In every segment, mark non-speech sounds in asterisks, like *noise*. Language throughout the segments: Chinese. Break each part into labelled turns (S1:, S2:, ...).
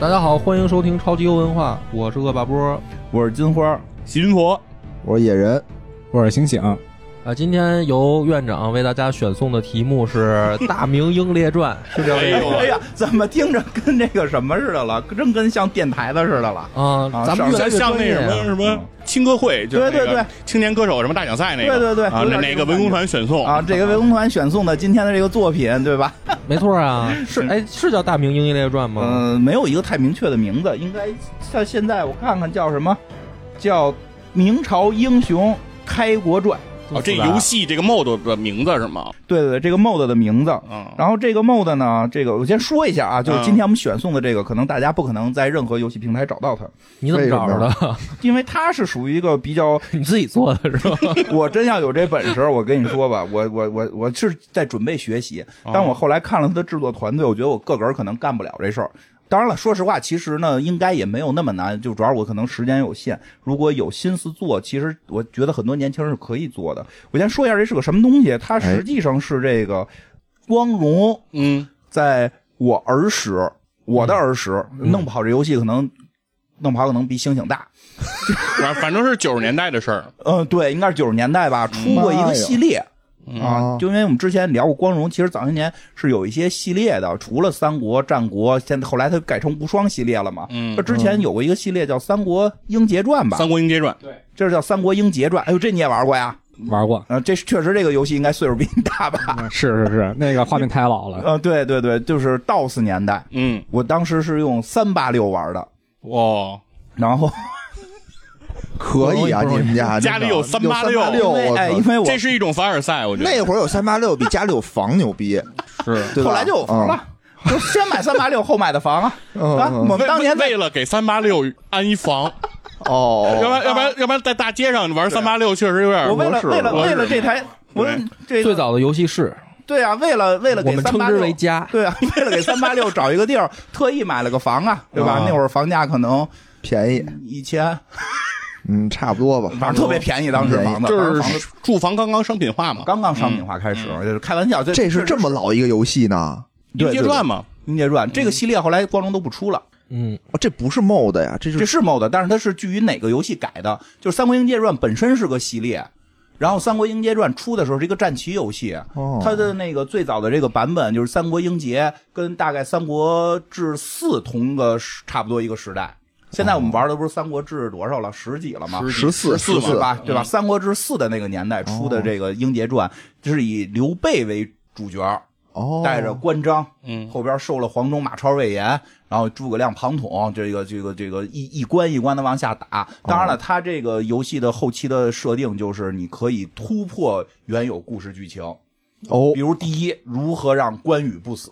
S1: 大家好，欢迎收听超级优文化，我是恶霸波。
S2: 我是金花，
S3: 喜云佛，
S2: 我是野人，
S4: 我是醒醒，
S1: 啊，今天由院长为大家选送的题目是《大明英烈传》，是这样
S3: 哎呦
S2: 哎呀，怎么听着跟这个什么似的了？真跟像电台的似的了。
S1: 啊，
S2: 啊
S1: 咱们
S2: 上
S1: 越来
S3: 像
S1: 越
S3: 像
S1: 专
S3: 那
S1: 业
S3: 什么
S1: 啊。
S3: 什么青歌会，就是
S2: 嗯对对
S3: 那个
S2: 对
S3: 青年歌手什么大奖赛那
S2: 对
S3: 个，
S2: 对对
S3: 啊，
S2: 有点
S3: 哪
S2: 这
S3: 哪
S2: 个
S3: 个文工
S2: 感
S3: 团选送
S2: 啊，这个文工团选送的今天的这个作品，对吧？
S1: 没错啊，是
S3: 是
S1: 哎，是叫《大明英烈传》吗？
S2: 嗯、没有一个太明确的名字，应该像现在我看看叫什么，叫《明朝英雄开国传》。
S3: 哦，这游戏这个 mod 的名字是吗？
S2: 对对对，这个 mod 的名字。
S3: 嗯，
S2: 然后这个 mod 呢，这个我先说一下啊，就是
S3: 嗯
S2: 今天我们选送的这个，可能大家不可能在任何游戏平台找到它，
S1: 你怎么找着的？
S2: 因为它是属于一个比较
S1: *laughs*
S2: *laughs*
S1: 你自己做的是吧？
S2: 我真要有这本事，我跟你说吧，我我我我是在准备学习，但我后来看了他的制作团队，我觉得我个个儿可能干不了这事儿。当然了，说实话，其实呢，应该也没有那么难，就主要我可能时间有限。如果有心思做，其实我觉得很多年轻人是可以做的。我先说一下这是个什么东西，它实际上是这个光荣
S3: 嗯，
S2: 在我儿时，我的儿时，弄不好这游戏可能弄不好可能比星星大。
S3: 反反正是九十年代的事儿，
S2: 嗯，对，应该是九十年代
S3: 嗯
S2: 吧，出过一
S3: 哎
S2: 个系列。啊，就因为我们之前聊过光荣，其实早些年是有一些系列的，除了三国、战国，现在后来它改成无双系列了嘛。
S3: 嗯
S2: 这之前有过一个系列叫《三国英杰传》
S3: 《
S2: 吧，
S3: 三国英杰传》
S2: 这是叫《三国英杰传》。哎呦，这你也玩过呀？
S4: 玩过，
S2: 啊，这确实这个游戏应该岁数比你大吧？
S3: 嗯
S4: 是是是，那个画面太老了，
S2: 呃，对对对，就是 DOS 年代，
S3: 嗯，
S2: 我当时是用三八六玩的，
S3: 哇，
S2: 然
S3: 哦
S2: 后
S5: 可以啊，
S2: 哦
S1: 不容易
S5: 你们家
S3: 家里有
S5: 三
S3: 386
S5: 八
S3: 哎
S2: 因
S3: 呦
S2: 为 *laughs*
S5: 我
S2: 哎，
S5: 操
S2: 因！为我
S3: 这是一种凡尔赛，我觉
S5: 那
S3: 得。
S5: 会儿有三八六比家里有房牛逼，
S3: 是
S5: 对吧？
S2: 后来就有房了，就先买三八六，后买的房啊。
S5: 嗯
S2: 啊，
S5: 嗯
S2: 我们当年在
S3: 嗯为为了给三八六安一房，
S5: 嗯哦，
S3: 要不然要不然要不然在大街上玩三八六确实有点
S2: 啊我为了
S5: 模式
S2: 为了
S3: 模式
S2: 为了这台，我
S3: 对
S2: 这
S1: 最早的游戏室，
S2: 对啊，为了为了
S1: 我
S2: 给
S1: 们
S2: 三
S1: 称
S2: 八
S1: 之
S2: 六
S1: 为家。
S2: 对啊， *laughs* 为了给三八六找一个地儿，特意买了个房啊，对吧？
S5: 啊
S2: 那会儿房价可能
S5: 便宜，
S2: 一千，
S5: 嗯，差不多吧。
S2: 反正特别便宜，当时房子，当时
S3: 就
S2: 房子
S3: 是住房刚刚商品化嘛，
S2: 刚刚商品化开始，就是开玩笑，这
S5: 这是这么老一个游戏呢？
S3: 英杰传嘛，
S2: 《英杰传》这个系列后来光荣都不出了，
S1: 嗯，
S5: 哦，这不是 mod 呀，这
S2: 这
S5: 是
S2: 是 mod，但是它是基于哪个游戏改的？就是《三国英杰传》本身是个系列。然后《三国英杰传》出的时候是一个战棋游戏，
S5: 哦
S2: 它的那个最早的这个版本就是《三国英杰》跟大概《三国志四》同个时差不多一个时代。现在我们玩的不是《三国志》多少了，十几了吗？
S5: 哦十
S3: 14
S5: 四
S2: 对
S5: 四嗯哦
S2: 吧？对吧？三国志四的那个年代出的这个《英杰传》，就是以刘备为主角，
S5: 哦，
S2: 带着关张，
S3: 嗯
S2: 后边受了黄忠、马超、魏延，然后诸葛亮、庞统，这个这个这个一一关一关的往下打。当
S5: 哦
S2: 然了，他这个游戏的后期的设定就是你可以突破原有故事剧情，
S5: 哦
S2: 比，如第一，如何让关羽不死；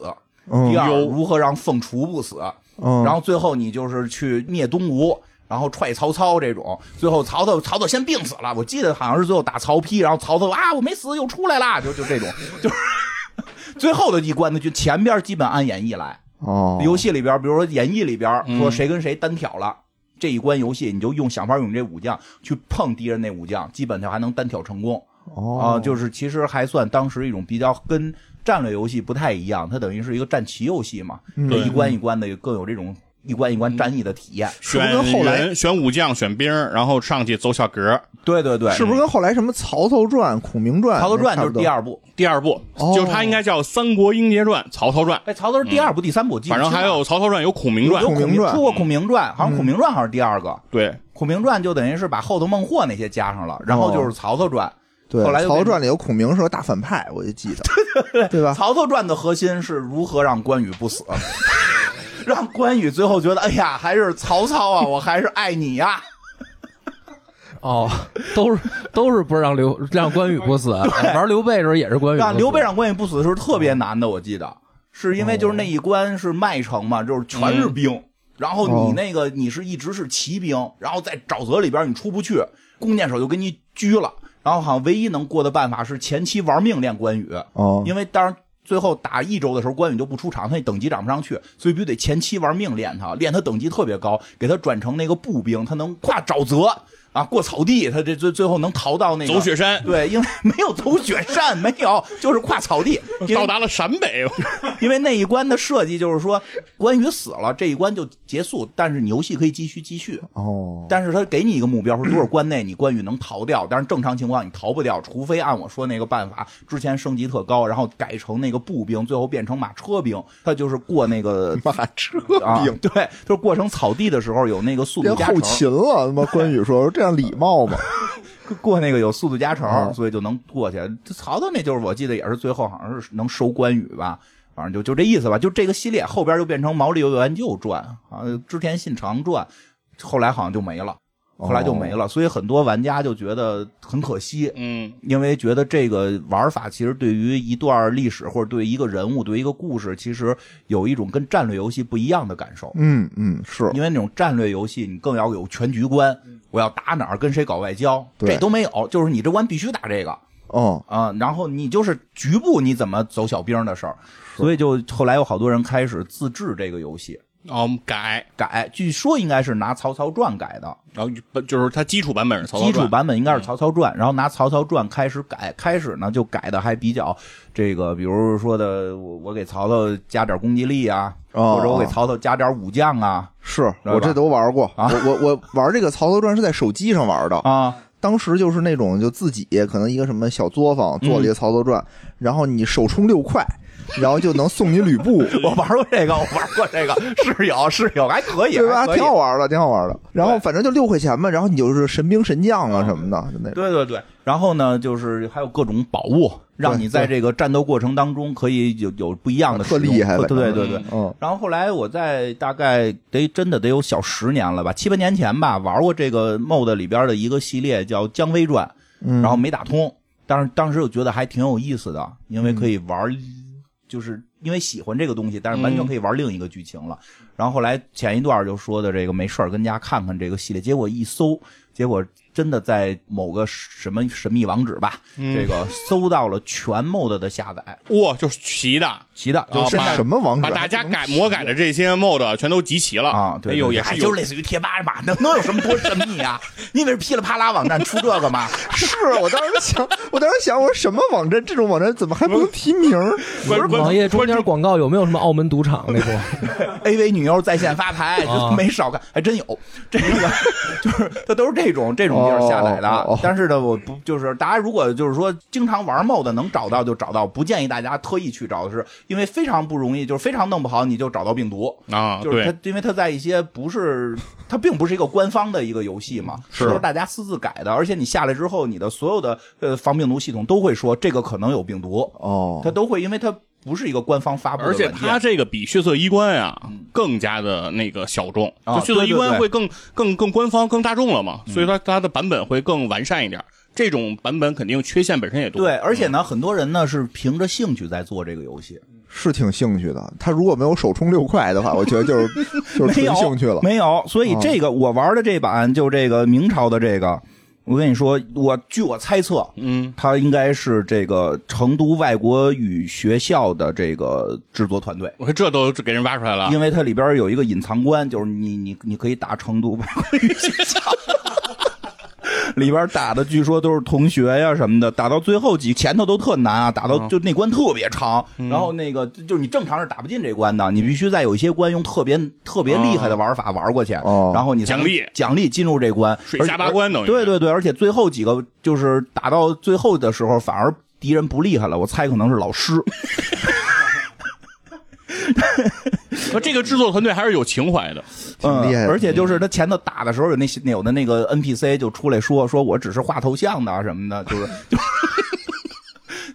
S2: 第
S5: 嗯
S2: 二，如何让凤雏不死；
S5: 嗯，
S2: 然后最后你就是去灭东吴，然后踹曹操这种，最后曹操曹操先病死了，我记得好像是最后打曹丕，然后曹操啊我没死又出来啦，就就这
S5: *laughs*
S2: 种，就是 *laughs* 最后的一关呢，就前边基本按演绎来，
S5: 哦，
S2: 游戏里边比如说演绎里边
S3: 嗯
S2: 说谁跟谁单挑了。这一关游戏，你就用想法用你这武将去碰敌人那武将，基本上还能单挑成功啊、
S5: 哦，
S2: 就是其实还算当时一种比较跟战略游戏不太一样，它等于是一个战棋游戏嘛。
S5: 嗯
S2: 这
S3: 对
S2: 一关一关的更有这种一关一关战役的体验。
S5: 是不是跟
S3: 选
S5: 后来
S3: 人选武将选兵，然后上去走小格，
S2: 对对对，
S5: 是不是跟后来什么《曹操传》《孔明传》
S2: 《曹操传》就是第
S5: 二
S2: 二部？
S3: 第二部，
S5: 哦
S3: 就是它应该叫《三国英杰传》《曹操传》，
S2: 哎，曹操是第二部、第三部，我记不
S3: 嗯反正
S2: 清
S3: 还
S2: 了
S3: 有《曹操传》有《孔明
S2: 有
S3: 传》，
S2: 孔
S5: 孔明传嗯
S2: 出过《孔明传》，好像《孔明传》好像是第二个，
S3: 对，
S2: 《孔明传》就等于是把后头孟获那些加上了，然后
S5: 哦
S2: 就是《曹操传》
S5: 对，
S2: 后来
S5: 《
S2: 就
S5: 曹操
S2: 变
S5: 传》里有孔明是个大反派，我就记
S2: *laughs*
S5: 得，对吧？
S2: 曹操传》的核心是如何让关羽不死， *laughs* 让关羽最后觉得哎呀，还是曹操啊，我还是爱你呀、
S1: 哦，都是都是不让刘让关羽不死，玩刘备的时候也是关羽不死。
S2: 啊让刘备让关羽不死的时候特别难的，我记得是因为就是那一关是麦城嘛，就是全是兵，然后你那个你是一直是骑兵，然后在沼泽里边你出不去，弓箭手就给你狙了，然后好像唯一能过的办法是前期玩命练关羽，
S5: 哦，
S2: 因为当然。最后打益州的时候，关羽就不出场，他那等级涨不上去，所以必须得前期玩命练他，练他等级特别高，给他转成那个步兵，他能跨沼泽，啊，过草地，他这最最后能逃到那个
S3: 走雪山，
S2: 对，因为没有走雪山，没有，就是跨草地，因
S3: 到
S2: 为
S3: 达了陕北。
S2: 因为那一关的设计就是说，关羽死了，这一关就结束，但是你游戏可以继续继续。
S5: 哦，
S2: 但是他给你一个目标，说多少关内你关羽能逃掉，但是正常情况你逃不掉，除非按我说那个办法，之前升级特高，然后改成那个步兵，最后变成马车兵，他就是过那个
S5: 马车
S2: 啊
S5: 兵，
S2: 对，就是过成草地的时候有那个速度
S5: 变
S2: 加
S5: 后
S2: 成，
S5: 勤了。他妈关羽说这样礼貌吗？
S2: 过那个有速度加成，所以就能过去。曹操那就是我记得也是最后好像是能收关羽吧，反正就就这意思吧。就这个系列后边就变成毛利元就传啊，织田信长传，后来好像就没了，后来就没了。所以很多玩家就觉得很可惜，
S3: *laughs* 嗯，
S2: 因为觉得这个玩法其实对于一段历史或者对一个人物、对一个故事，其实有一种跟战略游戏不一样的感受。
S5: 嗯嗯，是
S2: 因为那种战略游戏，你更要有全局观，
S3: 嗯
S2: 我要打哪儿，跟谁搞外交，
S5: 对
S2: 这都没有，就是你这关必须打这个
S5: 哦，
S2: 啊、然后你就是局部你怎么走小兵的事儿，所以就后来有好多人开始自制这个游戏。
S3: 哦，改，
S2: 改，据说应该是拿《曹操传》改的，
S3: 然后就就是它基础版本是曹操
S2: 基础
S3: 传，嗯
S2: 版本应该是《曹操传》，然后拿《曹操传》开始改，开始呢就改的还比较这个，比如说的，我我给曹操加点攻击力啊，
S5: 哦
S2: 或者我给
S5: 哦
S2: 曹操加点武将啊
S5: 是
S2: 知道吧
S5: 我这都玩过。
S2: 啊
S5: 我我我玩这个《曹操传》是在手机上玩的，
S2: 啊，
S5: 当时就是那种就自己可能一个什么小作坊做
S2: 嗯
S5: 了一个《曹操传》，然后你手充六块，然后就能送你吕布。
S2: *laughs* 我玩过这个，我玩过这个， *laughs* 是有是有，还可以，
S5: 对吧？
S2: 还可以
S5: 挺好玩的，挺好玩的。然后反正就六块钱嘛，然后你就是神兵神将啊什么的，就那种。
S2: 对对对，然后呢，就是还有各种宝物，让你在这个战斗过程当中可以有有不一样的
S5: 啊特
S2: 使用
S5: 厉害
S2: 对对
S5: 反
S2: 对对。
S5: 嗯，
S2: 然后后来我在大概得真的得有小十年了吧，七八年前吧，玩过这个 MOD 里边的一个系列叫《姜维传》，
S3: 嗯
S5: 嗯
S2: 然后没打通，但是当时我觉得还挺有意思的，因
S3: 嗯
S2: 为可以玩，就是因为喜欢这个东西，但是
S3: 嗯
S2: 完全可以玩另一个剧情了。然后后来前一段就说的这个没事儿跟家看看这个系列，结果一搜，结果真的在某个什么神秘网址吧，
S3: 嗯
S2: 这个搜到了全 MOD 的下载，啊
S3: 哇，就是齐的，
S2: 齐的就
S3: 哦
S2: 是
S5: 这
S2: 现
S3: 把
S2: 在
S5: 什么王者？
S3: 把大家改魔改的这些 mod 全都集齐了
S2: 啊，对，
S3: 哎呦，
S2: 对
S3: 也
S2: 哎
S3: 是
S2: 就
S3: 有
S2: 是类似于贴吧嘛，能能有什么多神秘
S3: *laughs*
S2: 啊？你以为是噼里啪啦网站出这个吗？
S5: 是我当时想，我当时想，我说什么网站？这种网站怎么还不能提名？
S3: 关关
S1: 网页中间
S3: 关注
S1: 广告有没有什么澳门赌场那种？
S2: AV 女优在线发牌，
S1: 啊
S2: 没少看，还真有。这个 *laughs* 就是它都是这种这种地儿下来的。啊
S5: 哦哦哦哦
S2: 但是呢，我不就是大家如果就是说经常玩 MOD 能找到就找到，不建议大家特意去找的是，因为非常不容易，就是非常弄不好你就找到病毒。
S3: 啊，
S2: 就是
S3: 对
S2: 它，因为它在一些不是，它并不是一个官方的一个游戏嘛，
S3: 是
S2: 都是大家私自改的，而且你下来之后，你的所有的呃防病毒系统都会说这个可能有病毒，
S5: 哦
S2: 它，都会，因为它不是一个官方发布的
S3: 而
S2: 文件，嗯
S3: 且它这个比血色衣冠啊更加的那个小众，
S2: 啊
S3: 就血色衣
S2: 对对对嗯
S3: 冠会更更更官方、更大众了嘛，所以它它的版本会更完善一点。这种版本肯定缺陷本身也多，
S2: 对，而且呢，
S5: 嗯
S2: 很多人呢是凭着兴趣在做这个游戏，
S5: 是挺兴趣的。他如果没有首充六块的话，我觉得就是 *laughs* 就是
S2: 没有
S5: 纯兴趣了。嗯
S2: 没有，所以这个我玩的这版就这个明朝的这个，我跟你说，我据我猜测，
S3: 嗯，
S2: 它应该是这个成都外国语学校的这个制作团队。
S3: 我说这都给人挖出来了，
S2: 因为它里边有一个隐藏关，就是你你你可以打成都 *laughs* 外国语学校，里边打的据说都是同学呀、什么的，打到最后几前头都特难啊，打
S3: 嗯
S2: 到就那关特别长，然后那个就是你正常是打不进这关的，你必须在有一些关用特别特别厉害的玩法玩过去，
S5: 哦
S2: 然后你才能
S3: 嗯奖励
S2: 奖励进入这关，
S3: 水下八关等于
S2: 对对对，而且最后几个就是打到最后的时候，反而敌人不厉害了，我猜可能是老师。
S3: 说这个制作团队还是有情怀的，
S5: 挺厉害
S2: 嗯。
S5: 的
S2: 而且就是他前头打的时候，有那些有的那个 NPC 就出来说说我只是画头像的啊什么
S5: *laughs*
S2: 的，就是就。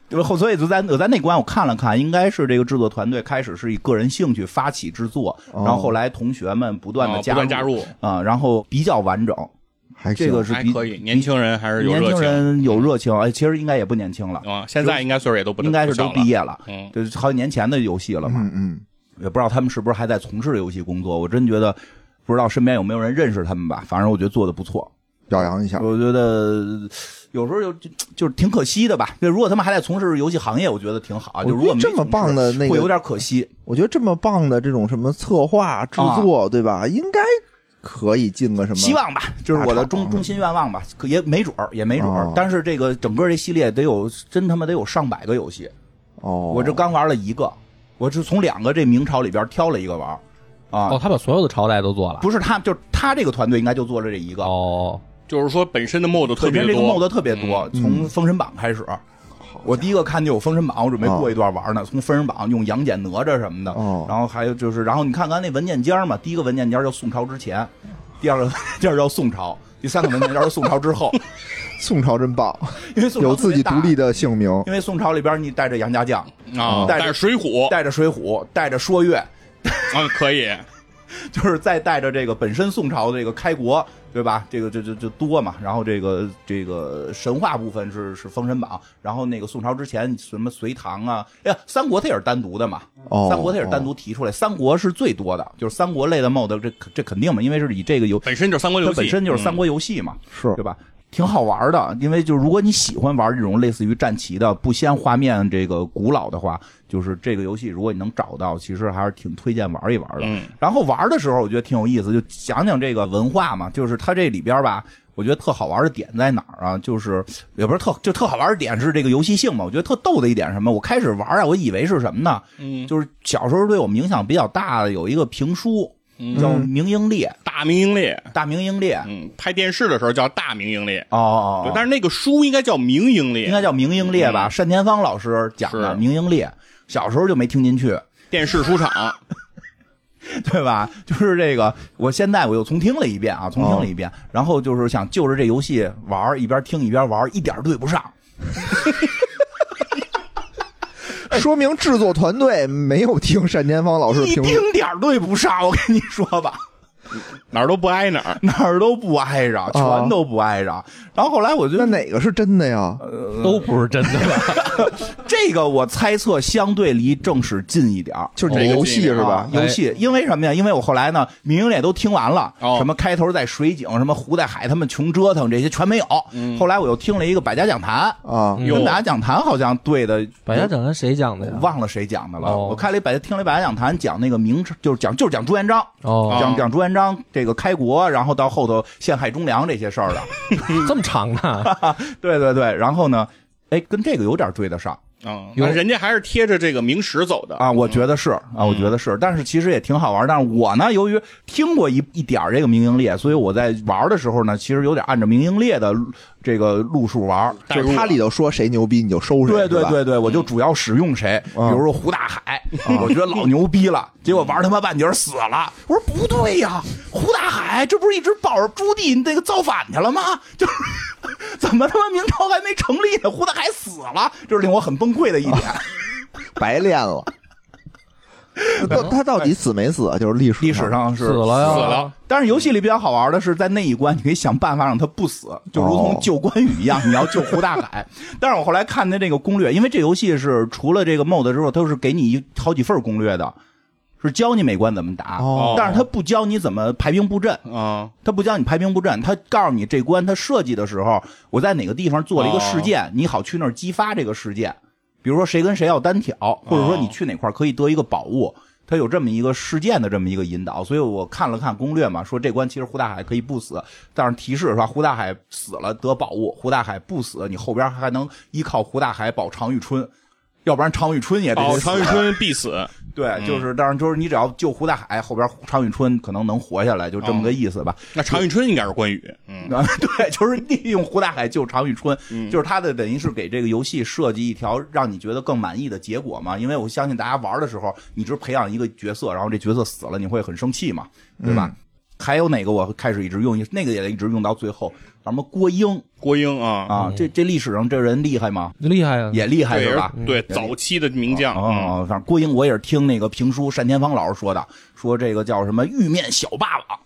S2: 就是 *laughs* 后，所以就在我在那关我看了看，应该是这个制作团队开始是以个人兴趣发起制作，
S5: 哦
S2: 然后后来同学们不断
S3: 啊
S2: 的
S3: 不断加入，
S2: 啊，然后比较完整，
S5: 还行
S2: 这个是
S3: 还
S2: 比
S3: 可以，年轻人还是有
S2: 年
S3: 热
S2: 轻
S3: 情
S2: 人有热情，哎，其实应该也不年轻了，
S3: 啊，现在应该岁数也都不
S2: 应该是都毕，
S3: 不小了
S2: 业了，
S3: 嗯，
S2: 就是好几年前的游戏了嘛，
S5: 嗯嗯，
S2: 也不知道他们是不是还在从事游戏工作，我真觉得不知道身边有没有人认识他们吧，反正我觉得做的不错，
S5: 表扬一下。
S2: 我觉得有时候就就就是挺可惜的吧。就如果他们还在从事游戏行业，我觉得挺好。就如果没
S5: 这么棒的那
S2: 从事，会有
S5: 个，
S2: 点可惜。
S5: 啊我觉得这么棒的这种什么策划制作，对吧？应该可以进个什么？
S2: 希望吧，就是我的
S5: 大
S2: 中
S5: 厂啊
S2: 中心愿望吧，可也没准儿，也没准儿
S5: 哦。
S2: 但是这个整个这系列得有真他妈得有上百个游戏，
S5: 哦，
S2: 我这刚玩了一个，我是从两个这明朝里边挑了一个玩儿
S1: 哦，
S2: 啊，
S1: 他把所有的朝代都做了。
S2: 不是他，就是他这个团队应该就做了这一个，
S1: 哦，
S3: 就是说本身的 mod 特
S2: 本
S3: 别
S2: 身这
S3: 多，
S2: 个 mod 特别多，
S5: 嗯
S2: 从《封神榜》开始。我第一个看就有《封神榜》，我准备过一段玩呢。从《封神榜》用杨戬、哪吒什么的，
S5: 啊哦
S2: 然后还有就是，然后你看刚才那文件夹嘛，第一个文件夹叫宋朝之前，第二个文件夹叫宋朝，第三个文件夹是宋朝之后， *laughs*
S5: 宋朝真棒，
S2: 因为宋朝
S5: 有自己
S2: 特别
S5: 独
S2: 大
S5: 立，的姓名。
S2: 因为宋朝里边你带着杨家将，
S3: 啊，
S2: 带着
S3: 带着水浒
S2: 带着水浒，带着说岳，
S3: 啊，可以，
S2: *laughs* 就是再带着这个本身宋朝的这个开国，对吧？这个就就就多嘛。然后这个这个神话部分是是《封神榜》，然后那个宋朝之前什么隋唐啊，哎呀，三国它也是单独的嘛。
S5: 哦，
S2: 三国它也是单
S5: 哦
S2: 独提出来，三国是最多的，就是三国类的 mod，这这肯定嘛，因为是以这个游，
S3: 本身就是三国游
S2: 它
S3: 戏，
S2: 本身就是三
S3: 嗯
S2: 国游戏嘛，
S5: 是
S2: 对吧？挺好玩的，因为就是如果你喜欢玩这种类似于战棋的不限画面这个古老的话，就是这个游戏如果你能找到，其实还是挺推荐玩一玩的。
S3: 嗯
S2: 然后玩的时候，我觉得挺有意思，就讲讲这个文化嘛，就是它这里边吧。我觉得特好玩的点在哪儿啊？就是也不是特就特好玩的点是这个游戏性嘛。我觉得特逗的一点是什么？我开始玩啊，我以为是什么呢？
S3: 嗯，
S2: 就是小时候对我们影响比较大的有一个评书
S3: 嗯
S2: 叫《明英烈》，
S3: 大明英烈，
S2: 大明英烈。
S3: 嗯，拍电视的时候叫大明英烈，
S2: 哦哦
S3: 对
S2: 哦，，
S3: 但是那个书应该叫明英烈，
S2: 应该叫《明英烈》吧？
S3: 嗯
S2: 单田芳老师讲的
S3: 是
S2: 《明英烈》，小时候就没听进去，
S3: 电视出
S2: *laughs*
S3: 场，
S2: 对吧？就是这个，我现在我又重听了一遍啊，重听
S5: 哦
S2: 了一遍，然后就是想就着这游戏玩儿，一边听一边玩儿，一点儿对不上。
S5: 说明制作团队没有听单田芳老师
S2: 一
S5: 评论。
S2: 丁点儿对不上，我跟你说吧，
S3: 哪儿都不挨哪儿。
S2: 哪儿都不挨着，全都不挨着。然后后来我就
S5: 哦那哪个是真的呀？
S1: 都不是真的吧？
S2: 这个我猜测相对离正史近一点儿，啊
S5: 就是
S3: 哪
S5: 你
S3: 个
S5: 哦游戏
S3: 进
S5: 是
S3: 的
S5: 吧？哎
S2: 游戏，因为什么呀？因为我后来呢，民营也都听完了，
S3: 哦
S2: 什么开头在水井，什么湖在海，他们穷折腾这些全没有。
S5: 嗯
S2: 后来我又听了一个百家讲坛，
S5: 啊，
S3: 哟
S2: 跟百家讲坛好像对的，
S1: *laughs* 百家讲坛谁讲的
S2: 我
S1: 呀？
S2: 忘了谁讲的了。
S1: 啊哦
S2: 我看了一百，听了一百家讲坛讲那个明朝，就是讲就是讲朱元璋，
S1: 哦，
S2: 讲讲朱元璋这个开国，然后到后头陷害忠良这些事儿
S1: *laughs*
S2: 的。
S1: 这么长
S3: *laughs*
S1: 呢？
S2: 对对对，然后呢，哎，跟这个有点对得上。
S3: 啊，
S1: 有
S3: 人家还是贴着这个明史走的
S2: 啊，我觉得是
S1: 嗯
S2: 啊，我觉得是，但是其实也挺好玩。但是我呢，由于听过一一点儿这个明英烈，所以我在玩的时候呢，其实有点按照明英烈的路这个路数玩。
S3: 带
S5: 就
S3: 入
S5: 是
S3: 了
S5: 它里头说谁牛逼你就收谁，
S2: 对对
S5: 是吧，
S2: 对对，我就主要使用谁，比
S5: 嗯
S2: 如说胡大海，我觉得老牛逼了， *laughs* 结果玩他妈半截儿死了。嗯我说不对呀，胡大海这不是一直抱着朱棣那个造反去了吗？就是 *laughs* 怎么他妈明朝还没成立呢，胡大海死了，这是令我很崩溃的一点。
S5: 白
S2: *laughs*
S5: 练了。到他到底死没死啊？就是历史
S2: 哎历史上是
S1: 死了呀！
S3: 死了，
S2: 但是游戏里比较好玩的是，在那一关你可以想办法让他不死，就如
S1: 哦
S2: 同救关羽
S1: *laughs*
S2: 一样，你要救胡大海。但是我后来看的这个攻略，因为这游戏是除了这个 mod 之后，它是给你一好几份攻略的，是教你每关怎么打，
S5: 哦
S2: 但是它不教你怎么排兵布阵，
S3: 啊，
S2: 它不教你排兵布阵，它告诉你这关它设计的时候，我在哪个地方做了一个
S3: 哦
S2: 事件，你好去那儿激发这个事件。比如说谁跟谁要单挑，或者说
S3: 哦
S2: 你去哪块儿可以得一个宝物，它有这么一个事件的这么一个引导。所以我看了看攻略嘛，说这关其实胡大海可以不死，但是提示说胡大海死了得宝物，胡大海不死，你后边还能依靠胡大海保常遇春，要不然常遇春也得
S3: 保
S2: 死
S3: 常遇哦春嗯必死，
S2: 对，就是当然就是你只要救胡大海，后边常遇春可能能活下来，就这么
S3: 哦
S2: 个意思吧。
S3: 那常遇春应该是关羽，嗯，
S2: 啊， *laughs* 对，就是利用胡大海救常遇春，就是他的等于是给这个游戏设计一条让你觉得更满意的结果嘛。因为我相信大家玩的时候，你只培养一个角色，然后这角色死了，你会很生气嘛，对吧？还有哪个我开始一直用，那个也一直用到最后，什么郭英
S3: 郭英啊，
S2: 啊，这这历史上这人厉害吗？
S1: 厉害啊呀！
S2: 也厉害
S3: 对
S2: 是吧？嗯
S3: 对，早期的名将，嗯
S2: 哦，反正郭英我也是听那个评书单田芳老师说的，说这个叫什么玉面小霸王，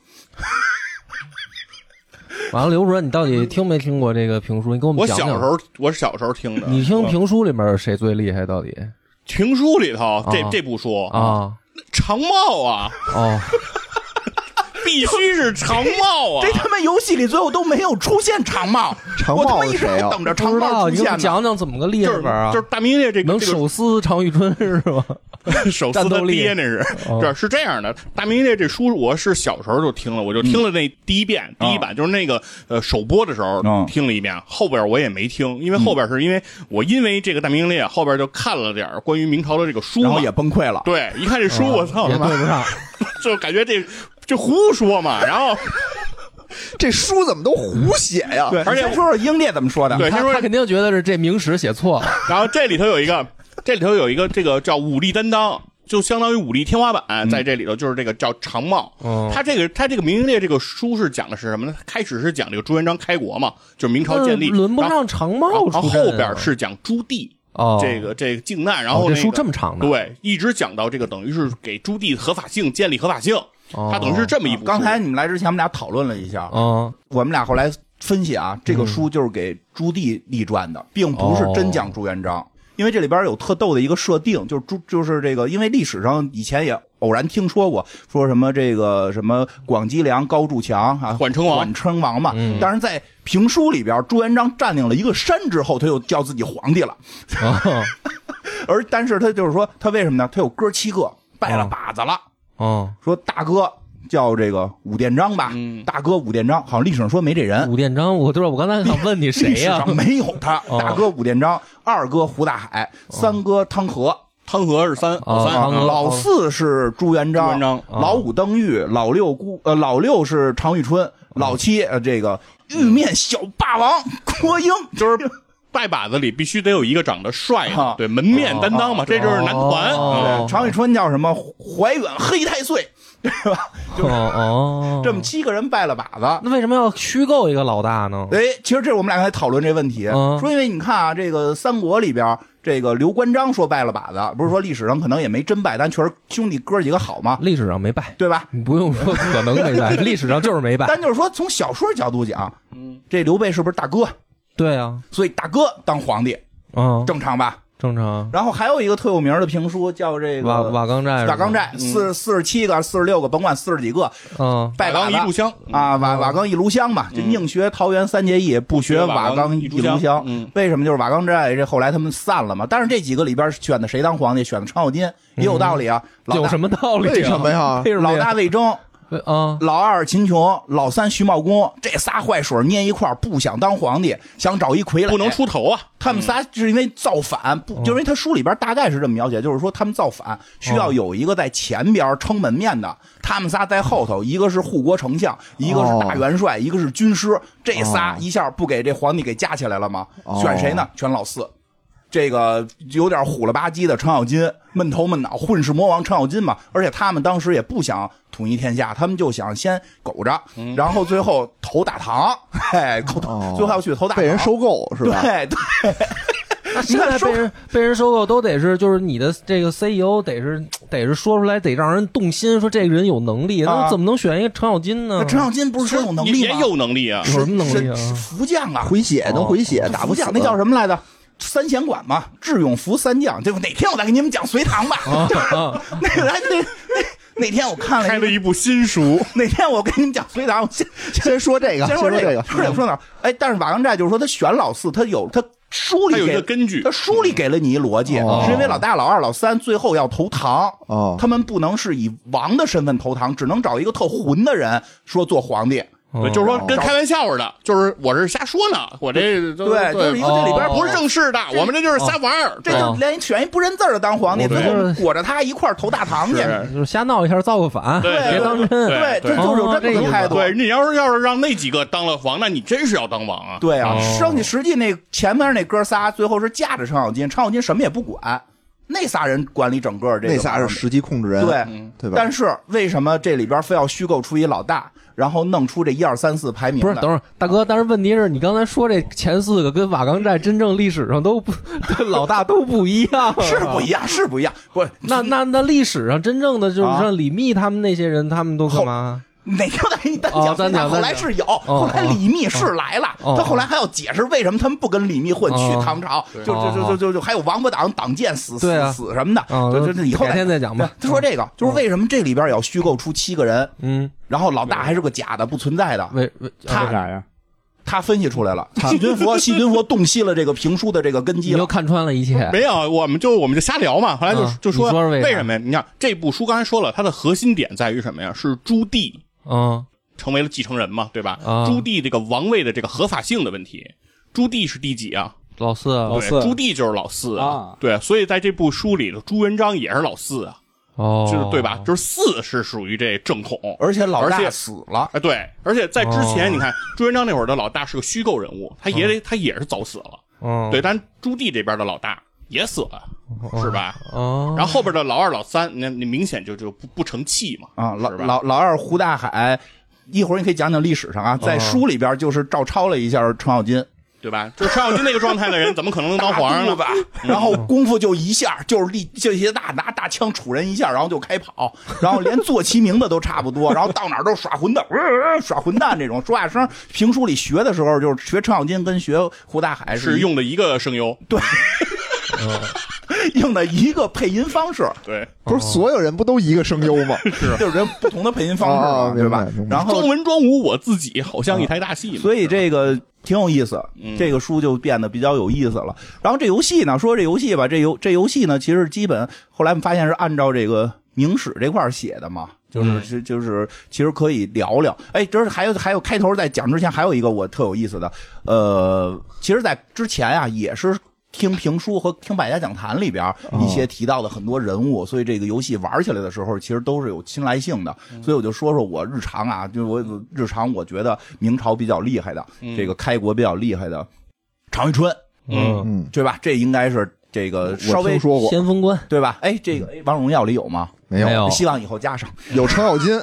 S1: 完了，刘主任，你到底听没听过这个评书？你给我们
S3: 我
S1: 讲
S3: 小
S1: 讲。
S3: 时候我小时候听的，
S1: 你听
S3: 我
S1: 评书里面谁最厉害？到底
S3: 评书里头这
S1: 啊
S3: 这部书，
S1: 啊？
S2: *laughs*
S3: *laughs* 长茂啊，
S1: 哦，
S3: 必必须是长帽啊
S2: 这！他妈游戏里最后都没有出现长帽，
S5: 长
S2: 我他
S5: 帽
S2: 妈
S5: 是
S2: 一直
S5: 谁啊
S2: 等着
S1: 不
S2: 长
S1: 知
S2: 帽
S1: 道，
S2: 出
S1: 你给我
S2: 现
S1: 们
S2: 呢。
S1: 讲讲怎么个厉
S3: 就是
S1: 害法啊？
S3: 就是大明月这个
S1: 能
S3: 这个
S1: 手撕常遇春是吗？
S3: 手撕
S1: 战
S3: 他
S1: 斗力
S3: 爹那 *laughs* 是，
S1: 哦
S3: 这是这样的。大明月这书我是小时候就听了，我就听了那第一遍，
S1: 哦
S3: 第一版就是那个呃首播的时候
S2: 嗯
S3: 听了一遍，后边我也没听，因为后边是因为我因为这个大明月后边就看了点儿关于明朝的这个书
S2: 然
S3: 嘛
S2: 后，也崩溃了，
S3: 对，一看这书 *laughs* 我操
S1: 哦也
S3: 他
S1: 对
S3: 妈，
S1: 不
S3: *laughs*
S1: 上，
S3: 就感觉这就胡说嘛，然
S1: *laughs*
S3: 后
S5: 这书怎么都胡写呀？
S2: 对，
S3: 而且
S2: 先说说英烈怎么说的，
S3: 对
S1: 他
S3: 先说
S1: 他肯定觉得是这明史写
S3: *laughs*
S1: 错了，
S3: 然后这里头有一个，这里头有一个这个叫武力担当，就相当于武力天花板，在这里头就是这个叫长帽。
S1: 嗯
S3: 他这个他这个《明英烈》这个书是讲的是什么呢？开始是讲这个朱元璋开国嘛，就是明朝建立，
S1: 那呃轮不
S3: 然后
S1: 上长
S3: 然后
S1: 帽
S3: 然
S1: 出
S3: 后
S1: 阵啊
S3: 后边是讲朱棣
S1: 哦
S3: 这个这个靖难，然后
S1: 哦这
S3: 那个
S1: 书这么长呢，
S3: 对，一直讲到这个等于是给朱棣合法性建立合法性，
S1: 哦
S3: 他等于是这么一部书。
S2: 啊刚才你们来之前，我们俩讨论了一下，
S1: 嗯，
S2: 我们俩后来分析啊，这个书就是给朱棣立传的，并不是真讲朱元璋。因为这里边有特逗的一个设定，就是朱，就是这个，因为历史上以前也偶然听说过，说什么这个什么广积粮、高筑墙啊，
S3: 缓称王
S2: 缓称王嘛。但是在评书里边，朱元璋占领了一个山之后，他就叫自己皇帝了。
S1: 哦
S2: 而但是他就是说，他为什么呢？他有哥七个，拜了
S1: 哦
S2: 把子了。
S1: 哦，
S2: 说大哥叫这个武殿章吧，
S3: 嗯
S2: 大哥武殿章，好像历史上说没这人，
S1: 武殿章，我对吧？我刚才想问
S3: *laughs*
S1: 你
S2: 历
S1: 谁
S2: 史
S1: 呀？
S2: 上没有他。
S1: *laughs* 哦
S2: 大哥武殿章，二哥胡大海，三哥汤和，
S3: 汤和是三
S1: 哦
S3: 三
S1: 汤和
S2: 老四是朱元璋，
S3: 朱元璋
S2: 老五登玉，老六孤呃老六是常遇
S1: 哦
S2: 春，老七呃这个玉面小霸王郭英，
S3: 就是拜把子里必须得有一个长得帅的
S2: 啊，
S3: 对门面担当嘛，这就是男团。
S1: 哦
S3: 嗯
S2: 对常遇春叫什么怀远黑太岁，对吧？
S1: 哦哦，
S2: 这么七个人拜了把子，
S1: 那为什么要虚构一个老大呢？
S2: 哎，其实这我们俩刚才讨论这问题，
S1: 嗯
S2: 说因为你看啊，这个三国里边，这个刘关张说拜了把子，不是说历史上可能也没真拜，但确实兄弟哥几个好嘛，
S1: 历史上没败，
S2: 对吧？
S1: 你不用说可能没
S2: *laughs*
S1: 败，历史上就是没败。
S2: 但就是说从小说角度讲，这刘备是不是大哥？
S1: 对啊，
S2: 所以大哥当皇帝
S1: 嗯，
S2: 正常吧？
S1: 正常。
S2: 然后还有一个特有名的评书叫这个
S1: 瓦瓦岗寨，
S2: 瓦岗，寨，四四十七个、四十六个，甭管四十几个，
S1: 嗯，
S2: 拜把
S3: 岗
S2: 子
S3: 一炷香，
S2: 啊，瓦瓦岗一炉香嘛，就宁学桃园三结义，不学瓦岗一炉
S3: 不学瓦岗一炷
S2: 香
S3: 香。嗯
S2: 为什么就是瓦岗之爱？这后来他们散了嘛。但是这几个里边选的谁当皇帝，选的程咬金也有道理啊。老
S1: 有
S2: 大
S1: 什么道理啊？
S5: 为什么呀
S1: 为什么
S2: 老
S1: 呀
S2: 大魏征，
S1: 啊，
S2: 老二秦琼，老三徐茂公，这仨坏水捏一块儿不想当皇帝，想找一傀儡，
S3: 不能。出头啊！
S2: 他们
S5: 嗯
S2: 仨是因为造反，不就因为他书里边大概是这么描写，就是说他们造反需要有一个在前边撑门面的，他们仨在后头，一个是护国丞相，一个是大元
S5: 哦
S2: 帅，一个是军师，这仨一下不给这皇帝给架起来了吗？
S5: 哦
S2: 选谁呢？选老四。这个有点虎了吧唧的程咬金，闷头闷脑，混世魔王程咬金嘛。而且他们当时也不想统一天下，他们就想先苟着，然后最后投大唐，嘿，投
S5: 嗯哦
S2: *laughs* 最后要去投大唐，
S5: 被人收购是吧？
S2: 对对，
S1: 那现在被人被人收购都得是，就是你的这个 CEO 得是得是说出来得让人动心，说这个人有能力，
S2: 啊
S1: 那怎么能选一个程咬金呢
S3: 嗯
S2: 那？程咬金不是说有能力
S3: 也
S2: 吗？
S3: 有能力啊
S1: 有！什么能力啊？
S2: 是福将啊，
S5: 回血能回血，
S2: 打
S5: 打不
S2: 不
S5: 死
S2: 下。那叫什么来着？三贤馆嘛，智勇福三将。这个哪天我再给你们讲隋唐吧。 *laughs* 那个来那那哪天我看
S3: 哦开
S2: 了
S3: 了
S2: 一
S3: 一部新书，
S2: 哪天我跟你们讲隋唐，我先
S5: *laughs* 啊先说这个，
S2: 先
S5: 说
S2: 说这
S5: 个，嗯
S2: 说哪说哪儿？哎，但是瓦岗寨就是说他选老四，他有他书里
S3: 他有
S2: 给
S3: 一个根据
S2: 他书里给了你一逻辑，
S5: 哦
S2: 是因为老大、老二、老三最后要投唐，
S5: 哦
S2: 他们不能是以王的身份投唐，只能找一个特混的人说做皇帝。
S1: 嗯
S3: 对，就是说
S2: 哦
S3: 跟开玩笑似的，就是我是瞎说呢，我这都
S2: 对，就是一个这里边
S1: 哦
S3: 不是正式的，我们这就是瞎玩儿。
S2: 这就
S1: 哦
S2: 连选一不认字儿的当皇帝，
S1: 我
S2: 最
S1: 就是
S2: 后裹着他一块儿投大唐去。
S3: 是
S1: 就是瞎闹一下造个反，
S3: 对
S1: 别当真。哦
S2: 对，
S3: 对
S2: 这就是有这么个态度。
S3: 对你要是要是让那几个当了王，那你真是要当王啊！
S2: 对啊，
S1: 哦
S2: 剩下实际那前面那哥仨最后是架着程咬金，程咬金什么也不管，那仨人管理整个这个。嗯
S5: 那仨是实际控制人，嗯
S2: 对
S5: 对吧？
S2: 但是为什么这里边非要虚构出一老大，然后弄出这一二三四排名
S1: 不
S2: 来？
S1: 是，等会儿大哥，但是问题是你刚才说这前四个跟瓦岗寨真正历史上都不 *laughs* 老大都不一样，啊
S2: 是不一。样，是不一样。不是，
S1: 那那那历史上真正的就是
S2: 啊
S1: 像李密他们那些人，他们都干嘛？
S2: 哪天我再给你单
S1: 哦
S2: 讲。
S1: 单讲
S2: 后来
S1: 单讲
S2: 是有，后来李密是来了，
S1: 哦
S2: 他后来还要解释为什么他们不跟李密混去
S1: 哦
S2: 唐朝，就
S1: 哦
S2: 就就就就就还有王八党党建死死
S1: 对啊
S2: 死什么的，
S1: 啊，
S2: 就就就以后
S1: 改天再讲吧。哦
S2: 他说这个就是为什么这里边要虚构出七个人，
S1: 嗯，
S2: 然后老大还是个假的，不存在的。
S1: 为啊为
S2: 他
S4: 为啥呀？
S2: 他分析出
S1: *laughs*
S2: 来了，细菌佛，细菌佛洞悉了这个评书的这个根
S1: 你
S2: 基
S1: 又
S2: 了。
S1: 看穿了一切，
S3: 没有，我们就我们就瞎聊嘛。后来就、
S1: 啊
S3: 就
S1: 你说说为啥
S3: 为什么呀？你看这部书刚才说了，它的核心点在于什么呀？是朱棣
S1: 嗯
S3: 成为了继承人嘛，对吧？
S1: 啊
S3: 朱棣这个王位的这个合法性的问题，朱棣是第几啊？
S1: 老四
S4: 老
S3: 对
S4: 四
S3: 朱棣就是老四
S4: 啊
S3: 对，所以在这部书里，朱元璋也是老四啊，
S1: 哦，
S3: 就是对吧？？就是四是属于这正统，
S2: 而且老
S3: 而
S2: 大
S3: 且
S2: 死了，
S3: 哎，对，而且在之
S1: 哦
S3: 前，你看朱元璋那会儿的老大是个虚构人物，他也得他也是早死了，
S1: 嗯，
S3: 对，但朱棣这边的老大也死了，是吧？
S1: 哦，
S3: 然后后边的老二、老三，那你明显就就不不成器嘛，
S2: 啊，老
S3: 是吧
S2: 老老二胡大海，一会儿你可以讲讲历史上啊，
S1: 哦
S2: 在书里边就是照抄了一下程咬金，
S3: 对吧？就是程咬金那个状态的人，怎么可能能当
S2: *laughs*
S3: 皇上呢？
S2: 吧？然后功夫就一下，就是力就些大拿大枪杵人一下，然后就开跑，然后连坐骑名字都差不多，然后到哪儿都耍混蛋，呃耍混蛋这种说话声。评书里学的时候，就是学程咬金跟学胡大海
S3: 是
S2: 一
S3: 用的一个声优，
S2: 用的一个配音方式，
S3: 对，
S5: 不是所有人不都一个声优吗？是
S2: *laughs* 就是人不同的配音方式
S5: 哦
S2: 嘛，对吧
S5: 明白明？白
S2: 然后
S3: 装文装武我自己，好像一台大戏嘛。
S2: 所以这个挺有意思，
S3: 嗯
S2: 这个书就变得比较有意思了。然后这游戏呢，说这游戏吧，这游这游戏呢，其实基本后来我们发现是按照这个明史这块儿写的嘛。
S5: 嗯
S2: 就是是就是，其实可以聊聊。哎，这是还有还有开头在讲之前还有一个我特有意思的，呃，其实，在之前啊也是听评书和听百家讲坛里边
S5: 哦
S2: 一些提到的很多人物，所以这个游戏玩起来的时候，其实都是有亲来性的。
S5: 嗯
S2: 所以我就说说我日常啊，就是我日常，我觉得明朝比较厉害的，
S5: 嗯
S2: 这个开国比较厉害的常遇春，
S3: 嗯，
S5: 嗯，
S2: 对吧？这应该是这个稍
S5: 我
S2: 微
S5: 听说过，嗯
S1: 先锋官
S2: 对吧？哎，这个哎《王者荣耀》里有吗？
S5: 没
S1: 没
S5: 有
S1: 有
S2: 希望以后加上。
S5: 有程咬金，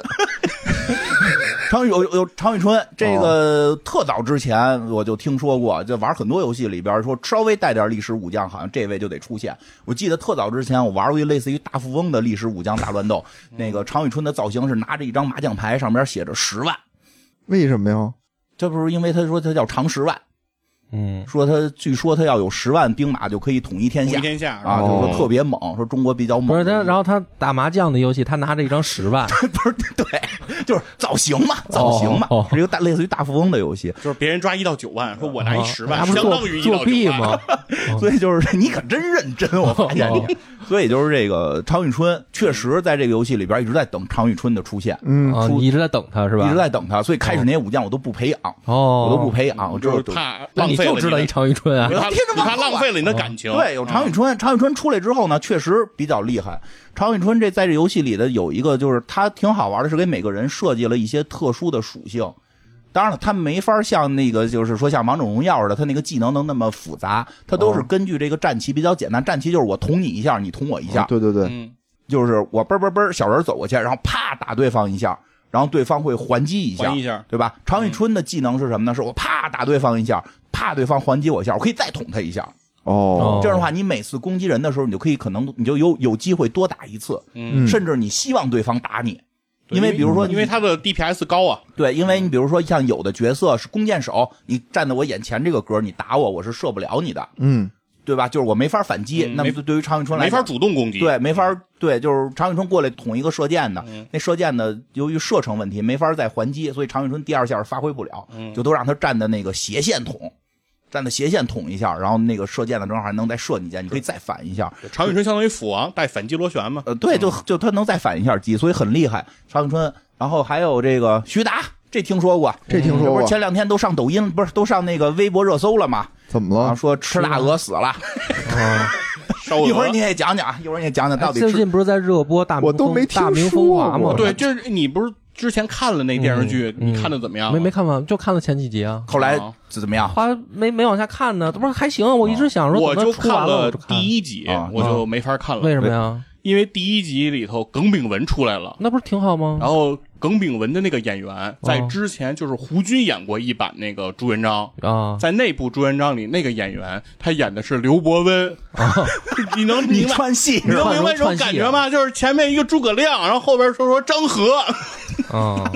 S2: 常有有有常遇春，这个特早之前我就听说过，就玩很多游戏里边说稍微带点历史武将，好像这位就得出现。我记得特早之前我玩过一类似于大富翁的历史武将大乱斗，那个常遇春的造型是拿着一张麻将牌，上面写着十万，
S5: 为什么呀？
S2: 这不是因为他说他叫常十万，
S1: 嗯
S2: 说他据说他要有十万兵马就可以统一天
S3: 统
S2: 下
S3: 一天下
S2: 啊，就
S5: 哦
S2: 说特别猛，说中国比较猛。
S1: 不是他，然后他打麻将的游戏，他拿着一张十万，
S2: 不是对，就是造型嘛，造型嘛，
S1: 哦
S2: 是一个大类似于大富翁的游戏。
S3: 就是别人抓一到九万，说我拿一十
S1: 啊
S3: 万，
S1: 那不是
S3: 相
S1: 作
S3: 当于一到
S1: 作弊
S3: 九万。
S1: 吗？
S2: *laughs* 所以就是你可真认真，我发现你。 *laughs* 所以就是这个常遇春，确实在这个游戏里边一直在等常遇春的出现，
S3: *laughs*
S5: 嗯，
S1: 啊，你一直在等他是吧？
S2: 一直在等他。所以开始那些武将我都不培养，
S1: 哦，
S2: 我都不培养，我
S3: 就是
S2: 就
S3: 怕
S1: 那
S3: 浪
S1: 你
S3: 费了
S1: 就
S3: 你
S1: 知道
S3: 的
S1: 一常遇春啊
S3: 你，
S1: *laughs*
S3: 怕
S2: 我听着往
S3: 你怕
S2: 后啊
S3: 浪费了你的感情。
S2: 对，有常遇春，常遇春出来之后呢，确实比较厉害。常遇春这在这游戏里的有一个就是他挺好玩的，是给每个人设计了一些特殊的属性。当然了，他没法像那个就是说像王者荣耀似的，他那个技能能那么复杂，他都是根据这个战旗比较简单，战旗就是我捅你一下，你捅我一下，
S5: 哦对对对，
S3: 嗯，
S2: 就是我嘣嘣嘣，小人走过去，然后啪打对方一下，然后对方会还击一下，
S3: 还
S1: 嗯
S3: 一下嗯
S2: 对吧？常遇春的技能是什么呢？是我啪打对方一下，啪对方还击我一下，我可以再捅他一下。
S5: 哦，
S1: 哦
S2: 这样的话，你每次攻击人的时候，你就可以可能你就有有机会多打一次，
S5: 嗯
S2: 甚至你希望对方打你，
S3: 对
S2: 因为比如说
S3: 因为他的 DPS 高啊，
S2: 对，因为你比如说像有的角色是弓箭手，你站在我眼前这个格，你打我，我是射不了你的，
S5: 嗯，
S2: 对吧？就是我没法反击。
S3: 嗯
S2: 那么
S3: 没
S2: 对于常遇春来
S3: 没
S2: 讲，
S3: 法主动攻击。
S2: 对，没法儿对，就是常遇春过来捅一个射箭的，
S3: 嗯
S2: 那射箭的由于射程问题没法儿再还击，所以常遇春第二下儿发挥不了，
S3: 嗯
S2: 就都让他站在那个斜线捅，站在斜线捅一下，然后那个射箭的正好还能再射你一箭，你可以再反一下。
S3: 常遇春相当于斧王带反击螺旋嘛。
S2: 呃，对，就
S3: 嗯
S2: 就他能再反一下击，所以很厉害。常遇春，然后还有这个徐达，这听说过，
S5: 这听
S2: 嗯
S5: 说
S2: 不是
S5: 过，
S2: 前两天都上抖音，不是都上那个微博热搜了吗？
S5: 怎么
S2: 啊，
S5: 了？
S2: 说吃大鹅死了，
S3: 烧鹅
S2: 一会儿你也讲讲，啊，一会儿你也讲讲到底
S1: 哎最
S2: 吃
S1: 近不是在热播大明
S5: 我都
S1: 风
S5: 没听
S1: 大明
S5: 说
S1: 风华吗
S5: 过？
S3: 对，就是你不是之前看了那电视剧，
S1: 嗯
S3: 你看的怎么样？
S1: 没没看完，就看了前几集啊。
S2: 后来
S3: 啊
S2: 怎么样？
S1: 花没没往下看呢，不是还行？我一直想说，
S3: 哦我
S1: 等
S3: 就
S1: 它出完
S3: 看
S1: 了我
S3: 了
S1: 就看。
S3: 第一集
S2: 啊，
S3: 我就没法看
S1: 为
S3: 了，
S1: 什么呀？
S3: 因为第一集里头耿炳文出来了，
S1: 那不是挺好吗？
S3: 然后耿炳文的那个演员在之前就是胡军演过一版那个朱元璋，
S1: 啊，
S3: 在那部朱元璋里那个演员他演的是刘伯温， *laughs* 你
S2: *laughs*
S3: 能
S2: 你
S3: 明白？
S2: 串戏
S3: 你能明白这种感觉吗？就是前面一个诸葛亮，然后后边说说张合，
S1: 啊，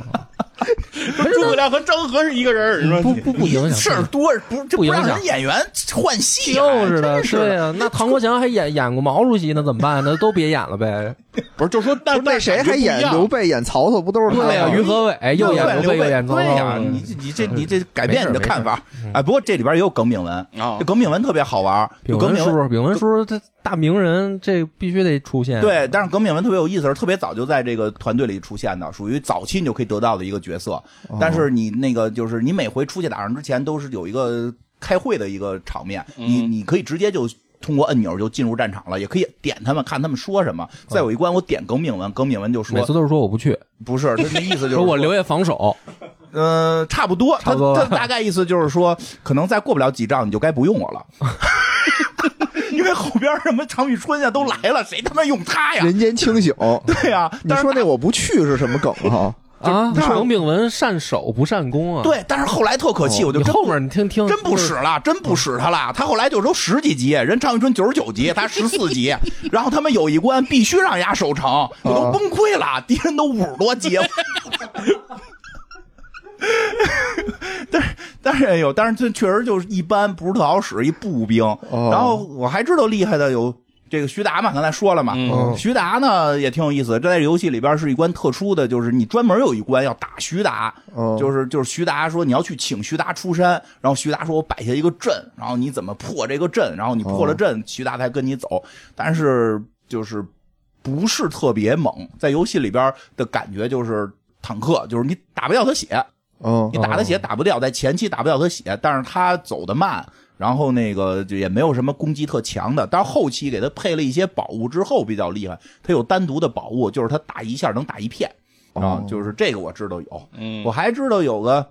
S3: 说诸葛亮和张合是一个人儿，你说
S1: 不不不影响
S2: 事儿多，不是这
S1: 不影
S2: 让
S1: 响
S2: 人演员换戏、啊，
S1: 就是的，
S2: 真是
S1: 对呀、那唐国强还演演过毛主席呢，怎么办呢？都别演了呗。
S3: 不是，就说那
S5: 那谁还演刘？备、演曹操，不都是他
S2: 啊
S1: 对呀、啊
S5: 吗？
S1: 于和伟又演刘备又演曹
S2: 对呀、
S1: 操，
S2: 你这你这你这改
S1: 嗯没
S2: 变
S1: 事
S2: 你的
S1: 没事嗯
S2: 看法，哎，不过这里边也有耿炳文
S3: 啊
S2: 这耿炳文特别好玩，
S1: 炳
S2: 就耿
S1: 文
S2: 炳
S1: 叔，叔，炳文叔叔他大名人，这必须得出现。，
S2: 对，但是耿炳文特别有意思，是特别早就在这个团队里出现的，属于早期你就可以得到的一个角色。
S1: 哦
S2: 但是你那个就是你每回出去打仗之前都是有一个开会的一个场面，
S1: 嗯
S2: 你你可以直接就。通过按钮就进入战场了，也可以点他们看他们说什么。再有一关我点耿炳文，耿炳文就
S1: 哦每
S2: 说
S1: 次都是说我不去，
S2: 不是，他那意思就是
S1: 说我留下防守。
S2: 呃，差不多，
S1: 差不多
S2: 他
S1: 吧
S2: 他大概意思就是说，可能再过不了几仗，你就该不用
S1: *laughs*
S2: 我了。因为后边什么常遇春呀都来了，谁他妈用他呀？
S5: 人间清醒。
S2: 对啊呀、
S5: 你
S2: 但是
S5: 说那我不去是什么梗啊？
S1: 啊，
S2: 就是他
S1: 耿炳文善守不善攻啊。
S2: 对，但是后来特可气，我就
S1: 哦你
S2: 真
S1: 后面你听听，
S2: 真不使了，真不使他了。他后来就都十几级，人常遇春九十九级，他十四级，然后他们有一关必须让丫守城，我都崩溃了，敌人都五十多级。但是但是有，但是这确实就是一般，不是特好使，一步兵。然后我还知道厉害的有。这个徐达嘛，刚才说了嘛，嗯徐达呢也挺有意思。这在游戏里边是一关特殊的，就是你专门有一关要打徐达，
S5: 哦
S2: *laughs* 就是就是徐达说你要去请徐达出山，然后徐达说我摆下一个阵，然后你怎么破这个阵，然后你破了阵，徐达才跟你走。但是就是不是特别猛，在游戏里边的感觉就是坦克，就是你打不掉他血，
S5: 嗯
S2: 你，打他血打不掉，在前期打不掉他血，但是他走得慢，然后那个就也没有什么攻击特强的。但是后期给他配了一些宝物之后比较厉害，他有单独的宝物，就是他打一下能打一片啊
S5: 哦，
S2: 就是这个我知道有，
S3: 嗯
S2: 我，还知道有个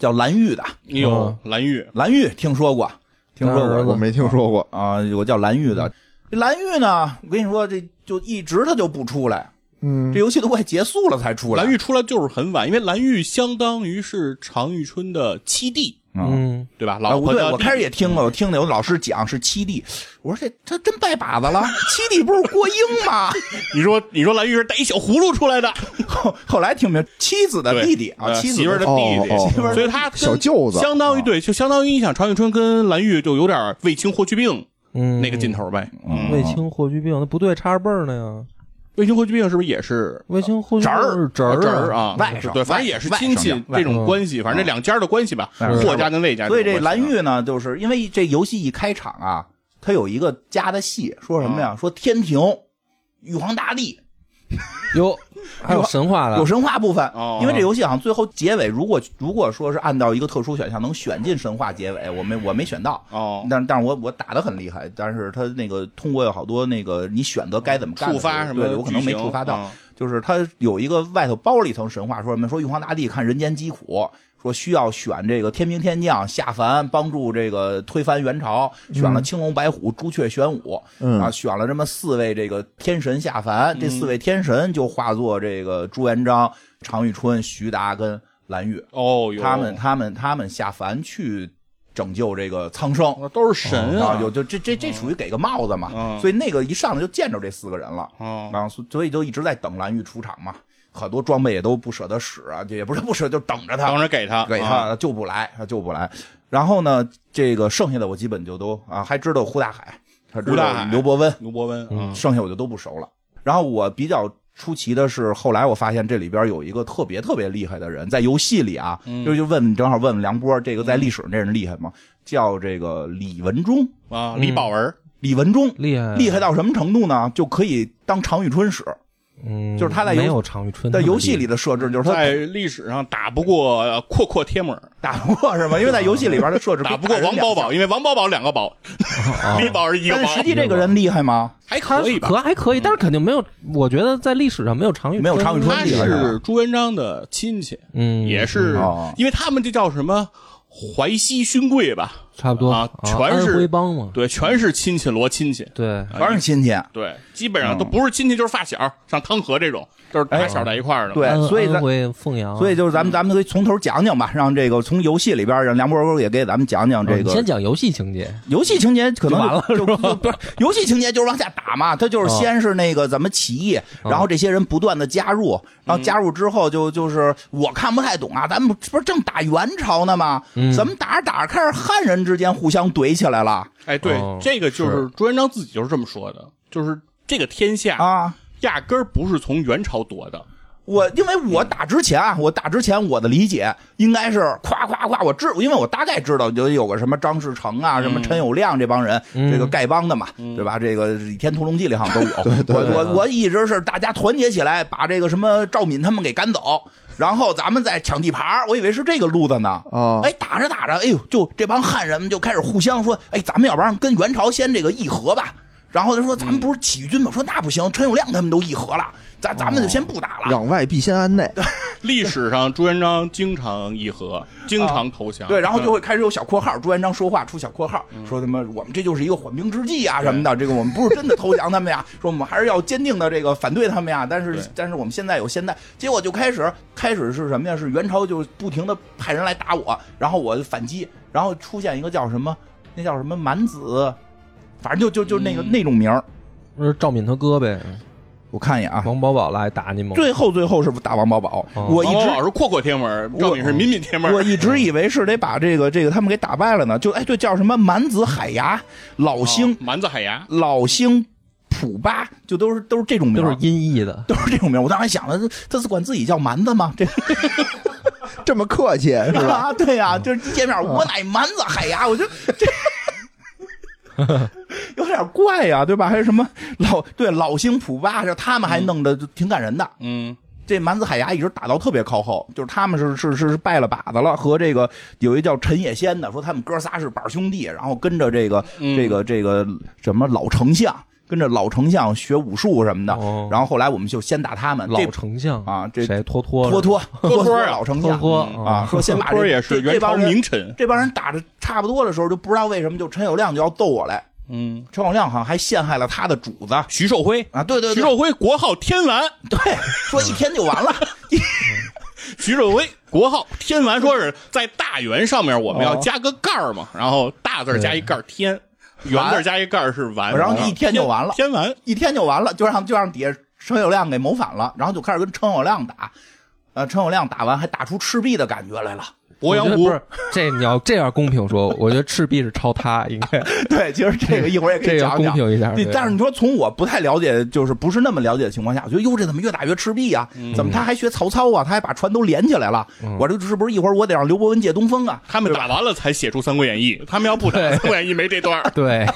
S2: 叫蓝玉的，
S3: 你有蓝玉，
S2: 蓝玉听说过，听说
S1: 当然
S2: 过
S1: 了
S5: 我没听说过。
S2: 啊，有个叫蓝玉的。这蓝玉呢，我跟你说，这就一直他就不出来，
S5: 嗯
S2: 这游戏都快结束了才出来。
S3: 蓝玉出来就是很晚，因为蓝玉相当于是常遇春的七弟，
S1: 嗯，
S3: 对吧？
S2: 啊，
S3: 老婆
S2: 对，
S3: 叫
S2: 我
S3: 弟
S2: 开始也听了，我听的有老师讲是七弟，我说这他真拜把子了，七弟不是郭英吗？ *laughs*
S3: 你说你说蓝玉是带一小葫芦出来的，
S2: 后后来听明白妻子的
S3: 对
S2: 弟弟啊，
S3: 呃
S2: 妻子
S3: 媳妇儿的弟弟，
S5: 哦哦
S2: 媳妇儿的
S3: 所以他跟
S5: 小舅子
S3: 相当于对，就相当于你想常遇春跟蓝玉就有点卫青霍去病
S1: 嗯，
S3: 那个劲头呗。嗯，
S1: 卫青霍去病，那不对，差着辈儿呢呀。
S3: 卫青霍去病是不是也是
S1: 卫青霍去
S3: 侄
S1: 病
S3: 儿
S1: 是侄儿
S3: 侄儿
S1: 啊，
S3: 啊？
S2: 外甥
S3: 对，反正也是亲戚
S2: 外甥
S3: 这种关系，反正这两家的关系吧，
S2: 嗯
S3: 霍家跟魏家种
S2: 所以
S3: 关系啊。
S2: 这蓝玉呢，就是因为这游戏一开场啊，他有一个加的戏，说什么呀？说天庭、玉皇大帝
S1: 哟，还有神话了
S2: 有，神话部分
S3: 哦，
S2: 因为这游戏好像最后结尾，如果如果说是按照一个特殊选项能选进神话结尾，我没我没选到。
S3: 哦，
S2: 但但是我我打的很厉害，但是他那个通过有好多那个你选择该怎么干的
S3: 触发
S2: 时
S3: 什
S2: 候
S3: 么的
S2: 对，我可能没
S3: 剧情
S2: 触发到
S3: 嗯，
S2: 就是他有一个外头包了一层神话，说什么说玉皇大帝看人间疾苦，说需要选这个天兵天将下凡帮助这个推翻元朝，选了青龙白虎、朱雀玄武，
S5: 嗯
S2: 啊，选了这么四位这个天神下凡，这四位天神就化作这个朱元璋、常遇春、徐达跟蓝玉，
S3: 哦，有
S2: 他们他们他们下凡去拯救这个苍生。
S3: 都是神
S2: 啊
S3: 啊，，
S2: 有就这这这属于给个帽子嘛，
S3: 嗯
S2: 所以那个一上来就见着这四个人了，
S3: 哦
S2: 啊，所所以就一直在等蓝玉出场嘛，很多装备也都不舍得使啊，也不是不舍，就等着他，
S3: 当然给他
S2: 给
S3: 啊
S2: 他就不来，他就不来。然后呢，这个剩下的我基本就都啊，还知道胡大海，还知
S3: 胡大
S2: 道
S3: 海
S2: 刘伯温，
S3: 牛伯温啊，
S2: 剩下我就都不熟了。然后我比较出奇的是，后来我发现这里边有一个特别特别厉害的人，在游戏里啊，
S3: 嗯
S2: 就就问正好问问梁波，这个在历史上这人厉害吗？叫这个李文忠，
S3: 啊，李宝文
S2: 李文忠
S1: 厉害
S2: 厉害到什么程度呢？就可以当常遇春使，
S1: 嗯，
S2: 就是他在游
S1: 没有常遇春
S2: 在
S1: 那么
S2: 游戏
S1: 厉
S2: 里的设置就是他
S3: 在历史上打不过呃阔阔贴母，
S2: 打不过是吗？因为在游戏里边的设置
S3: 打不过王
S2: 宝
S3: 宝宝，因为王宝宝两个宝，李宝 *laughs* 是一个
S2: 但
S3: 宝
S2: 是，实际这个人厉害吗？
S3: 还
S1: 害，
S3: 可以吧？
S1: 可还可以，但是肯定没有，我觉得在历史上没有常遇
S2: 嗯没有常遇春啊
S3: 他
S2: 厉害
S3: 是朱元璋的亲戚，
S1: 嗯，
S3: 也是
S2: 哦，
S3: 因为他们这叫什么淮西勋贵吧？
S1: 差不多哦
S3: 啊全
S1: 安
S3: 是
S1: 徽帮嘛，
S3: 对，全是亲戚罗亲戚，
S1: 对，
S2: 全是亲戚，
S1: 哦
S3: 对，基本上都不是亲戚就是发小，像汤和这种，都是
S2: 哎
S3: 打小在一块儿的。
S2: 对
S1: 安，
S2: 所以咱
S1: 安徽凤阳，啊
S2: 所以就是咱们咱们可以从头讲讲吧，让这个从游戏里边让梁博哥也给咱们讲讲这
S1: 嗯先
S2: 个
S1: 讲游戏情节，
S2: 游戏情节，可能
S1: 就完了
S2: 就
S1: *laughs*
S2: 就不是游戏情节就是往下打嘛，他就是
S1: 哦
S2: 先是那个怎么起义，
S1: 哦嗯
S2: 然后这些人不断的加入，然后加入之后就就是我看不太懂啊，咱们不是正打元朝呢吗？
S1: 嗯
S2: 怎么打着打着开始汉人之间互相怼起来了
S3: 哎，对
S1: 哦，
S3: 这个就是朱元璋自己就是这么说的，就是这个天下
S2: 啊？
S3: 压根儿不是从元朝夺的，
S2: 我因为我打之前啊，我打之前我的理解应该是夸夸夸，我知，因为我大概知道有有个什么张士诚啊，什么陈友谅这帮人，
S1: 嗯
S2: 这个丐帮的嘛，对吧？这个《倚天屠龙记》里好像
S1: *laughs*
S2: 都有。我我我一直是大家团结起来，把这个什么赵敏他们给赶走，然后咱们再抢地盘儿我以为是这个路子呢。
S1: 哦
S5: 啊，
S2: 哎，打着打着，哎呦，就这帮汉人们就开始互相说，哎，咱们要不然跟元朝先这个议和吧。然后他说：“咱们不是起义军吗？”说那不行，陈友谅他们都议和了，咱咱们就先不打了。
S5: 攘外必先安内，
S3: 历史上朱元璋经常议和，经常投降。
S2: 对，然后就
S3: 嗯
S2: 会开始有小括号，朱元璋说话出小括号，说他妈我们这就是一个缓兵之计啊什么的，这个我们不是真的投降他们呀，说我们还是要坚定的这个反对他们呀，但是
S3: 对
S2: 但是我们现在有现在，结果就开始开始是什么呀？是元朝就不停的派人来打我，然后我反击，然后出现一个叫什么那叫什么蛮子，反正就就就那个、
S3: 嗯
S2: 那种名儿，
S1: 不是赵敏他哥呗，
S2: 我看一眼啊，
S3: 哦
S1: 王宝宝来打你吗？
S2: 最后最后是打王宝宝，
S1: 哦
S2: 我一
S3: 王
S2: 直
S3: 宝宝是阔阔贴门，
S2: 我
S3: 赵敏是敏敏贴
S2: *laughs*
S3: 门。
S2: 我一直以为是得把这个这个他们给打败了呢，就哎对，叫什么蛮子海牙、老星、
S3: 哦蛮子海牙，
S2: 老星、普巴，就都是都是这种名
S1: 都
S2: 儿，
S1: 是音译的，
S2: 都是这种名儿。我当时想了，这这是管自己叫蛮子吗？这
S5: 这么客气是
S2: 是
S5: 吧？
S2: *laughs* 吧？对呀、就是一见面，我乃蛮子海牙，我就这 *laughs* 有点怪呀、对吧？还有什么老对老星普巴，这他们还弄得就挺感人的。
S3: 嗯，
S2: 这蛮子海牙一直打到特别靠后，就是他们是是是是拜了把子了，和这个有一叫陈野仙的说他们哥仨是板兄弟，然后跟着这个、
S3: 嗯
S2: 这个这个什么老丞相，跟着老丞相学武术什么的，
S1: 哦
S2: 然后后来我们就先打他们，
S1: 老
S2: 这
S1: 丞相
S2: 啊这
S1: 谁托托
S2: 托托托
S3: *laughs* 托
S2: 托
S3: 啊
S2: 老丞
S1: 托
S2: 相
S1: 托
S3: 嗯
S2: 啊，说先把
S3: 托
S2: 这
S3: 也是
S2: 这
S3: 元
S2: 这帮
S3: 朝
S2: 人
S3: 名臣。
S2: 这帮人打的差不多的时候，就不知道为什么就陈友谅就要斗我来，
S3: 嗯，
S2: 陈友谅好像还陷害了他的主子
S3: 徐寿辉，
S2: 啊，对对
S3: 徐
S2: 对
S3: 寿辉国号天蓝，
S2: 对，说一天就完了。
S3: 徐寿辉国号天蓝，说是在大元上面我们要加个盖儿嘛，然后大字儿加一盖儿天，元字儿加一盖儿是完，
S2: 然后一天就完了
S3: 天完。
S2: 一天就完了，就让就让底下陈友谅给谋反了，然后就开始跟陈友谅打，呃，陈友谅打完还打出赤壁的感觉
S1: *laughs*
S2: 来了。
S3: 鄱阳
S1: 我觉得
S3: 湖
S1: 不是这你要这样公平说， *laughs* 我觉得赤壁是超他，应
S2: *laughs*
S1: 该
S2: 对，其实这个一会儿也可
S1: 这
S2: 以
S1: 要
S2: 讲
S1: 公
S2: 讲。
S1: 平一下。
S2: 对，
S1: 对
S2: 但是你说从我不太了解，就是不是那么了解的情况下，我觉得哟，这怎么越打越赤壁啊？
S1: 嗯
S2: 怎么他还学曹操啊？他还把船都连起来了。我这是不是一会儿我得让刘伯温借东风啊？ *laughs*
S3: 他们打完了才写出《三国演义》，他们要不打《三国演义》没这段儿
S1: 对，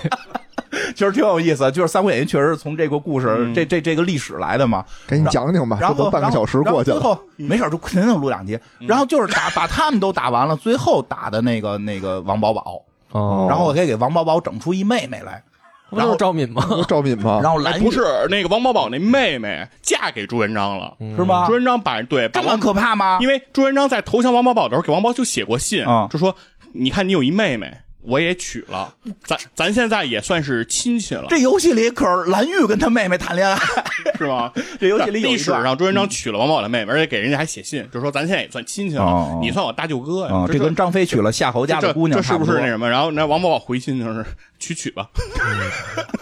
S2: 其实挺有意思，就是《三国演义》确实是从这个故事、
S1: 嗯
S2: 这这这个历史来的嘛。
S5: 赶紧讲讲吧，
S2: 然
S5: 这
S2: 后
S5: 啊都半个小时过去
S2: 然后然后最
S5: 了，
S2: 后没事儿就肯定录两集。
S3: 嗯
S2: 然后就是打把他们都打完了，最后打的那个那个王宝宝，
S1: 哦，
S2: 然后我可以给王宝宝整出一妹妹来，
S1: 不就是赵敏吗？
S5: 不
S2: *laughs*
S5: 是赵敏吗？
S2: 然后
S3: 哎
S2: *laughs* 蓝玉
S3: 不是那个王宝宝那妹妹嫁给朱元璋了，
S2: 是吗
S3: 朱？元璋把对把
S2: 啊这么
S3: 王
S2: 可怕吗？
S3: 嗯因为朱元璋在投降王保宝的时候，给王保就写过信，
S2: 啊
S3: 就说你看你有一妹妹，我也娶了，咱咱现在也算是亲戚了，
S2: 这游戏里可是蓝玉跟他妹妹谈恋爱，
S3: 是吗？
S2: 这游戏 *laughs* 里有
S3: 历
S2: 一
S3: 史
S2: 段
S3: 上朱元璋娶了王保的妹妹，而且给人家还写信，就说咱现在也算亲戚了，
S2: 哦哦
S3: 你算我大舅哥呀。
S2: 啊，
S3: 这
S2: 这跟张飞娶了夏侯家的
S3: 这
S2: 姑娘
S3: 这是不是
S2: 差
S3: 那
S2: 多
S3: 什么？然后那王保宝回信就是 *laughs* 娶娶吧，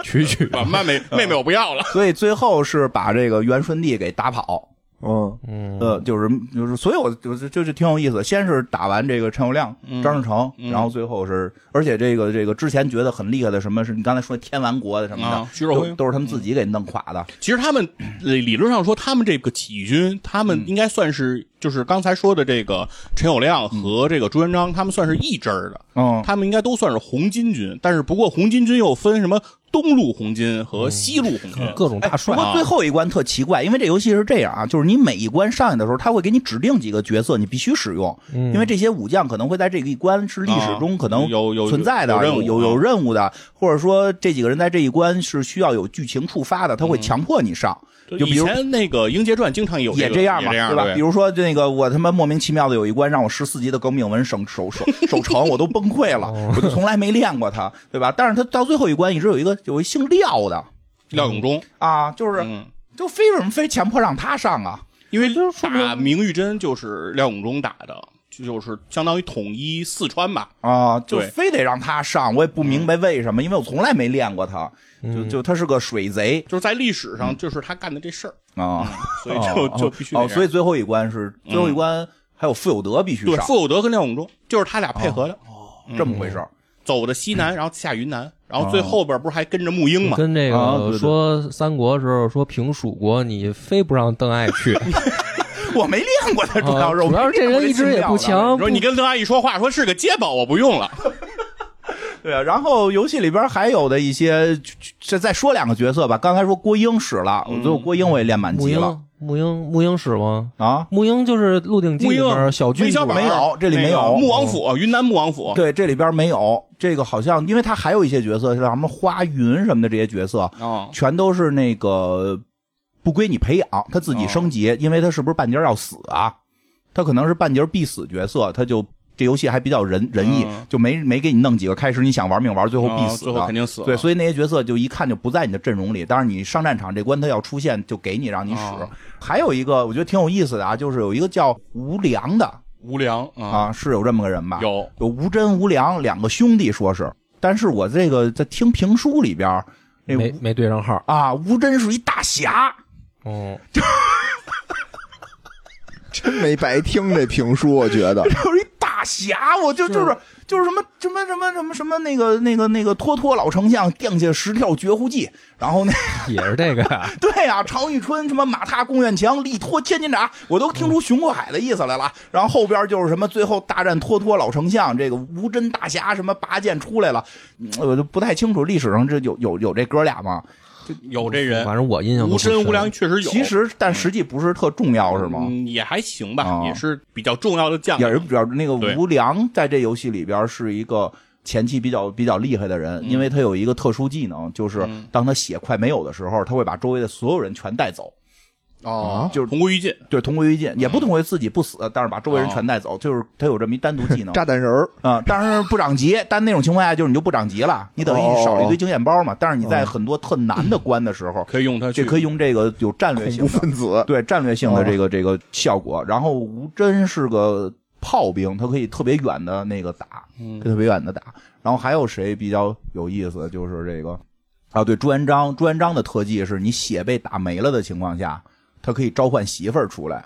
S1: 曲曲
S3: *laughs* 把
S2: *laughs*
S3: 妹妹妹妹我不要了。
S2: 所以最后是把这个元顺帝给打跑，
S5: 嗯，
S2: 呃，就是就是，所以我就是就是挺有意思。先是打完这个陈友谅、
S3: 嗯
S2: 张士诚，然后最后是，而且这个这个之前觉得很厉害的，什么是你刚才说天完国的什么的
S3: 啊，徐若
S2: 都
S3: 辉
S2: 都是他们自己给弄垮的。
S3: 其实他们理理论上说，他们这个起义军，他
S2: 嗯
S3: 们应该算是就是刚才说的这个陈友谅和这个朱元璋，他们算是一支儿的。
S2: 嗯，
S3: 他们应该都算是红巾军，但是不过红巾军又分什么东路红巾
S2: 嗯
S3: 和西路红巾。
S1: 各种大帅
S2: 不
S3: 啊
S2: 过最后一关特奇怪，因为这游戏是这样啊，就是你每一关上去的时候，他会给你指定几个角色，你必须使用，因为这些武将可能会在这个一关是历史中可能
S3: 嗯啊有有
S2: 存在的，
S3: 有任
S2: 有
S3: 务啊
S2: 有有任务的，或者说这几个人在这一关是需要有剧情触发的，他
S3: 嗯
S2: 会强迫你上。就比
S3: 以
S2: 如
S3: 前那个《英杰传》经常有
S2: 也
S3: 这
S2: 样嘛，
S3: 也这样
S2: 对吧？比
S3: 如
S2: 如说那个我他妈莫名其妙的有一关让我十四级的革命文省守守
S3: *laughs*
S2: 守城，我都崩溃了，
S1: 哦
S2: 我就从来没练过它，对吧？但是它到最后一关一直有一个有一姓廖的
S3: 廖永忠，
S2: 啊，就是
S3: 嗯，
S2: 就非为什么非强迫让他上啊？
S3: 因为打明玉针就是廖永忠打的，就就是相当于统一四川吧。
S2: 啊，就
S3: 对
S2: 非得让他上，我也不明白为什么，因为我从来没练过他，
S1: 嗯
S2: 就就他是个水贼
S3: 就是在历史上，就是他干的这事儿，
S2: 啊，
S3: 所以嗯就
S2: 嗯哦
S3: 就必须得
S2: 哦，所以
S3: 以
S2: 最后一关是最后一关还有傅有德必须
S3: 对
S2: 上，
S3: 傅有德跟廖永忠就是他俩配
S2: 哦
S3: 合的，
S2: 这么回事儿
S3: 走的西南，然后下云南，然后最后边不是还跟着沐英 *laughs* 嘛？
S1: 跟这
S2: 啊嗯哦对
S1: 个
S2: 对
S1: 说三国时候说评蜀国，你非不让邓艾
S2: *laughs*
S1: 去，
S2: 我没练过
S3: 嗯
S2: 他，主要是
S1: 啊
S2: 我
S1: 主
S2: 没
S1: 要是这
S2: 练过
S1: 人一直也不
S2: 新料的
S1: 强，
S3: 说
S1: 不
S3: 你跟邓阿姨说话，说是个结巴，我不用了。
S2: 对啊，然后游戏里边还有的一些，这再说两个角色吧。刚才说郭英使了，
S3: 嗯
S2: 我最后郭英我也练满
S1: 沐
S2: 级了
S1: 英沐英沐英使吗？
S2: 啊。
S1: 沐英就是《鹿鼎记》
S3: 沐
S1: 里
S3: 英
S1: 面小郡
S3: 韦小
S1: 主
S3: 宝
S2: 没有这里没有哦
S3: 那个穆王府，云南穆王府。
S2: 对，这里边没有这个，好像因为他还有一些角色，像什么花云什么的这些角色，
S3: 哦，
S2: 全都是那个不归你培养，他自己升
S3: 哦
S2: 级，因为他是不是半截儿要死啊？他可能是半截儿必死角色，他就这游戏还比较仁仁义，
S3: 嗯
S2: 就没没给你弄几个开始你想玩命玩，最后必
S3: 哦
S2: 死的。
S3: 最后肯定死了。
S2: 对，所以那些角色就一看就不在你的阵容里。当然，你上战场这关他要出现，就给你让你使。
S3: 哦
S2: 还有一个我觉得挺有意思的啊，就是有一个叫吴良的
S3: 无良啊，
S2: 啊，是有这么个人吧？
S3: 有
S2: 有吴真、吴良两个兄弟，说是。但是我这个在听评书里边儿，那
S1: 没
S2: 吴
S1: 没对上号。
S2: 啊，吴真是一大侠，
S1: 嗯，
S5: 真没白听这评书，我觉
S2: *laughs*
S5: 得
S2: 就是一大侠，我就就是就是什么什么什么什么什么那个那个那个托托老丞相定下十条绝户计，然后那
S1: 也是这个呀、
S2: *laughs* 对啊呀、常遇春什么马踏宫苑墙，力托千斤闸，我都听出熊过海的意思来了。然后后边就是什么最后大战脱脱老丞相，这个无真大侠什么拔剑出来了，嗯我就不太清楚历史上这有有有这哥俩吗？
S3: 有这人，
S1: 反正我印象
S3: 无
S1: 中
S3: 真无良确实有。
S2: 其实但实际不是特重要是吗？
S3: 嗯，也还行吧
S2: 哦，
S3: 也是比较重要的将领
S2: 也是主要那个
S3: 对
S2: 吴良在这游戏里边是一个。前期比较比较厉害的人，因为他有一个特殊技能，就是当他血快没有的时候，他会把周围的所有人全带走。
S3: 哦
S2: 啊就是
S3: 同归于尽。
S2: 对，同归于尽，也不同归自己不死，但是把周围人
S3: 哦
S2: 全带走，就是他有这么一单独技能
S5: 炸弹人儿
S2: 啊。当然不长级，但那种情况下就是你就不长级了，你等于你少了一堆经验包嘛。但是你在很多特难的关的时候，
S3: 可以用它去
S2: 这可以用这个有战略
S5: 恐
S2: 性
S5: 怖
S2: 的，
S5: 分子，
S2: 对战略性的这个这个效果。然后吴真是个炮兵，他可以特别远的那个打，可以特别远的打。然后还有谁比较有意思？就是这个啊，对朱元璋，朱元璋的特技是你血被打没了的情况下，他可以召唤媳妇儿出来。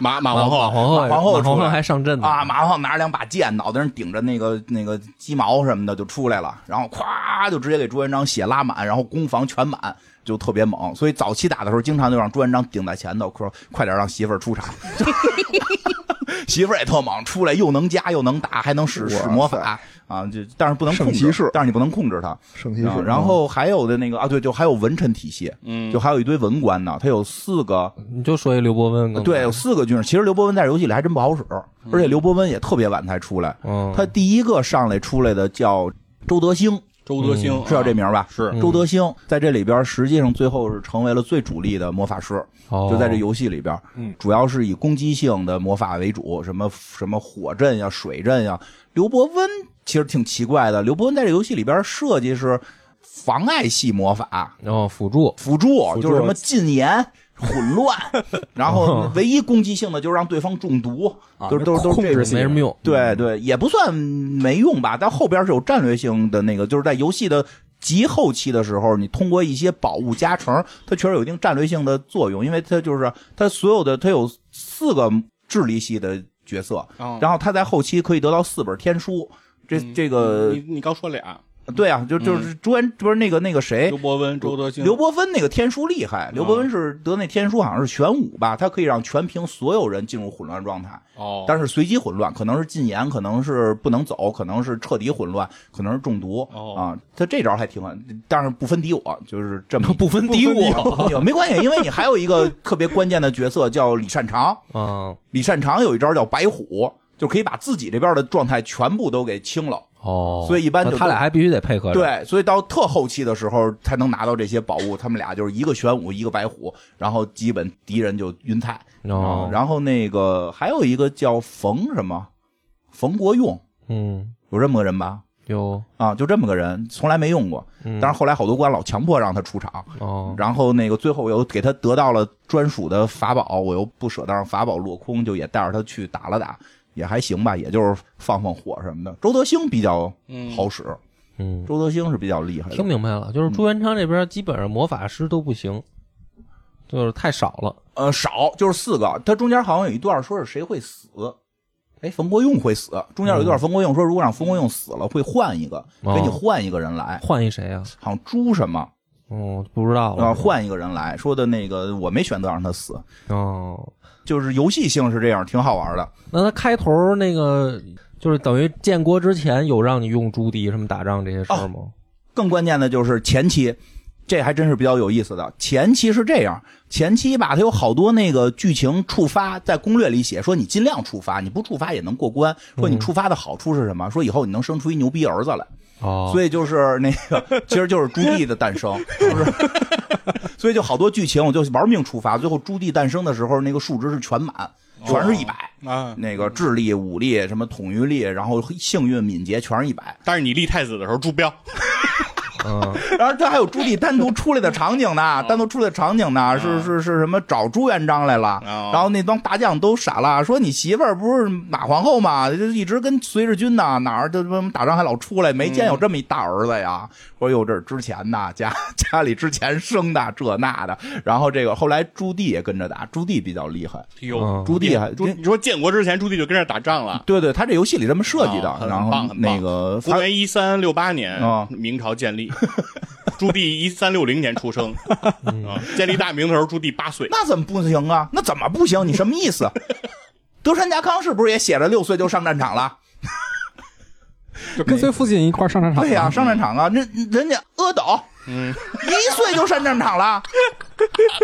S3: 马马
S1: 马
S3: 皇后，
S1: 皇后
S2: 马皇后啊
S1: 马
S2: 出
S1: 皇后
S2: 来
S1: 还上阵呢
S2: 啊，马上拿着两把剑，脑袋上顶着那个那个鸡毛什么的就出来了，然后咵就直接给朱元璋血拉满，然后攻防全满，就特别猛。所以早期打的时候，经常就让朱元璋顶在前头，说快点让媳妇儿出场。
S5: *laughs*
S2: 媳妇儿也特猛，出来又能加又能打，还能使使魔法啊！就但是不能控
S5: 圣骑
S2: 制
S5: 士，
S2: 但是你不能控制他。
S5: 圣骑
S2: 啊
S5: 士。嗯
S2: 然后还有的那个啊，对，就还有文臣体系，嗯，就还有一堆文官呢，他有四个
S1: 你就说一刘伯温，
S2: 对，有，四个军事。其实刘伯温在游戏里还真不好使，而且刘伯温也特别晚才出来。
S1: 嗯，
S2: 他第一个上来出来的叫周德兴，
S3: 周德
S1: 嗯
S3: 兴
S2: 知道嗯这名儿吧？
S3: 是
S2: 周德兴在这里边实际上最后是成为了最主力的魔法师，
S1: 哦嗯
S2: 就在这游戏里边，主要是以攻击性的魔法为主，什么什么火阵呀、水阵呀。刘伯温其实挺奇怪的，刘伯温在这游戏里边设计是妨碍系魔法，
S1: 然后哦辅助，
S2: 辅助，就是什么禁
S4: *laughs*
S2: 言、混乱，然后唯一攻击性的就是让对方中毒，
S4: 哦啊
S2: 都是都是都是
S4: 控
S2: 这
S4: 制
S2: 种。
S4: 性嗯
S1: 没什么用，
S2: 对对，也不算没用吧，但后边是有战略性的那个，就是在游戏的极后期的时候，你通过一些宝物加成，它确实有一定战略性的作用，因为它就是它所有的它有四个智力系的角色，
S3: 哦
S2: 然后它在后期可以得到四本天书。这
S4: 嗯
S2: 这个
S3: 你你刚说俩，
S2: 对啊，就就是朱元不是那个那个谁
S3: 刘，伯温、周德
S2: 哎
S3: 兴、
S2: 刘伯温那个天书厉
S1: 嗯
S2: 害，刘伯温是得那天书好像是玄武吧，他可以让全屏所有人进入混乱状态，
S3: 哦，
S2: 但是随机混乱，可能是禁言，可能是不能走，可能是彻底混乱，可能是中毒、
S3: 哦
S2: 啊。他这招还挺狠，但是不分敌我，就是这么
S1: *laughs* 不分敌
S2: *laughs*
S1: 我
S2: 不分敌我没关系，因为你还有一个特别关键的角色叫李善长，
S1: 嗯，
S2: 李善长有一招叫白虎，就可以把自己这边的状态全部都给清了。
S1: 哦，
S2: 所以一般就
S1: 那他俩还必须得配合着，，
S2: 对，所以到特后期的时候才能拿到这些宝物。他们俩就是一个玄武，一个白虎，然后基本敌人就晕菜。
S1: 哦
S2: 啊然后那个还有一个叫冯什么，冯国用，
S1: 嗯，
S2: 有这么个人吧？
S1: 有
S2: 啊，就这么个人，从来没用过。
S1: 嗯
S2: 但是后来好多官老强迫让他出场，
S1: 哦，
S2: 然后那个最后又给他得到了专属的法宝，我又不舍得让法宝落空，就也带着他去打了打，也还行吧，也就是放放火什么的。周德兴比较好使，
S1: 嗯，
S2: 周德兴是比较厉害
S1: 听
S2: 的。
S1: 明白了，就是朱元璋这边基本上魔法师都不行，就是太少了。
S2: 呃，少就是四个，他中间好像有一段说是谁会死。哎，冯国用会死。中间有一段冯国用说，如果让冯国用死了，会换一个，
S1: 嗯哦
S2: 给你换一个人来，
S1: 换一谁啊？
S2: 好像朱什么
S1: 哦，不知道
S2: 啊、呃
S1: 了。
S2: 换一个人来说的那个，我没选择让他死，
S1: 哦，
S2: 就是游戏性是这样，挺好玩的。
S1: 那他开头那个就是等于建国之前有让你用朱棣什么打仗这些事儿吗？
S2: 更关键的就是前期，这还真是比较有意思的。前期是这样，前期吧，它有好多那个剧情触发，在攻略里写说你尽量触发，你不触发也能过关。说
S1: 嗯
S2: 你触发的好处是什么？说以后你能生出一牛逼儿子来。
S1: 哦，
S2: 所以就是那个，其实就是朱棣的诞生，就是。 *laughs* 所以就好多剧情，我就玩命触发，最后朱棣诞生的时候，那个数值是全满，全是一百、
S3: 啊。
S2: 那个智力、武力、什么统御力，然后幸运、敏捷，全是一百。
S3: 但是你立太子的时候朱标，
S1: 嗯，
S2: 然后他还有朱棣单独出来的场景呢，
S3: 哦
S2: 单独出来的场景呢，是是是什么找朱元璋来了，
S3: 哦
S2: 然后那帮大将都傻了，说你媳妇儿不是马皇后吗？就一直跟随着军呢，哪儿就他妈打仗还老出来，没
S3: 嗯
S2: 见有这么一大儿子呀！说哟，这是之前呐，家 *laughs* 家里之前生的这那的，然后这个后来朱棣也跟着打，朱棣比较厉害，
S1: 嗯
S2: 朱棣还
S3: 朱，你说建国之前朱棣就跟这打仗了。
S2: 对对，他这游戏里这么设计的，
S3: 哦很
S2: 然
S3: 棒
S2: 后
S3: 很棒
S2: 那个
S3: 公
S2: 他
S3: 元一三六八年
S2: 嗯啊，
S3: 明朝建立，朱棣一三六零年出生，啊，建立大明的时候朱棣八岁，
S2: 那怎么不行啊？那怎么不行？你什么意思？ *laughs* 德川家康是不是也写着六岁就上战场了？
S4: 就跟随父亲一块儿上战场。
S2: 对呀、上战场啊！那人家阿斗，
S3: 嗯，
S2: 一岁就上战场了，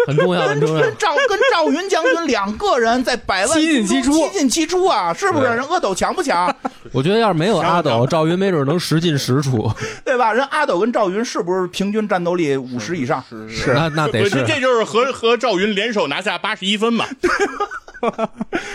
S1: 很重要，
S2: 跟
S1: 很重要。
S2: 跟赵跟赵云将军两个人在百万
S4: 七进七出
S2: 七进七出啊！是不是？人阿斗强不强？
S1: 我觉得要是没有阿斗，赵云没准能十进十出。
S2: 对吧？人阿斗跟赵云是不是平均战斗力五十以上？是是
S1: 那那得
S3: 对，
S1: 是
S3: 这这就是和和赵云联手拿下八十一分嘛，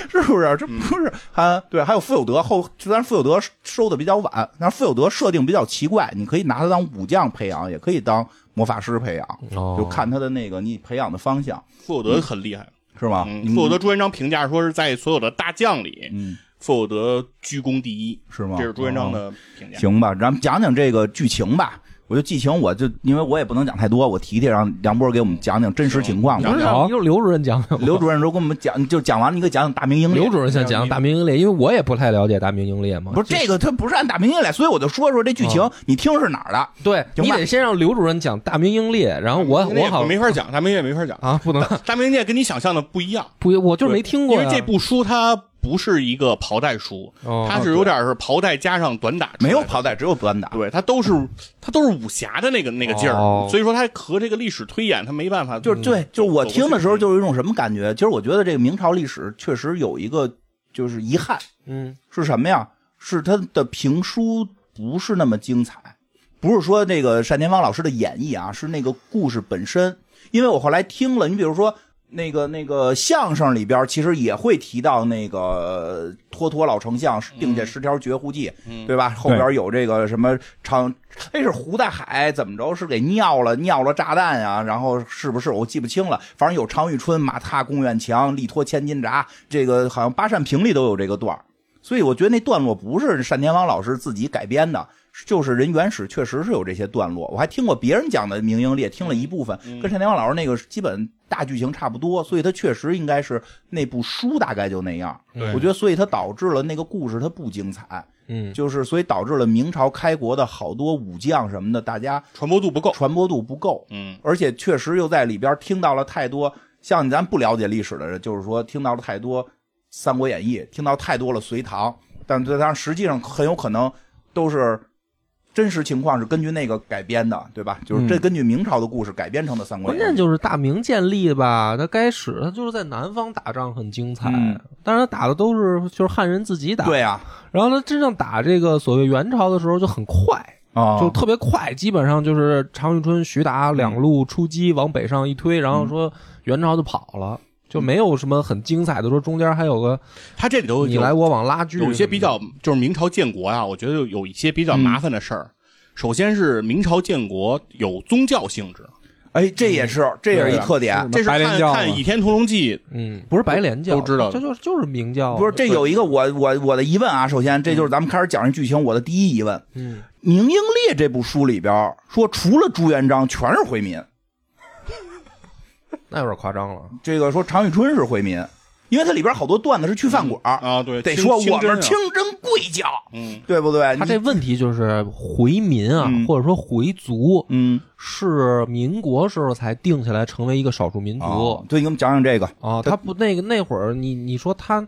S2: 是不是？这
S3: 嗯
S2: 不是啊？对，还有傅有德后，虽然傅有德收的比较晚，但是傅有德设定比较奇怪，你可以拿他当武将培养，也可以当魔法师培养，
S1: 哦
S2: 就看他的那个你培养的方向
S3: 傅有德很厉害，
S2: 是吗？
S3: 嗯，傅有德朱元璋评价说是在所有的大将里，
S2: 嗯，
S3: 傅有德居功第一，
S2: 是吗哦
S3: 这是朱元璋的评价。
S2: 行吧，咱们讲讲这个剧情吧。我就剧情，我就因为我也不能讲太多，我提提让梁波给我们讲讲真实情况吧
S1: 不。是
S4: 好
S1: 让刘刘主任讲讲吧。
S2: 刘主任如果我们讲，就讲完了，你给讲讲大明英烈
S1: 刘主任先讲大明英烈，因为我也不太了解大明英烈嘛。
S2: 不是这个，他不是按大明英烈，所以我就说说这剧情
S1: 哦，
S2: 你听是哪儿的？
S1: 对，
S2: 行
S1: 你
S2: 吧
S1: 得先让刘主任讲大明英烈，然后我
S3: 那
S1: 我
S3: 也
S1: 好
S3: 没法讲，大明也没法讲。
S1: 啊，不能
S3: 大明界跟你想象的不一样，
S1: 不，我就是没听过
S3: 因
S1: 呀。
S3: 为这部书它不是一个袍带书，
S1: 哦
S3: 它是有点是袍带加上短打出来的，
S2: 没有跑带，只有短打。
S3: 对，它都是它都是武侠的那个那个劲儿，
S1: 哦
S3: 所以说它和这个历史推演它没办法，嗯
S2: 就是对，就是我听的时候
S3: 就
S2: 就有一种什么感觉？其实我觉得这个明朝历史确实有一个就是遗憾
S1: 嗯
S2: 是什么呀？是它的评书不是那么精彩，不是说那个单田芳老师的演绎啊，是那个故事本身。因为我后来听了，你比如说那个那个相声里边，其实也会提到那个呃脱脱老丞相，并且十条绝户计，对吧？后边有这个什么长，哎是胡大海怎么着是给尿了尿了炸弹啊？然后是不是我记不清了？反正有常遇春马踏宫苑墙，力托千斤闸，这个好像八扇屏里都有这个段儿。所以我觉得那段落不是单田芳老师自己改编的，就是人原始确实是有这些段落。我还听过别人讲的《明英烈》，听了一部分，跟单田芳老师那个基本大剧情差不多，所以他确实应该是那部书大概就那样。
S1: 对
S2: 我觉得所以它导致了那个故事它不精彩，
S1: 嗯，
S2: 就是所以导致了明朝开国的好多武将什么的，大家
S3: 传播度不够，
S2: 传播度不够。
S3: 嗯，
S2: 而且确实又在里边听到了太多，像咱不了解历史的人，就是说听到了太多《三国演义》，听到太多了隋唐，但这当然实际上很有可能都是真实情况是根据那个改编的，对吧？就是这根据明朝的故事改编成的《三国
S1: 嗯关
S2: 演
S1: 键
S2: 义》。
S1: 就是大明建立吧，他开始他就是在南方打仗很精彩
S2: 嗯，
S1: 但是他打的都是就是汉人自己打，
S2: 对啊呀、
S1: 然后他真正打这个所谓元朝的时候就很快，
S2: 啊，
S1: 就特别快，基本上就是常遇春、徐达两路出击，往北上一推，然后说元朝就跑了。就没有什么很精彩的，说中间还有个
S3: 他这里头
S1: 你来我往拉锯，
S3: 有一些比较就是明朝建国啊，我觉得有一些比较麻烦的事儿。首先是明朝建国有宗教性质，
S2: 哎，这也是，这也是一特点。
S3: 这是
S4: 白莲
S3: 看
S4: 教
S3: 看《
S4: 嘛
S3: 倚天屠龙记
S1: 嗯，不是白莲教，
S3: 都知道
S1: 这就就是明教，
S2: 不是，这有一个我我我的疑问啊。首先，这就是咱们开始讲这剧情，我的第一疑问。嗯，《明英烈》这部书里边说，除了朱元璋，全是回民。
S1: 那有点夸张了。
S2: 这个说常遇春是回民，因为它里边好多段子是去饭馆、
S3: 啊，对，
S2: 得
S3: 清
S2: 说
S3: 清
S2: 我
S3: 真啊
S2: 们清真贵教，
S3: 嗯，
S2: 对不对？
S1: 他这
S2: 你
S1: 问题就是回民啊，
S2: 嗯
S1: 或者说回族，
S2: 嗯
S1: 是民国时候才定下来成为一个少数民族
S2: 哦，对，你给我们讲讲这个。
S1: 啊。他不那个那会儿，你你说他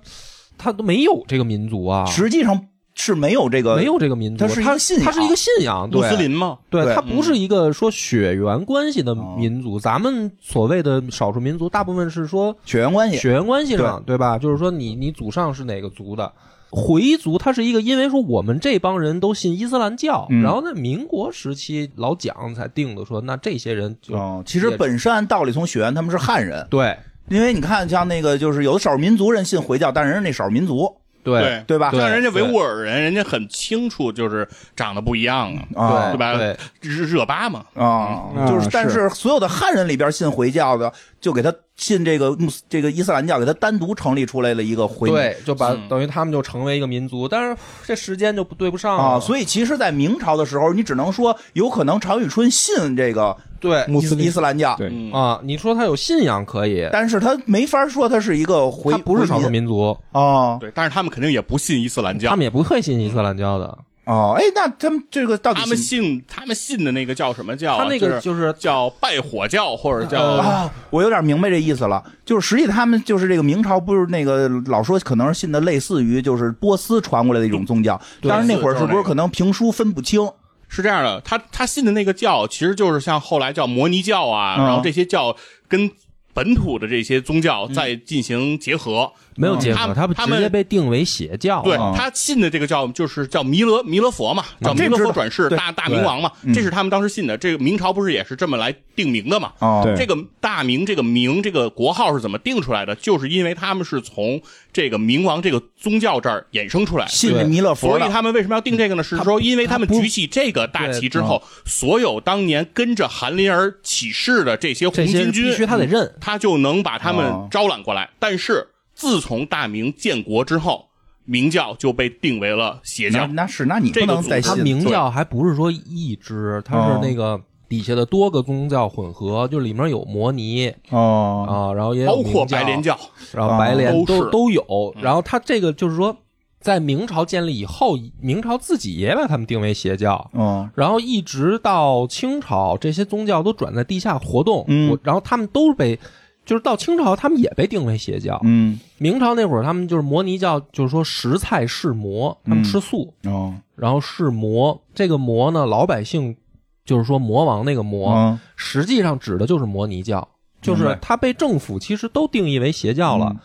S1: 他都没有这个民族啊，
S2: 实际上是没有这个，
S1: 没有这个民族，
S2: 它是一个
S1: 他
S2: 信仰
S1: 他是一个信仰，
S3: 穆斯
S1: 对。
S3: 林嘛，
S1: 对，嗯哦
S2: 对
S1: 它不是一个说血缘关系的民族，咱们所谓的少数民族，大部分是说
S2: 血缘关系。
S1: 血缘关系上，对吧？就是说你你祖上是哪个族的。回族，它是一个，因为说我们这帮人都信伊斯兰教，
S2: 嗯
S1: 然后在民国时期老蒋才定的说，那这些人就、
S2: 哦，其实本身按道理从血缘他们是汉人，
S1: 对
S2: 因为你看像那个就是有的少数民族人信回教，但人家那少数民族
S1: 对
S2: 对吧？
S3: 像人家维
S1: 对
S3: 吾尔人，人家很清楚，就是长得不一样啊，
S2: 啊
S3: 对吧？
S1: 对
S3: 热热巴嘛，
S2: 啊、
S4: 嗯
S2: 就是
S4: 啊
S2: 但是
S4: 是
S2: 所有的汉人里边信回教的，就给他信这个穆斯这个伊斯兰教，给他单独成立出来了一个回
S1: 对，就把、
S3: 嗯
S1: 等于他们就成为一个民族，但是这时间就不对不上了
S2: 啊，所以其实，在明朝的时候，你只能说有可能常遇春信这个
S1: 对
S4: 穆
S2: 伊
S4: 斯
S2: 斯伊
S4: 林
S2: 斯兰教，
S4: 对
S3: 嗯，
S1: 啊，你说他有信仰可以，
S2: 但是他没法说他是一个回
S1: 他不是少数
S2: 回
S1: 民族，
S2: 哦
S3: 对，但是他们肯定也不信伊斯兰
S1: 他
S3: 教，
S1: 们也不会信伊斯兰教的。
S2: 哦，哎，那他们这个到底
S3: 他们
S2: 信
S3: 信他们信的那个叫什么教啊？
S1: 他那个
S3: 就是
S1: 就是
S3: 叫拜火教，或者叫
S2: 啊，我有点明白这意思了，就是实际他们就是这个明朝不是那个老说可能是信的类似于就是波斯传过来的一种宗教，
S3: 对
S2: 当时那会儿是不
S3: 就是那
S2: 是
S3: 个
S2: 可能评书分不清？
S3: 是这样的，他他信的那个教，其实就是像后来叫摩尼教啊，
S2: 嗯
S3: 然后这些教跟本土的这些宗
S1: 嗯
S3: 教再进行结合。
S1: 没有结
S3: 嗯他
S1: 合，
S3: 们
S1: 他们
S3: 他
S1: 直
S3: 们
S1: 接被定为邪教。
S3: 对
S2: 哦
S3: 他信的这个教就是叫弥勒弥勒佛嘛，
S1: 啊
S3: 叫弥
S2: 这
S3: 勒
S2: 知
S3: 佛
S2: 道
S3: 转世
S2: 对
S3: 大大明王嘛，
S1: 嗯
S3: 这是他们当时信的。这个明朝不是也是这么来定名的嘛？
S2: 哦
S4: 对
S3: 这个大明这个明这个国号是怎么定出来的？就是因为他们是从这个明王这个宗教这儿衍生出来的。
S2: 信这弥勒佛
S3: 所以
S2: 的，
S3: 他们为什么要定这个呢？是说，因为他们
S1: 他不嗯
S3: 举起这个大旗之后，所有当年跟着韩林儿起事的这些红
S1: 这些
S3: 巾
S1: 人必须
S3: 军，
S1: 他得认。
S3: 他就能把他们
S2: 哦
S3: 招揽过来。但是自从大明建国之后，明教就被定为了邪
S2: 那
S3: 教。
S2: 那是那你
S3: 这
S2: 不
S3: 个
S2: 能再
S3: 组织
S1: 他
S2: 信
S1: 明教还不是说一支，它
S3: 嗯
S1: 是那个底下的多个宗教混合，就里面有摩尼
S2: 哦
S1: 啊，然后也有
S3: 嗯包括
S1: 明
S3: 白莲，教，
S1: 然后白莲
S3: 啊都
S1: 都
S3: 是
S1: 都有。然后他这个就是说，在明朝建立以后，明朝自己也把他们定为邪教。
S2: 哦
S1: 然后一直到清朝，这些宗教都转在地下活动，
S2: 嗯
S1: 我然后他们都被，就是到清朝他们也被定为邪教。
S2: 嗯
S1: 明朝那会儿，他们就是摩尼教，就是说食菜是魔，
S2: 嗯
S1: 他们吃素，
S2: 哦
S1: 然后是魔。这个魔呢，老百姓就是说魔王那个魔，
S2: 哦
S1: 实际上指的就是摩尼教，就
S2: 明
S1: 是
S2: 白嗯
S1: 它被政府其实都定义为邪教了。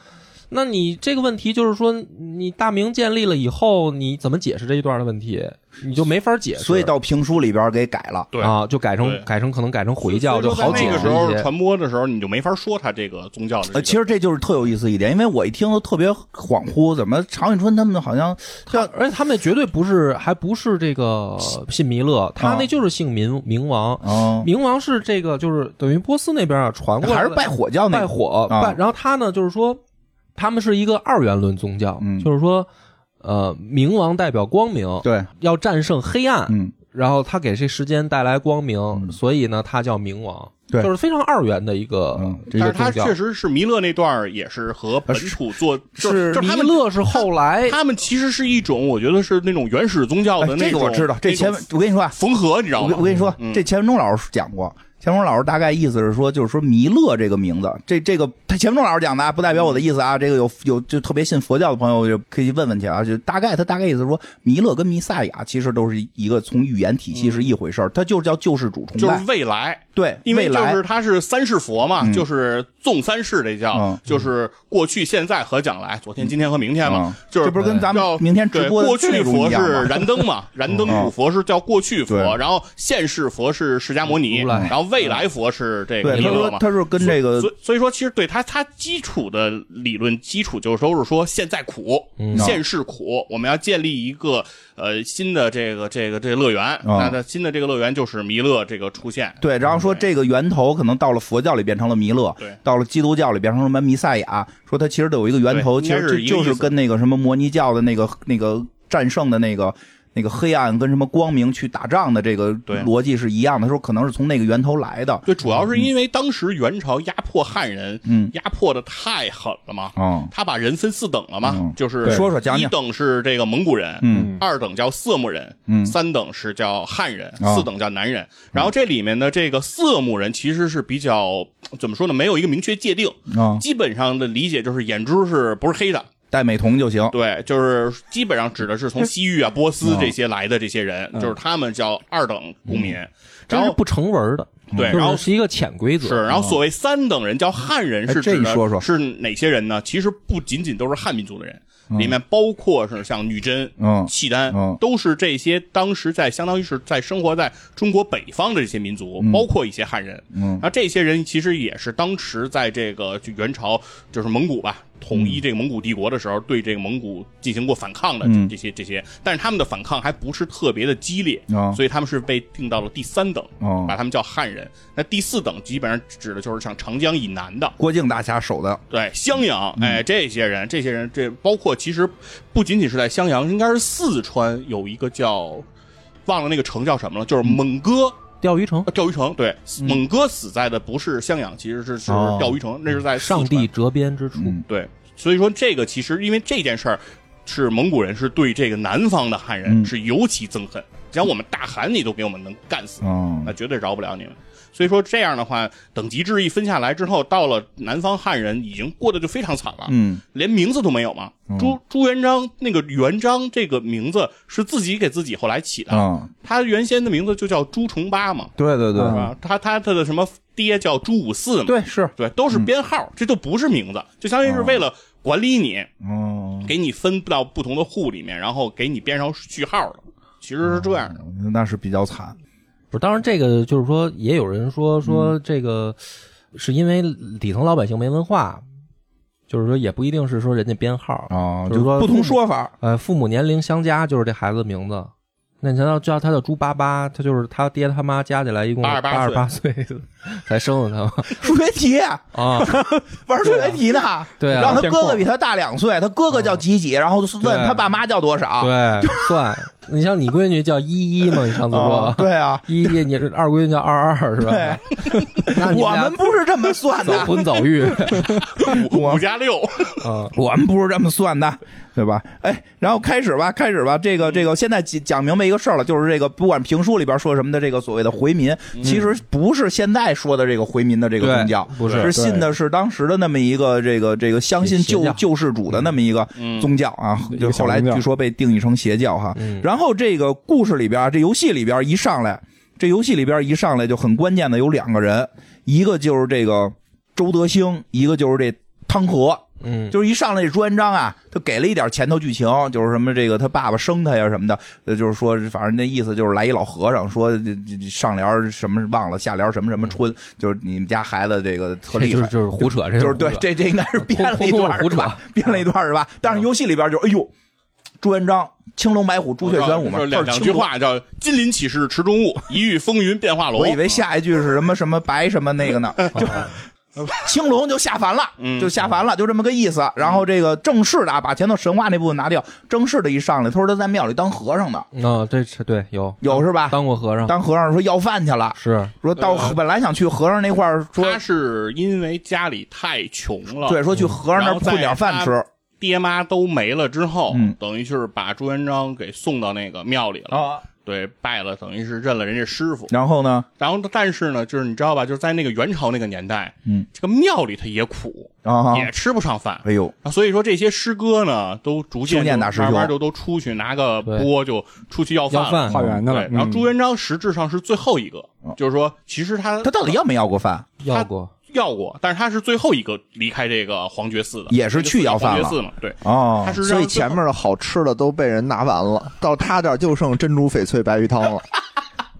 S1: 那你这个问题就是说，你大明建立了以后，你怎么解释这一段的问题？你就没法解释。
S2: 所以到评书里边给改了。
S3: 对
S1: 啊，就改
S3: 对
S1: 成改成可能改成回教就好
S3: 所以
S1: 解
S3: 说在那个
S1: 释
S3: 时
S1: 一
S3: 候
S1: 些。
S3: 传播的时候，你就没法说他这个宗教的这个。
S2: 呃，其实这就是特有意思一点，因为我一听都特别恍惚，怎么常遇春他们好像像
S1: 而且他们绝对不是，还不是这个信弥勒，他
S2: 啊
S1: 那就是姓明明王，
S3: 啊
S2: 哦，
S1: 明王是这个，就是等于波斯那边啊传过来
S2: 呃还
S1: 的
S2: 是拜火教那
S1: 拜
S2: 个
S1: 火
S2: 啊
S1: 拜，然后他呢就是说，他们是一个二元论宗教，
S2: 嗯
S1: 就是说，呃，明王代表光明，
S2: 对，
S1: 要战胜黑暗，
S2: 嗯
S1: 然后他给这世间带来光明，
S3: 嗯
S1: 所以呢，他叫明王，
S2: 对
S1: 就是非常二元的一个
S2: 嗯，
S1: 一
S3: 但
S1: 个
S3: 是他
S1: 宗教
S3: 确。实是弥勒那段儿也是和本
S2: 呃
S3: 土做，就是就是
S1: 弥
S3: 他们
S1: 勒是后来，
S3: 他们其实是一种，我觉得是那种原始宗教
S2: 哎
S3: 的那
S2: 这
S3: 种。
S2: 个我知道，这
S3: 那种
S2: 前文我跟你说啊，
S3: 缝合，你知道
S2: 我跟
S3: 吗
S2: 我？跟你说，
S3: 嗯
S2: 这钱文忠老师讲过，钱文忠老师大概意思是说，就是说弥勒这个名字，这这个他钱文忠老师讲的啊，不代表我的意思啊。这个有有就特别信佛教的朋友就可以问问去啊，就大概他大概意思是说，弥勒跟弥赛亚其实都是一个从语言体系是一回事儿，他就是叫救世主崇
S3: 嗯就
S2: 拜
S3: 是，未来，
S2: 对，
S3: 因为
S2: 未
S3: 就
S2: 来
S3: 是他是三世佛嘛，就是纵三世这叫，
S2: 嗯
S3: 就是过去、现在和将来，昨天、今天和明天嘛，
S2: 嗯
S3: 就是
S2: 这不是跟咱们
S3: 叫
S2: 明天直
S3: 对
S2: 播的
S3: 过去
S2: 内容
S3: 佛
S2: 一样吗嗯哦
S3: 是燃
S2: *laughs*
S3: 灯嘛，燃灯古佛是叫过去佛，
S2: 对
S3: 然后现世佛是释迦摩尼，
S1: 如来
S3: 然后未来佛是这个
S2: 对，
S3: 弥
S2: 他
S3: 勒
S2: 说
S3: 嘛。
S2: 他是跟这个
S3: 所以所以说，其实对他他基础的理论基础就是都是说现在苦，
S1: 嗯
S3: 现世苦，我们要建立一个呃新的这个这个这个乐园。
S2: 哦
S3: 那它新的这个乐园就是弥勒这个出现，
S2: 对，然后说这个源头可能到了佛教里变成了弥勒，
S3: 对
S2: 到了基督教里变成了什么弥赛亚，说它其实都有一个源头，
S3: 对
S2: 其
S3: 应该
S2: 实
S3: 是一个
S2: 就
S3: 意
S2: 就
S3: 思
S2: 是跟那个什么摩尼教的那个那个战胜的那个。那个黑暗跟什么光明去打仗的这个
S3: 对
S2: 逻辑是一样的，说可能是从那个源头来的。
S3: 对，主要是因为当时元朝压迫汉人，
S2: 嗯
S3: 压迫的太狠了嘛，
S2: 嗯
S3: 他把人分四等了嘛
S2: 嗯，
S3: 就是
S2: 对说说讲讲
S3: 一等是这个蒙古人，
S2: 嗯
S3: 二等叫色目人，
S2: 嗯
S3: 三等是叫汉人，
S2: 啊
S3: 四等叫南人。然后这里面的这个色目人其实是比较怎么说呢，没有一个明确界定，
S2: 啊，
S3: 基本上的理解就是眼珠是不是黑的，
S2: 戴美瞳就行。
S3: 对，就是基本上指的是从西域啊、波
S2: 哦
S3: 斯这些来的这些人，
S2: 嗯
S3: 就是他们叫二等公民。
S1: 这
S3: 然
S1: 是
S3: 后
S1: 不成文的，
S3: 对
S1: 就是
S3: 然后
S1: 是一个潜规则，
S3: 是，然后所谓三等人叫汉人，是
S2: 哎这
S3: 指
S2: 你
S3: 的
S2: 说说
S3: 是哪些人呢？其实不仅仅都是汉民族的人，里面包括是像女真、
S2: 嗯
S3: 契丹
S2: 嗯，
S3: 都是这些当时在相当于是在生活在中国北方的这些民族，包括一些汉人。
S2: 嗯
S3: 那这些人其实也是当时在这个就元朝，就是蒙古吧，统
S2: 嗯
S3: 一这个蒙古帝国的时候，对这个蒙古进行过反抗的
S2: 嗯
S3: 这些这些，但是他们的反抗还不是特别的激烈，
S2: 啊
S3: 所以他们是被定到了第三等，
S2: 哦
S3: 把他们叫汉人。那第四等基本上指的就是像长江以南的，
S2: 郭靖大侠守的，
S3: 对襄阳，哎，这些人，这些人，这包括其实不仅仅是在襄阳，应该是四川有一个叫，忘了那个城叫什么了，就是蒙哥。
S1: 钓鱼城
S3: 呃，钓鱼城对，蒙哥死在的不是襄阳，其实是是
S2: 哦
S3: 钓鱼城，那是在哎四
S1: 上
S3: 川
S1: 帝折边之处，
S2: 嗯
S3: 对，所以说这个其实因为这件事儿，是蒙古人是对这个南方的汉人
S2: 嗯
S3: 是尤其憎恨，像我们大汗你都给我们能干死，
S2: 嗯
S3: 那绝对饶不了你们。所以说这样的话，等级制一分下来之后，到了南方汉人已经过得就非常惨了，
S2: 嗯，
S3: 连名字都没有嘛。朱朱元璋那个元璋这个名字是自己给自己后来起的，
S2: 啊，
S3: 他原先的名字就叫朱重八嘛，
S2: 对对对
S3: 是吧？他他他的什么爹叫朱五四嘛，
S2: 嗯对是，嗯哦
S3: 对，都是编号，这就不是名字，就相当于是为了管理你，
S2: 嗯，
S3: 给你分到不同的户里面，然后给你编上序号了。其
S2: 哦
S3: 实是这样的，
S2: 那是比较惨。
S1: 不是，当然这个就是说，也有人说说这个是因为底层老百姓没文化，就是说也不一定是说人家编号，
S2: 啊，
S1: 就是说
S2: 不同说法，
S1: 呃，父母年龄相加就是这孩子的名字。那你想要叫他叫猪八八，他就是他爹他妈加起来一共
S3: 88
S1: 八十八岁才生的
S2: 数学题
S1: 他嘛啊，
S2: 玩数学题呢。
S1: 对
S2: 然
S1: 啊
S2: 后，他哥哥比他大两岁，他哥哥叫几几，然后问
S1: 对
S2: 他爸妈叫多
S1: *laughs*
S2: 少。
S1: 对，啊算你像你闺女叫依依嘛，你上次
S2: 啊
S1: 说，
S2: 对啊，
S1: 依依，你是二闺女叫二二是吧？ *laughs* 那你
S2: 我
S1: 俩
S2: 们不是这么算
S1: 走
S2: 的，
S1: 婚走育
S2: *laughs*
S3: 五五加六，
S1: 啊，
S2: 我们不是这么算的，对吧？哎，然后开始吧，开始吧，这个
S1: 嗯
S2: 这个，现在讲讲明白一个事儿了，就是这个不管评书里边说什么的这个所谓的回民，
S1: 嗯
S2: 其实不是现在说的这个回民的这个宗教，
S1: *laughs* 不是
S2: 是信的是当时的那么一个这个这个相信
S1: 邪
S2: 救
S1: 教
S2: 救世主的那么一个
S3: 嗯
S2: 宗教啊，
S4: 一
S2: 就
S4: 个小
S2: 后来
S4: 宗教
S2: 据说被定义成邪教哈。
S1: 嗯
S2: 然后这个故事里边，这游戏里边一上来，这游戏里边一上来就很关键的有两个人，一个就是这个周德兴，一个就是这汤和。
S1: 嗯，
S2: 就是一上来这朱元璋啊，他给了一点前头剧情，就是什么这个他爸爸生他呀什么的，呃，就是说反正那意思就是来一老和尚说这这这上联儿什么忘了，下联儿什么什么春，就是你们家孩子这个特
S1: 这
S2: 厉
S1: *laughs* 就是
S2: 害。
S1: 就是哎胡扯，这
S2: 就是对
S1: 胡扯，
S2: 这这应该是编了
S1: 通
S2: 一
S1: 通
S2: 段
S1: 是
S2: 儿
S1: 胡嗯
S2: 是吧
S1: 扯？
S2: *laughs* 编了一段儿是吧？但是游戏里边就哎呦，朱元璋青龙白虎朱雀玄武嘛，
S3: 就是两
S2: 他是
S3: 两
S2: 青
S3: 句
S2: 龙。
S3: 话叫“金鳞岂是池中物，一遇风云变化楼”。
S2: 我以为下一句是什么什么白什么那个呢，
S1: *laughs*
S2: 就青龙就下凡了，
S1: 嗯
S2: 就下凡了，就这么个意思。然后这个正式的啊，把前头神话那部分拿掉，正式的一上来，他说他在庙里当和尚的，
S1: 啊，这是对有
S2: 有是吧？
S1: 当过和尚啊
S2: 当和尚说要饭去了，
S1: 是
S2: 说到本来想去和尚那块儿说，
S3: 他是因为家里太穷了，
S2: 对，说去和尚那
S3: 然
S2: 儿
S3: 后
S2: 混点饭吃
S3: 在爹妈都没了之后，
S2: 嗯
S3: 等于就是把朱元璋给送到那个庙里了，
S2: 啊。
S3: 对，拜了，等于是认了人家师傅。
S2: 然后呢，
S3: 然后，但是呢，就是你知道吧，就是在那个元朝那个年代，
S2: 嗯，
S3: 这个庙里他也苦，
S2: 啊，
S3: 也吃不上饭。
S2: 哎呦，
S3: 啊所以说这些师哥呢，都逐渐
S2: 修
S3: 就
S2: 炼大师兄
S3: 慢慢就都出去拿个
S1: 对
S3: 钵就出去要饭
S1: 要
S3: 了。
S1: 饭
S4: 化缘的了
S3: 对，。然后
S4: 嗯
S2: 嗯
S3: 朱元璋实质上是最后一个，就是说，其实他
S2: 他到底要没要过饭？
S1: 要过
S3: 要过，但是他是最后一个离开这个皇觉寺的，
S2: 也是去要饭了
S3: 皇觉寺嘛，对，
S2: 哦
S3: 他，是
S5: 所
S3: 让
S5: 以
S3: 最
S5: 前
S3: 后
S5: 面的好吃的都被人拿完了，到他这儿就剩珍珠翡翠白鱼汤了，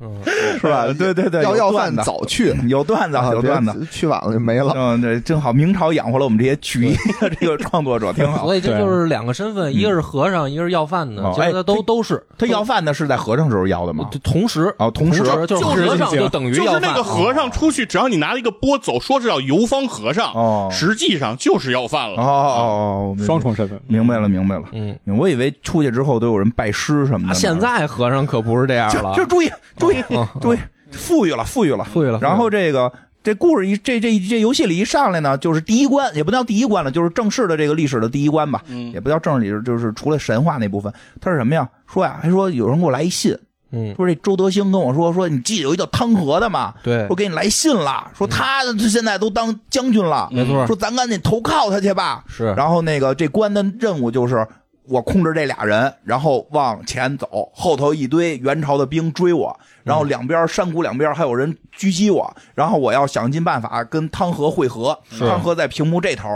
S1: 嗯
S2: *laughs*
S5: 是吧？
S2: 对对对，
S5: 要
S2: 有
S5: 要
S2: 段
S5: 饭
S2: 子
S5: 早去，
S2: *laughs* 有段子，
S5: 啊
S2: 有
S5: 别
S2: 段子。
S5: 去晚了就没了。
S2: 嗯，对，正好明朝养活了我们这些曲艺的这个创作者，挺好。
S1: 所以这就是两个身份，一个是和尚，一个是要饭的
S2: 哦，
S1: 其实
S2: 哎
S1: 他都
S2: 这
S1: 都是
S2: 他要饭的是在和尚时候要的吗？
S1: 同时
S2: 哦同时
S1: 就是
S3: 就
S1: 和
S3: 是
S1: 尚就等于
S3: 就
S1: 要
S3: 是
S1: 饭，
S3: 那个和尚出去，只要你拿了一个钵走，说是叫游方和尚，
S2: 嗯哦
S3: 实际上就是要饭
S2: 哦
S3: 了。
S2: 哦哦，
S4: 双重身份。
S2: 明白了，明白了。
S1: 嗯，
S2: 我以为出去之后都有人拜师什
S1: 啊
S2: 么的呢。啊
S1: 现在和尚可不是这样
S2: 就
S1: 了
S2: 就，注意注意注意，富裕了，富裕了，
S1: 富裕了
S2: 然后这个。这故事一这这这游戏里一上来呢，就是第一关，也不叫第一关了，就是正式的这个历史的第一关吧，
S3: 嗯
S2: 也不叫正式历史，就是除了神话那部分，它是什么呀？说呀，还说有人给我来一信，
S1: 嗯，
S2: 说这周德兴跟我说，说你记得有一叫汤和的吗？
S1: 对
S2: 我，给你来信了，说他现在都当将军了，
S1: 没错，
S2: 说咱赶紧投靠他去吧。
S1: 嗯是
S2: 嗯然后那个这官的任务就是我控制这俩人，然后往前走，后头一堆元朝的兵追我，然后两边山谷两边还有人狙击我，然后我要想尽办法跟汤和会合。汤和在屏幕这头。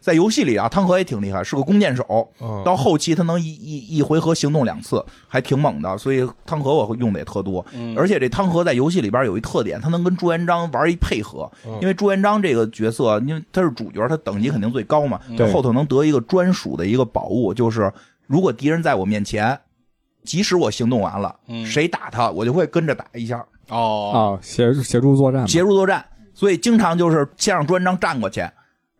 S2: 在游戏里啊，汤和也挺厉害，是个弓箭手。
S1: 嗯
S2: 到后期他能一一一回合行动两次，还挺猛的。所以汤和我用的也特多。
S3: 嗯
S2: 而且这汤和在游戏里边有一特点，他能跟朱元璋玩一配合，
S3: 嗯
S2: 因为朱元璋这个角色，因为他是主角，他等级肯定最高嘛，
S3: 嗯
S2: 他
S4: 对
S2: 后头能得一个专属的一个宝物，就是如果敌人在我面前，即使我行动完了，
S3: 嗯
S2: 谁打他，我就会跟着打一下，
S3: 哦，
S4: 啊，协协助作战嘛，
S2: 协助作战。所以经常就是先让朱元璋站过去，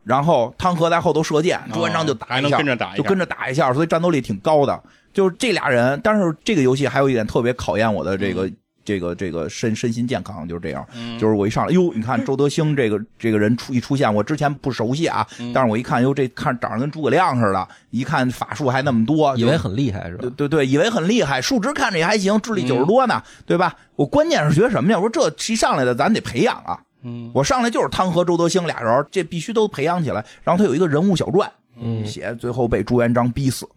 S2: 然后汤和在后头射箭，朱元璋就打
S3: 哦还
S2: 一
S3: 能
S2: 下，
S3: 跟着打一
S2: 就
S3: 下
S2: 跟。着打一下，所以战斗力挺高的。就是这俩人，但是这个游戏还有一点特别考验我的这
S3: 嗯
S2: 个、这个这个身身心健康，就是这样。就是我一上来，哟，你看周德兴这个这个人出一出现，我之前不熟悉啊，
S3: 嗯
S2: 但是我一看，哟，这看长得跟诸葛亮似的，一看法术还那么多，
S1: 以
S2: 就
S1: 为很厉害是
S2: 对
S1: 吧？
S2: 对对，以为很厉害，数值看着也还行，智力九十多呢，对吧？我关键是觉得什么呀？我说这一上来的咱得培养啊，
S3: 嗯
S2: 我上来就是汤和周德兴俩人，这必须都培养起来。然后他有一个人物小传，
S1: 嗯
S2: 写最后被朱元璋逼死，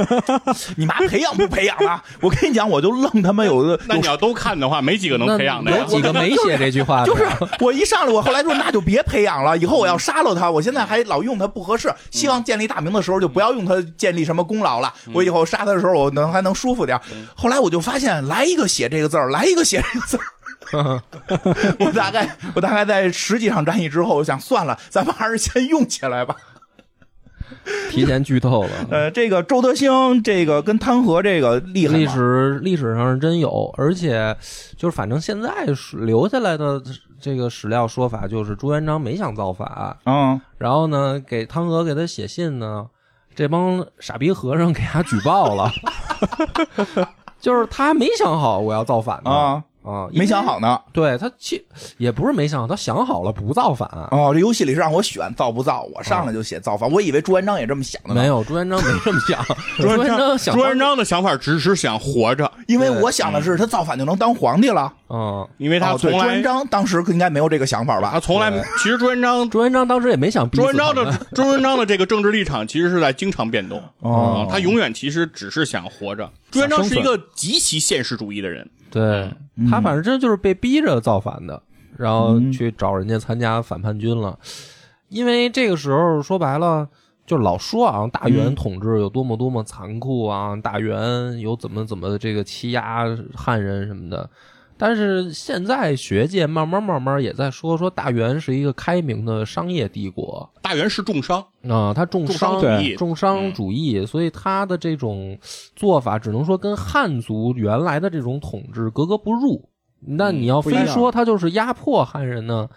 S2: *laughs* 你妈培养不培养啊？我跟你讲，我就愣他妈有的
S3: 那你要都看的话，没几个能
S1: 那
S3: 培养的呀
S1: 有。几个没写这句话的，
S2: 就是 *laughs* 我一上来，我后来说那就别培养了，以后我要杀了他，我现在还老用他不合适。希望建立大明的时候就不要用他建立什么功劳了，
S1: 嗯
S2: 我以后杀他的时候我能还能舒服点儿。后来我就发现，来一个写这个字儿，来一个写这个字儿。
S1: *laughs*
S2: 我大概我大概在十几场战役之后，我想算了，咱们还是先用起来吧。
S1: 提前剧透了。
S2: 呃，这个周德兴这个跟汤和这个厉害吗
S1: 历史历史上是真有，而且就是反正现在是留下来的这个史料说法就是朱元璋没想造反，
S2: 嗯，
S1: 然后呢给汤和给他写信呢，这帮傻逼和尚给他举报了， *laughs* 就是他没想好我要造反呢
S2: 啊
S1: 啊，因为
S2: 没想好呢。
S1: 对他其也不是没想好，他想好了不造反。
S2: 哦，这游戏里是让我选造不造，我上来就写造反，我以为朱元璋也这么想的呢
S1: 没。有，朱元璋没这么想。 *laughs* 朱元璋想，
S3: 朱元璋的想法只是想活着，
S2: 因为我想的是他造反就能当皇帝了。
S1: 嗯，
S3: 因为他
S2: 哦对，
S3: 从
S2: 朱
S3: 来
S2: 元璋当时应该没有这个想法
S3: 他
S2: 吧？
S3: 从来没其实朱元璋
S1: 朱元璋当时也没想逼
S3: 朱
S1: 死
S3: 元璋
S1: 他们
S3: 的
S1: *laughs*
S3: 朱元璋的这个政治立场其实是在经常变动
S2: 哦
S3: 嗯他永远其实只是想活着。朱元璋是一个极其现实主义的人，
S1: 对他反正就是被逼着造反的，然后去找人家参加反叛军了。因为这个时候说白了，就老说啊，大元统治有多么多么残酷啊，大元有怎么怎么这个欺压汉人什么的。但是现在学界慢慢慢慢也在说，说大元是一个开明的商业帝国，
S3: 大元是重伤，
S1: 啊、他重
S3: 重商
S1: 商
S3: 主义，嗯
S1: 重商主义，所以他的这种做法只能说跟汉族原来的这种统治格格不入。那
S3: 嗯
S1: 你要
S4: 不一
S1: 非
S4: 样
S1: 说他就是压迫汉人呢，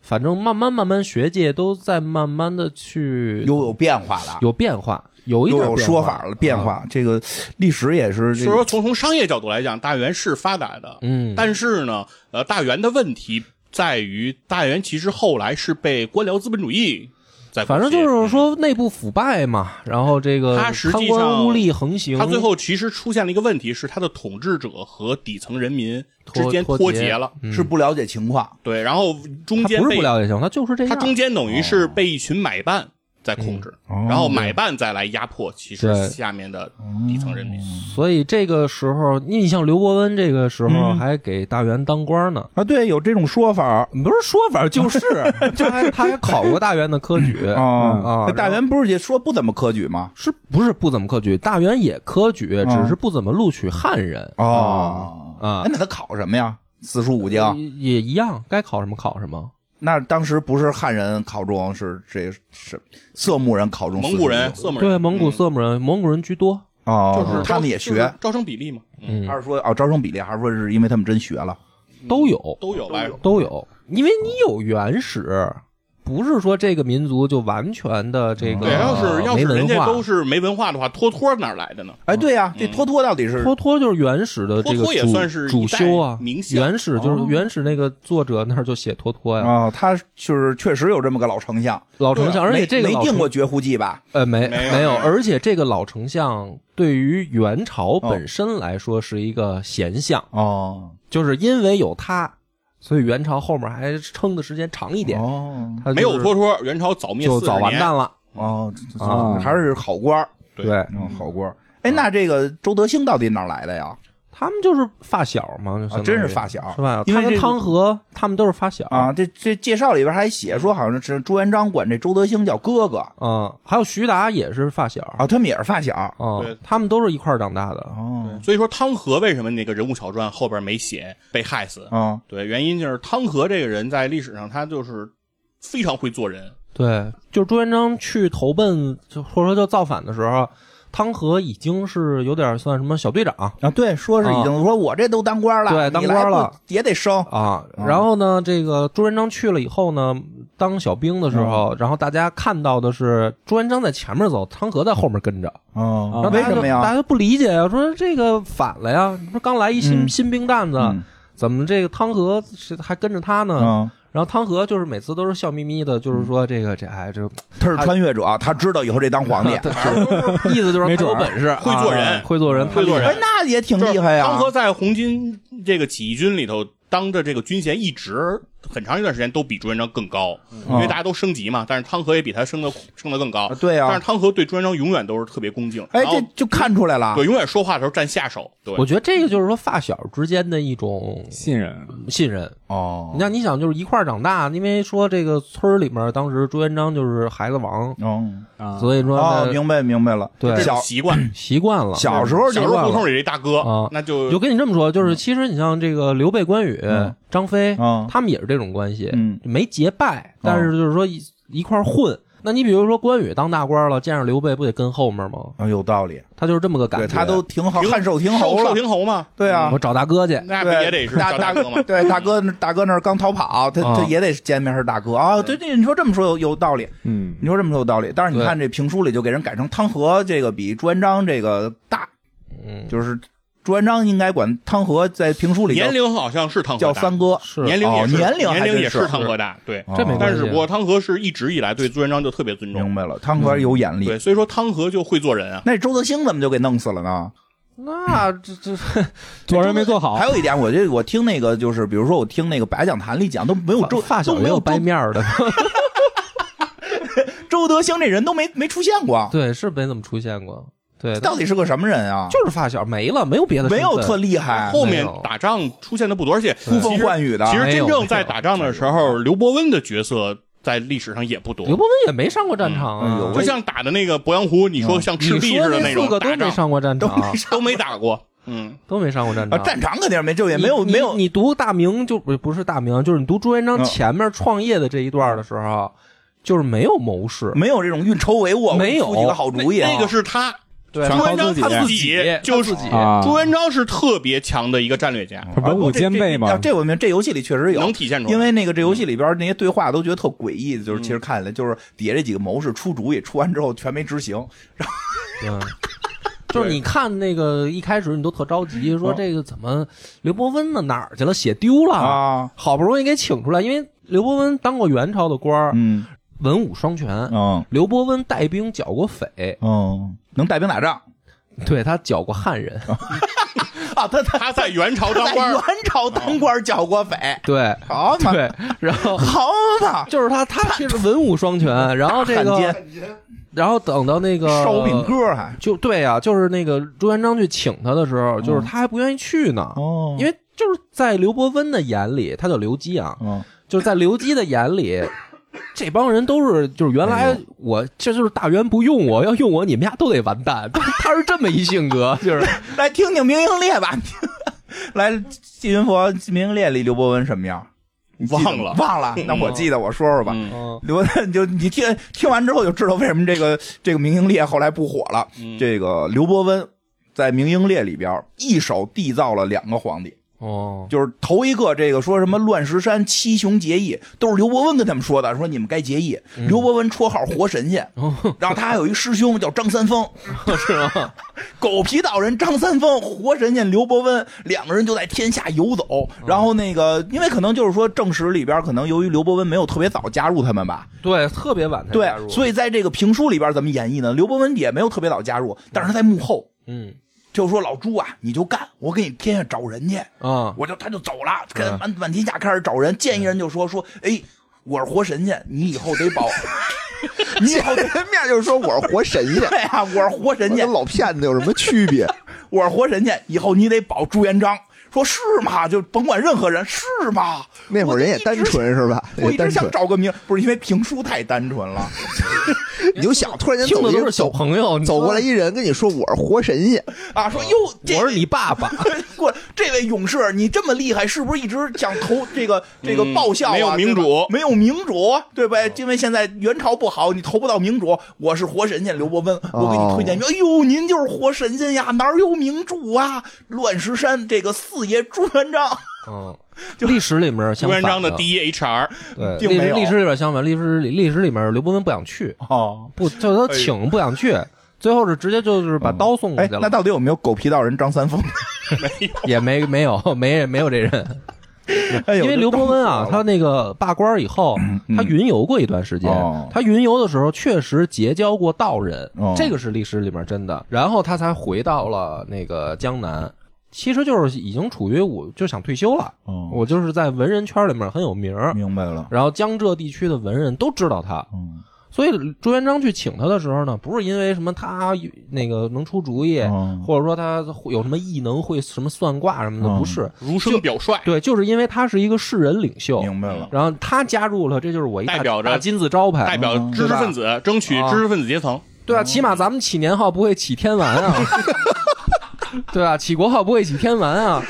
S1: 反正慢慢慢慢学界都在慢慢的去
S2: 又有变化了，
S1: 有变化，有一
S2: 又
S1: 点
S2: 有
S1: 变
S2: 说法了，变。
S1: 啊
S2: 化。这个历史也是这
S3: 所以说
S2: 个，
S3: 从从商业角度来讲，大元是发达的，
S1: 嗯，
S3: 但是呢，呃，大元的问题在于大元其实后来是被官僚资本主义在
S1: 反正
S3: 裹挟
S1: 就是说内部腐败嘛，然后这个
S3: 他实
S1: 贪
S3: 际
S1: 官
S3: 上
S1: 污吏横行，
S3: 他最后其实出现了一个问题，是他的统治者和底层人民之间
S1: 脱
S3: 脱
S1: 节
S3: 节了。
S2: 是不了解情况。
S3: 对，然后中
S1: 他
S3: 间
S1: 不是
S3: 被
S1: 不了解行，他就是这哦
S3: 他
S1: 样。
S3: 中间等于是被一群买办在控制，
S2: 嗯哦
S3: 然后买办再来压迫其
S1: 对
S3: 实下面的底层人民。
S2: 哦
S1: 所以这个时候，你像刘伯温这个时候
S2: 嗯
S1: 还给大员当官呢，
S2: 啊，对，有这种说法
S1: 不是说法就是， *laughs* 他还他还考过大员的科举
S2: 啊
S1: 啊
S2: 那，大
S1: 然后
S2: 元不是也说不怎么科举吗？
S1: 是不是不怎么科举？大员也科举，只是不怎么录取汉人
S2: 哦
S1: 啊
S2: 哎那他考什么呀？四书五
S3: 呃
S2: 经？
S1: 也也一样，该考什么考什么。
S2: 那当时不是汉人考中，是这是色目人考中四书
S3: 蒙
S2: 五经，
S3: 古人、色目人，
S1: 对，蒙古
S3: 嗯
S1: 色目人，蒙古人居多。
S2: 哦，
S3: 就是
S2: 他
S3: 招
S2: 们也
S3: 就
S2: 学
S3: 是，招生比例嘛，嗯，
S1: 嗯
S2: 还，是说哦招生比例，还是说是因为他们真学了？
S1: 都有
S3: 都有吧？
S1: 都有，因为你有原始，不是说这个民族就完全的这个
S3: 嗯对，要是要
S1: 啊没
S3: 是人
S1: 文
S3: 家
S1: 化。
S3: 都是没文化的话，托托哪儿来的呢？
S1: 嗯
S2: 哎，对呀，这托托到底是
S1: 托托就是原始的这个
S3: 托托也
S1: 主
S3: 算是
S1: 主
S3: 一代
S1: 修啊，
S3: 名相
S1: 原始就是
S2: 哦
S1: 原始那个作者那儿就写托托呀，
S2: 啊，他就是确实有这么个老丞相，
S1: 老丞相，而且
S2: 没
S1: 这个
S2: 没
S1: 老
S2: 定
S1: 丞
S2: 过绝户记吧？
S1: 呃没
S3: 没有
S1: 没有，
S3: 没有
S1: 而且这个老丞相对于元朝本身来说是一个贤相，
S2: 哦
S1: 就是因为有他，所以元朝后面还撑的时间长一点，
S2: 哦
S1: 他就是
S3: 没有托托，元朝早灭
S1: 就
S3: 四
S1: 早
S3: 十
S1: 完
S3: 年
S1: 蛋，了，
S2: 哦，这这
S4: 啊
S2: 还是好官儿，
S3: 对
S1: 对
S2: 嗯，好官儿。哎，那这个周德兴到底哪儿来的呀？
S1: 他们就是发小嘛，就相当于、
S2: 啊真是发小
S1: 是吧？
S2: 因为
S1: 他跟
S2: 这个
S1: 汤和他们都是发小
S2: 啊，这这介绍里边还写说，好像是朱元璋管这周德兴叫哥哥
S1: 嗯，还有徐达也是发小啊
S2: 啊，他们也是发小。
S3: 对
S1: 他们都是一块儿长大的。
S2: 哦，
S3: 所以说汤和为什么那个人物小传后边没写被害死？
S2: 啊，
S3: 对，原因就是汤和这个人在历史上他就是非常会做人，
S1: 对，就是朱元璋去投奔，就或者说就造反的时候，汤和已经是有点算什么小队长
S2: 啊，对，说是已经说我这都当官了，
S1: 对当官了
S2: 你来不也得升。
S1: 啊。然后呢，这个朱元璋去了以后呢，当小兵的时
S2: 嗯
S1: 候，然后大家看到的是朱元璋在前面走，汤和在后面跟着，
S2: 哦
S4: 啊
S1: 然后
S2: 为
S1: 大家
S2: 什
S1: 就
S2: 么
S1: 大
S2: 呀？
S1: 家就不理解呀，说这个反了呀，你不是刚来一新
S2: 嗯
S1: 新兵蛋子，
S2: 嗯
S1: 怎么这个汤和是还跟着他呢？
S2: 嗯，
S1: 然后汤和就是每次都是笑眯眯的，就是说这个这哎这
S2: 他是穿越者，他知道以后这当皇 *laughs* 帝。
S1: 意思啊就是他
S4: 没准
S1: 有
S4: 儿
S1: 本事，
S3: 会做人
S1: 啊会做人，
S3: 会做人
S1: 他
S2: 哎，那也挺厉害呀。
S3: 汤和在红巾这个起义军里头当着这个军衔，一直很长一段时间都比朱元璋更高，因
S2: 嗯
S3: 为大家都升级嘛。但是汤和也比他升的升的更高
S2: 啊。对呀
S3: 但是汤和对朱元璋永远都是特别恭敬，
S2: 哎，
S3: 然后
S2: 这就看出来了。
S3: 对永远说话的时候占下手。对，
S1: 我觉得这个就是说发小之间的一种
S4: 信任，
S1: 信任。
S2: 哦
S1: 你，像你想就是一块儿长大，因为说这个村儿里面当时朱元璋就是孩子王，
S2: 哦，
S4: 啊，
S1: 所以说
S2: 哦，
S1: 呢
S2: 明白明白了。
S1: 对
S3: 这
S2: 小
S3: 种习惯。
S1: 习惯了。
S2: 小时候
S3: 小
S2: 就
S3: 时候胡同里这大哥，
S2: 哦
S1: 啊
S3: 那
S1: 我就
S3: 就
S1: 跟你这么说，就是其实你像这个刘备、关羽、
S2: 嗯
S1: 张飞，
S2: 嗯
S1: 他们也是这种关系，
S2: 嗯
S1: 没结拜，但是就是说一一块儿混。那你比如说关羽当大官了，见着刘备不得跟后面吗？
S2: 啊，有道理。
S1: 他就是这么个感
S2: 对
S1: 觉。
S2: 他都挺好，汉寿亭侯
S3: 侯
S2: 了
S3: 寿。亭侯嘛，嗯
S2: 对啊
S1: 我，找大哥去，
S3: 那不
S2: 对，
S3: 也得是叫大哥嘛？
S2: 对，大哥，大哥那儿刚逃跑，他
S1: 啊
S2: 他也得见面是大哥啊。对对，你说这么说有有道理，
S4: 嗯，
S2: 你说这么说有道理。但是你
S1: 对
S2: 看这评书里就给人改成汤和这个比朱元璋这个大，
S1: 嗯，
S2: 就是朱元璋应该管汤和在评书里叫
S3: 年龄好像是汤和
S2: 叫
S3: 大
S2: 三哥，
S1: 是
S3: 年龄
S2: 哦
S3: 也是
S2: 年龄还
S3: 年龄
S2: 真
S3: 也
S2: 是哦
S3: 汤和大，对。
S1: 这没关系
S3: 但是不过汤和是一直以来对朱元璋就特别尊重
S2: 明，白了，汤和有眼力。
S3: 对，所以说汤和就会做人啊。
S2: 那周德兴怎么就给弄死了呢？
S1: 那这这
S4: 做人没做好
S2: 还，有一点，我这我听那个就是，比如说我听那个白讲坛里讲都没有周
S1: 发小
S2: 都没
S1: 也
S2: 有
S1: 有
S2: 周
S1: 掰面儿的，
S2: 周德兴这人都没没出现过，
S1: *laughs* 对，是没怎么出现过。对，
S2: 到底是个什么人啊？
S1: 就是发小没了，没有别的身份，
S2: 没有特厉害，啊
S3: 后
S1: 哎
S3: 面
S1: 没有
S3: 打仗出现的不多，而且
S2: 呼风
S3: 其实
S2: 唤雨的
S3: 其实
S1: 没有
S3: 真
S1: 没
S3: 正
S1: 有
S3: 在打仗的时候，刘伯温的角色在历史上也不多
S1: 刘。伯温也没上过战场啊
S2: 嗯哎。呦
S3: 就像打的那个鄱阳湖，你说像赤
S1: 嗯你
S3: 壁
S1: 说
S3: 似的
S1: 那四
S3: 种
S1: 个
S3: 打
S1: 都没
S3: 仗，
S1: 上过啊战
S2: 都
S1: 场
S2: 没，上
S3: 都没打
S1: *laughs*
S3: 过。嗯，
S1: 都没上过战
S2: 啊，
S1: 场。
S2: 战场肯定没，就也没有
S1: 你
S2: 没有
S1: 你你读大明就不不是大明，就是你读朱元璋
S2: 嗯
S1: 前面创业的这一段的时候，就是没有谋士，
S2: 没有这种运筹帷幄，
S1: 没有
S2: 出几个好
S3: 那
S2: 主意啊，
S3: 那个是他，
S1: 哎对
S3: 朱
S4: 全靠
S3: 元璋
S4: 自己
S3: 他
S1: 己
S3: 就是
S1: 自己哎
S4: 啊
S3: 朱元璋是特别强的一个战略家，
S4: 他文武兼备嘛
S2: 啊，这我明白这游戏里确实有，
S3: 能体现出来。
S2: 因为那个这游戏里边那些对话都觉得特诡异，就是其实看起来就是底下这几个谋士出主意，出完之后全没执行，
S1: 嗯，就是你看那个一开始你都特着急，说这个怎么刘伯温呢哪儿去了，写丢了
S2: 嗯啊
S1: 好不容易给请出来，因为刘伯温当过元朝的官儿，
S2: 嗯
S1: 文武双全。
S2: 嗯
S1: 刘伯温带兵剿过匪，
S2: 嗯，能带兵打仗嗯
S1: 对他剿过汉人，
S2: 啊，操，他他
S3: 他在元朝当
S2: 在
S3: 官
S2: 元
S3: 儿，
S2: 朝当官儿剿过匪，
S1: 对
S2: 好嘛，
S1: 对，然
S2: *laughs*
S1: 后
S3: 哦
S2: 好嘛，
S1: 就是他，他其实文武双全，然后这
S2: 汉
S1: 个，
S2: 奸
S1: 然后等到那个
S2: 烧饼哥还
S1: 就对呀、就是那个朱元璋去请他的时候，就是他还不愿意去呢，
S2: 嗯哦
S1: 因为就是在刘伯温的眼里，他叫刘基啊，
S3: 哦
S2: 嗯
S1: 就是在刘基的眼里，这帮人都是就是原来我这就是大元不用我，要用我你们家都得完蛋， *laughs* 他他是这么一性格，就是
S2: 来听听《明英烈》吧， *laughs* 来纪云佛《明英烈》里刘伯温什么样？你记得吗
S3: 忘了
S2: 忘
S3: *laughs*
S2: 了，那我记得，我说说吧。
S3: 嗯
S1: *laughs* 嗯
S2: 刘伯温就你听听完之后就知道为什么这个这个《明英烈》后来不火了。
S3: 嗯
S2: 这个刘伯温在《明英烈》里边一手缔造了两个皇帝，
S1: 哦，
S2: 就是头一个这个说什么乱石山七雄结义，都是刘伯温跟他们说的，说你们该结义。
S1: 嗯
S2: 刘伯温绰号
S1: *laughs*
S2: 活神仙，然后他还有一师兄叫张三丰，
S1: 是吗？
S2: *laughs* 狗皮道人张三丰、活神仙刘伯温两个人就在天下游
S1: 哦
S2: 走。然后那个，因为可能就是说正史里边可能由于刘伯温没有特别早加入他们吧，
S1: 对，特别晚才
S2: 对
S1: 加入，
S2: 所以在这个评书里边怎么演绎呢？刘伯温也没有特别早加入，但是他在幕后。
S1: 嗯
S2: 就说老朱啊，你就干，我给你天下找人去。
S1: 啊，
S2: 我就他就走了，
S5: 嗯
S2: 跟满满天下开始找人，见一人就说说，哎，我是活神仙，你以后得
S5: *laughs*
S2: 保，你以后得
S5: 人面就是说我是活神
S1: *laughs*
S5: 仙，
S2: 对啊，我是活
S5: 我
S2: 神仙
S5: 跟，老骗子有什么区别？
S2: 我是活神仙，以后你得保朱元璋。说是吗？就甭管任何人，是吗？
S5: 那会儿人也单纯是吧？
S2: 我
S5: 也
S2: 一直
S5: 单纯
S2: 想，找个名，不是因为评书太单纯了，
S5: 你就想突然间
S1: 听
S5: 走
S1: 的
S5: 一
S1: 都
S5: 个
S1: 是小嗯
S5: 走
S1: 朋友，你
S5: 走过来
S1: 说，
S5: 一人跟你说我是活神仙，
S2: 啊，说哟，这
S1: 我是你爸爸，
S2: *laughs* 过来这位勇士，你这么厉害，是不是一直想投这个这个报效啊？
S3: 没有民主
S2: 对吧没有民主，对吧？因为现在元朝不好，你投不到民主。我是活神仙刘伯温，我给你推荐。哎呦，您就是活神仙呀，哪儿有民主啊？乱石山这个四爷朱元璋，
S1: 嗯，历史里面
S3: 朱
S1: 相
S3: 元
S1: 反
S3: 璋的
S1: 的
S3: 第一 HR，
S1: 对，
S2: 并
S1: 历
S2: 没
S1: 史
S2: 有
S1: 历史里边相反，历史里历史里面刘伯温不想去，
S2: 哦，
S1: 不就是他请不想去，最后是直接就是把刀送过
S2: 哎
S1: 去，了，
S2: 那到底有没有狗皮道人张 *laughs* 三丰？
S1: 也没没有没没有这人，
S2: 哎呦
S1: 因为刘伯温啊，
S2: 这
S1: 他那个罢官以后，他云游过一段时间
S2: 嗯哦，
S1: 他云游的时候确实结交过道人
S2: 哦，
S1: 这个是历史里面真的，然后他才回到了那个江南。其实就是已经处于我就想退休了，
S2: 哦
S1: 我就是在文人圈里面很有名儿，
S2: 明白了，
S1: 然后江浙地区的文人都知道他，
S2: 嗯，
S1: 所以朱元璋去请他的时候呢，不是因为什么他那个能出主意，
S2: 哦
S1: 或者说他会有什么异能，会什么算卦什么的，
S2: 嗯
S1: 不是。
S3: 儒生表率，
S1: 对，就是因为他是一个士人领袖，
S2: 白了。
S1: 然后他加入了，这就是我一大
S3: 代表着
S1: 大金字招牌，
S3: 代表知识分子，争取知识分子阶层。
S1: 对啊，起码咱们起年号不会起天完啊， *laughs* 对啊，起国号不会起天完啊。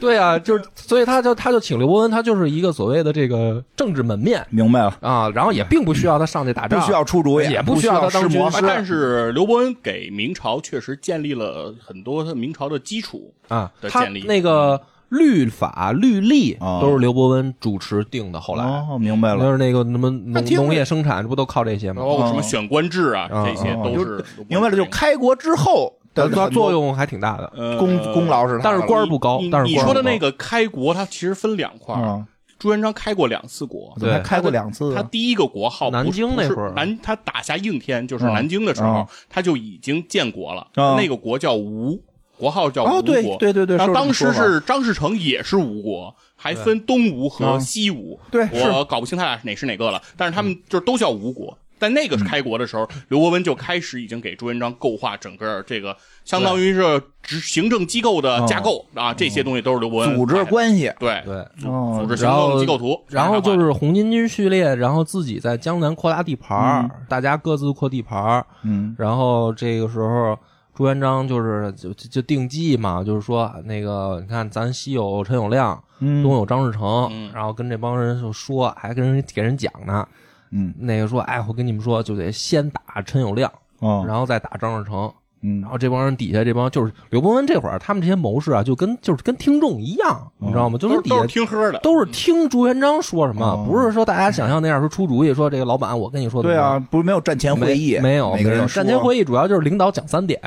S1: 对啊，就是所以他就他就请刘伯温，他就是一个所谓的这个政治门面
S2: 明白了，
S1: 啊，然后也并不需要他上去打
S2: 不
S1: 仗，
S2: 需要出主意，
S1: 也
S2: 不
S1: 不需要
S2: 要
S1: 他当
S2: 施
S1: 军
S2: 魔法
S1: 师
S3: 啊，但是刘伯温给明朝确实建立了很多明朝的基础，
S1: 啊
S3: 的，
S1: 他
S3: 建立
S1: 那个律法律例
S2: 哦
S1: 都是刘伯温主持定的，后来
S2: 哦，明白了
S1: 就。是那个什么农
S2: 听着
S1: 农业生产，这不都靠这些吗
S3: 包？括什么
S2: 哦
S3: 选官制啊，
S1: 哦
S3: 这些
S2: 哦
S3: 都是
S2: 明白了，就开国之后的
S1: 它
S2: 很多
S1: 作用还挺大的。
S2: 功功劳是他的，
S1: 但是官儿不高
S3: 呃你
S1: 但是
S3: 你
S1: 官儿
S3: 说的
S1: 不高
S3: 那个开国，它其实分两块儿。
S2: 嗯，
S3: 朱元璋开过两次国，
S1: 对
S2: 还开过两次
S3: 他
S2: 啊，
S3: 第一个国号不是
S1: 南京那会儿
S3: 不是南他打下应天，就是
S2: 嗯
S3: 南京的时
S2: 嗯
S3: 候，他就已经建国了。
S2: 嗯
S3: 那个国叫吴，国号叫
S2: 哦
S3: 吴
S2: 对
S3: 国。
S2: 对对对
S3: 然
S2: 是
S3: 后
S2: 这么
S3: 当时
S2: 说法
S3: 是张士诚也是吴国，还分东吴
S2: 嗯
S3: 和西吴。
S2: 对
S1: 哎
S3: 我搞不清他俩哪是哪个了，但是他们就是都叫吴国。但那个开国的时候，刘伯温就开始已经给朱元璋构画整个这个，相当于是执行政机构的
S1: 哦
S3: 架构啊，这些东西都是刘伯温
S2: 组织
S1: 哎
S3: 画的
S2: 关系，
S3: 对
S1: 对，
S2: 哦
S3: 组织行
S1: 然
S3: 政
S1: 后
S3: 机构图，
S1: 然后
S3: 全
S1: 就
S3: 画的
S1: 是红巾军序列，然后自己在江南扩大地盘儿，大家各自扩地盘儿。
S2: 嗯，
S1: 然后这个时候，朱元璋就是就就就定计嘛，就是说那个你看，咱西有陈友谅，
S2: 嗯
S1: 东有张士诚，
S3: 嗯
S1: 然后跟这帮人就说，还跟人给人讲呢。
S2: 嗯，
S1: 那个说，哎，我跟你们说，就得先打陈友谅，
S2: 哦，
S1: 然后再打张士诚。
S2: 嗯
S1: 然后这帮人底下这帮就是刘伯温这会儿，他们这些谋士啊，就跟就是跟听众一样，你知道吗？
S2: 嗯
S1: 就
S3: 都
S1: 是
S3: 是
S1: 底下
S3: 都是听喝的，
S1: 都是听朱元璋说什么，
S2: 哦
S1: 不是说大家想象那样说出主意，说这个老板我跟你说的
S2: 对啊，，不是没有战前
S1: 没
S2: 会议，
S1: 没有
S2: 每个
S1: 没有
S2: 人
S1: 战前
S2: 议，
S1: 会议主要就是领导讲三点，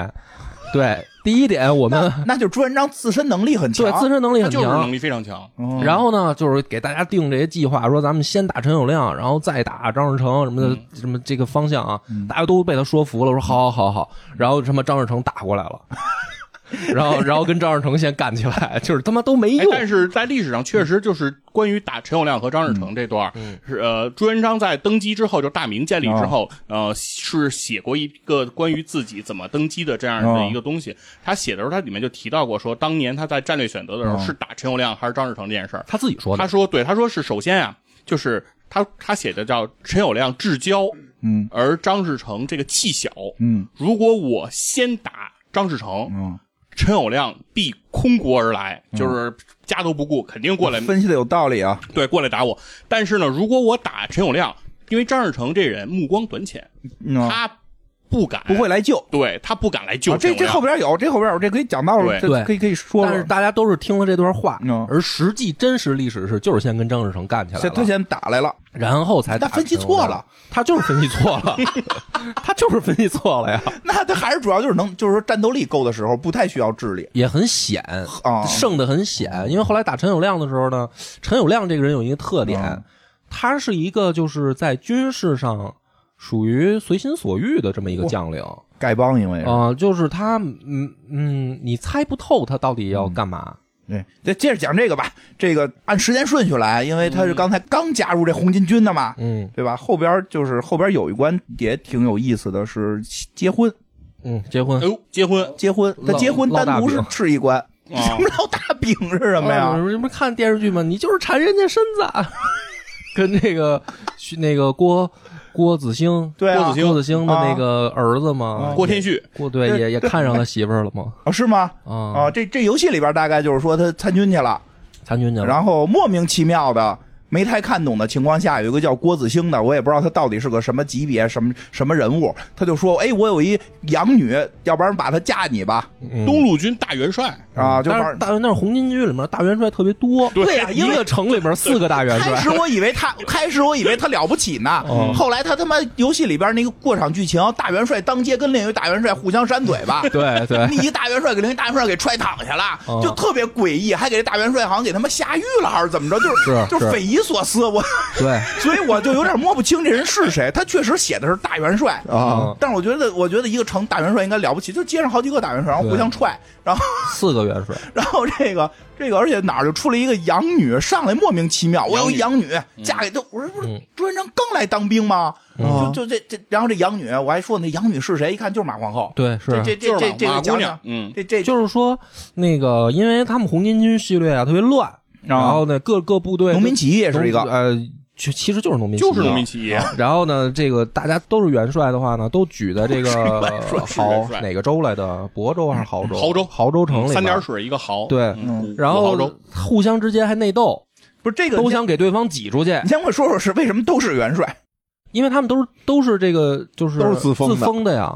S1: 对，第一点我们
S2: *laughs* 那就是朱元璋自身能力很
S1: *laughs*
S2: 强
S1: 对，自身能力
S3: 他
S1: 很
S3: 就是能
S1: 强。
S3: 力非常强。
S2: 哦
S1: 然后呢，就是给大家定这些计划，说咱们先打陈友谅，然后再打张士诚什么
S3: 嗯
S1: 的，什么这个
S2: 嗯 *laughs*
S1: 方向啊，大家都被他说服了，说好好好好，然后什么张士诚打过来了，然后然后跟张士诚先干起来，就是他妈都没
S3: 哎，
S1: 用。
S3: 但是在历史上确实就是关于打陈友谅和张士
S1: 嗯
S3: 诚这段儿，是呃朱元璋在登基之后，就大明建立
S1: 哦
S3: 之后，呃是写过一个关于自己怎么登基的这样
S1: 哦
S3: 的一个东西。他写的时候，他里面就提到过说，当年他在战略选择的时候
S2: 哦
S3: 是打陈友谅还是张士诚这件事儿。
S1: 他自己说
S3: 他
S1: 的，
S3: 说，对，他说是首先啊，就是他他写的叫陈友谅至交，
S2: 嗯
S3: 而张士诚这个气小。
S2: 嗯
S3: 如果我先打张士诚，
S2: 嗯，
S3: 陈友谅必空国而来，就是家都不顾，肯定过来
S2: 分析的有道理啊，
S3: 对，过来打我。但是呢，如果我打陈友谅，因为张士诚这人目光短浅，
S2: 嗯啊
S3: 他不敢，
S2: 不会，来救。
S3: 对他不敢来救
S2: 啊
S3: 陈
S2: 这
S3: 友谅、
S2: 这后边有，这后边有，这可以讲到了，
S3: 对
S2: 这
S1: 对
S2: 可以可以说
S1: 但是
S2: 了。
S1: 大家都是听了这段话
S2: 嗯，
S1: 而实际真实历史是就是先跟张士诚干起来
S2: 先他
S1: 了，
S2: 先打来了，
S1: 然后才打
S2: 他分析错了
S1: 陈友谅，他就是分析错了， *laughs* 他就是分析错了呀，
S2: 那他还是主要就是能，就是说战斗力够的时候，不太需要智力
S1: 也很显。
S2: 啊。
S1: 胜的很显，因为后来打陈友谅的时候呢，陈友谅这个人有一个特点
S2: 嗯，
S1: 他是一个就是在军事上属于随心所欲的这么一个将领啊、
S2: 丐帮因为是
S1: 呃就是他，嗯嗯，你猜不透他到底要干嘛。
S2: 对，再接着讲这个吧。这个按时间顺序来，因为他是刚才刚加入这红巾军的嘛，
S1: 嗯
S2: 对吧？后边就是后边有一关也挺有意思的是结婚，
S1: 嗯，结婚
S3: 哎呦，结婚
S2: 结婚，他
S1: 烙
S2: 结婚
S1: 烙大
S2: 单独是
S1: 饼哦
S2: 是一关，*laughs*
S3: 啊
S2: 什么烙大饼是什么
S1: 啊
S2: 呀？
S1: 你们看电视剧吗？你就是馋人家身子啊，跟那个徐那个郭郭子兴。
S2: 对啊
S1: 郭子兴，郭子兴的那个儿子嘛
S2: 啊，
S3: 郭天旭，
S1: 郭对也也看上他媳妇儿了嘛，
S2: 哦，是吗？
S1: 啊
S2: 啊，，这这游戏里边大概就是说他参军去了，
S1: 参军去了，
S2: 然后莫名其妙的没太看懂的情况下，有一个叫郭子兴的，我也不知道他到底是个什么级别、什么什么人物，他就说：“哎，我有一养女，要不然把她嫁你吧。
S1: 嗯
S3: 东路军大元帅，
S2: 啊，就
S1: 但
S2: 玩
S1: 是。大那是红巾军里面大元帅特别多，
S3: 对对呀
S1: 一个城里面四个大元
S2: 开
S1: 帅
S2: 始我以
S1: *laughs*
S2: 为他，开始我以为他了不起呢，
S1: 嗯
S2: 后来他他妈游戏里边那个过场剧情，大元帅当街跟另一个大元帅互相扇嘴巴， *laughs*
S1: 对对
S2: 那一大元帅给另一大元帅给踹躺下了，
S1: 嗯
S2: 就特别诡异，还给这大元帅好像给他妈下狱了还是怎么着，就是
S1: 是
S2: 就是
S1: 是
S2: 匪夷所思，我
S1: 对，
S2: *laughs* 所以我就有点摸不清这人是谁。他确实写的是大元帅，
S1: 哦
S5: 啊，
S2: 但是我觉得，我觉得一个城大元帅应该了不起，就街上好几个大元帅，然后互相踹，然后
S1: 四个元帅，
S2: 然后这个这个，而且哪儿就出了一个养女上来，莫名其妙，我有一养女
S3: 嗯
S2: 嫁给就我说不是
S1: 嗯
S2: 朱元璋刚来当兵吗？
S5: 嗯
S2: 就就这这，然后这养女我还说那养女是谁？一看就是马皇后，
S1: 对是，
S2: 这这
S3: 就
S2: 这
S3: 是
S2: 这这
S3: 马马
S2: 个
S3: 姑
S2: 讲
S3: 娘
S2: 讲，，
S3: 嗯，
S2: 这这
S1: 就是说那个，因为他们红巾军系列啊特别乱，然后呢各各部队
S2: 农民起义也是一
S1: 农
S2: 个
S1: 呃，就其实就是农民啊起义
S3: 就是农民。起义，
S1: *laughs* 然后呢，这个大家都是元帅的话呢，都举在这个
S3: 是元
S1: 濠
S3: 帅
S1: 哪个州来的？亳州还是濠州？
S3: 濠州
S1: 濠州城里
S3: 嗯三
S1: 边
S3: 点。水一个豪，
S1: 对
S3: 嗯，
S1: 然
S3: 五
S1: 后
S3: 濠
S1: 互相之间还内斗，
S2: 不是这个
S1: 都想给对方挤出去
S2: *laughs* 你。先给我说说是为什么都是元帅？
S1: 因为他们都是都是这个就是
S5: 都是自封的
S1: 的呀，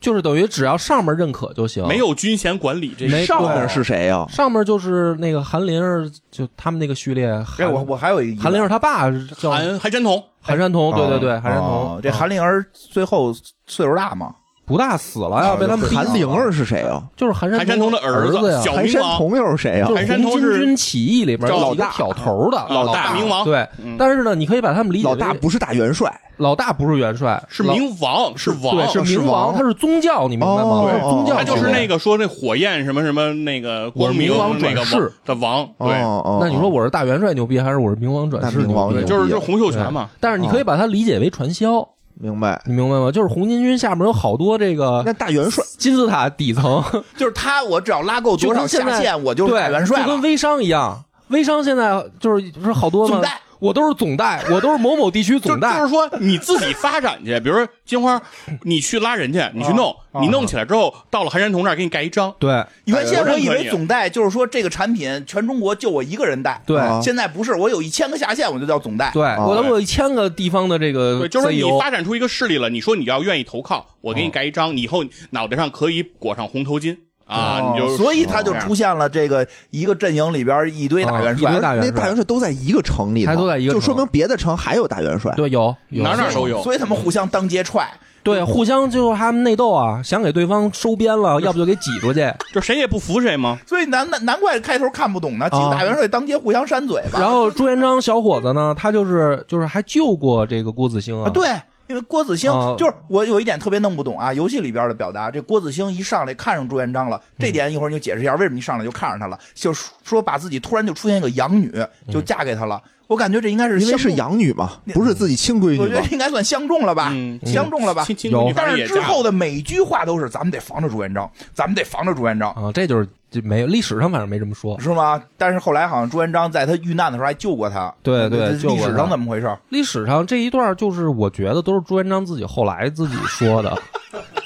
S1: 就是等于只要上面认可就行。
S3: 州没有军衔管理这
S1: 没
S3: 事儿
S5: 上面是谁呀？
S1: 上面就是那个韩林儿，就他们那个序列，
S2: 哎，
S1: 韩
S2: 我我还有一个
S1: 韩林儿他爸是叫
S3: 韩韩山童，
S1: 韩山童，对对对，
S2: 哦
S1: 韩山
S2: 哦
S1: 童
S2: 这韩
S1: 啊
S2: 灵儿最后岁数大嘛？
S1: 不大死了呀，
S2: 哦
S1: 被他们逼
S5: 韩灵儿是谁呀？
S1: 就是韩山
S3: 韩山童的儿
S1: 子呀，
S3: 小
S5: 韩
S3: 明
S5: 山
S3: 王，
S5: 童又是谁呀
S1: 就？
S3: 韩山
S1: 红巾
S3: 童是
S1: 军起义里边
S3: 赵
S1: 有一个挑头的
S3: 老大
S1: 啊大
S3: 明王
S1: 对
S3: 嗯，
S1: 但是呢，你可以把他们理解
S5: 老
S1: 为
S5: 大不是大元帅，
S1: 老大不是元帅，
S3: 是
S1: 老
S3: 明王，是王，
S1: 对是
S5: 是
S1: 明
S5: 王
S1: 王，他是宗教，你明白吗？
S5: 哦
S1: 他是宗教
S3: 他
S1: 系
S3: 就
S1: 列，
S3: 是那个说那火焰什么什么那个
S1: 我
S3: 光
S1: 是
S3: 明
S1: 明王
S3: 那个
S1: 转世
S3: 王的王，
S5: 哦
S3: 对，
S5: 哦，
S1: 那你说我是大元帅牛逼，还是我是明王转世
S5: 大明王
S1: 牛
S5: 对
S1: 逼？
S3: 就是就是洪秀全嘛，
S1: 但是你可以把它理解为传销，
S5: 明白？
S1: 你明白吗？就是红巾军下面有好多这
S5: 那
S1: 个
S5: 大元帅
S1: 金字塔底层，
S2: 就是他，我只要拉够多少
S1: 就跟现
S2: 下
S1: 在
S2: 线，我就是
S1: 对
S2: 大，元帅
S1: 就跟
S2: 了。
S1: 微商一样，微商现在就是不是好多吗
S2: 总代？
S1: 我都是总代，我都是某某地区
S3: 就
S1: 总
S3: 就
S1: 代
S3: 是，说你自己发展去，比如说金花，你去拉人去，你去弄，
S1: 哦
S3: 你弄起来之后，到了韩山童这儿给你盖一章，
S1: 对
S2: 原先我以
S3: 哎我认可
S2: 为
S3: 你
S2: 总代就是说这个产品全中国就我一个人带，
S1: 对
S5: 啊
S2: 现在不是，我有一千个下线，我就叫总代。啊
S1: 对，我
S3: 对
S1: 我有一千个地方的这个
S3: 对，就是说你
S1: CEO，
S3: 发展出一个势力了，你说你要愿意投靠，我给
S1: 哦
S3: 你盖一章，你以后脑袋上可以裹上红头巾啊，
S1: 哦
S3: 你就
S2: 所以他就出现了这个一个阵营里边一堆大元
S1: 啊一
S2: 帅
S1: 堆，大元
S5: 那
S1: 帅
S5: 大元帅都在一个城里头，
S1: 还都在一个
S5: 就
S1: 城
S5: 说明别的城还有大元帅。
S1: 对有有
S3: 哪哪都有，
S2: 所以他们互相当街踹。
S1: 对互相就是他们内斗啊，想给对方收编了，要不就给挤
S3: *laughs*
S1: 出去，
S3: 就谁也不服谁嘛。
S2: 所以难难难怪开头看不懂呢，几个
S1: 啊
S2: 大元帅当街互相扇嘴巴。
S1: 然后朱元璋小伙子呢，他就是就是还救过这个郭子兴
S2: 啊，
S1: 啊，
S2: 对，因为郭子兴、
S1: 哦
S2: 就是我有一点特别弄不懂啊，游戏里边的表达，这郭子兴一上来看上朱元璋了，
S1: 嗯
S2: 这点一会儿你就解释一下为什么一上来就看上他了，就是说把自己突然就出现一个养女，
S1: 嗯
S2: 就嫁给他了。我感觉这应该是
S5: 因为
S2: 相
S5: 是
S2: 中，
S5: 养女嘛，不是自己亲闺
S2: 我觉
S5: 女
S2: 得
S5: 嘛
S2: 这。应该算相中了吧，
S3: 嗯
S2: 相中了吧。
S3: 亲亲
S1: 有
S3: 女反
S2: 但
S3: 正
S2: 是
S3: 也
S2: 之
S3: 嫁
S2: 后
S3: 了
S2: 的每一句话都是咱们得防着朱元璋，咱们得防着朱元璋。
S1: 啊，这就是就没有历史上反正没这么说。
S2: 是吗？但是后来好像朱元璋在他遇难的时候还救过他。
S1: 对对
S2: 这
S1: 救过
S2: 历
S1: 他
S2: 史上怎么回事？
S1: 历史上这一段就是我觉得都是朱元璋自己后来自己说
S3: *laughs*
S1: 的，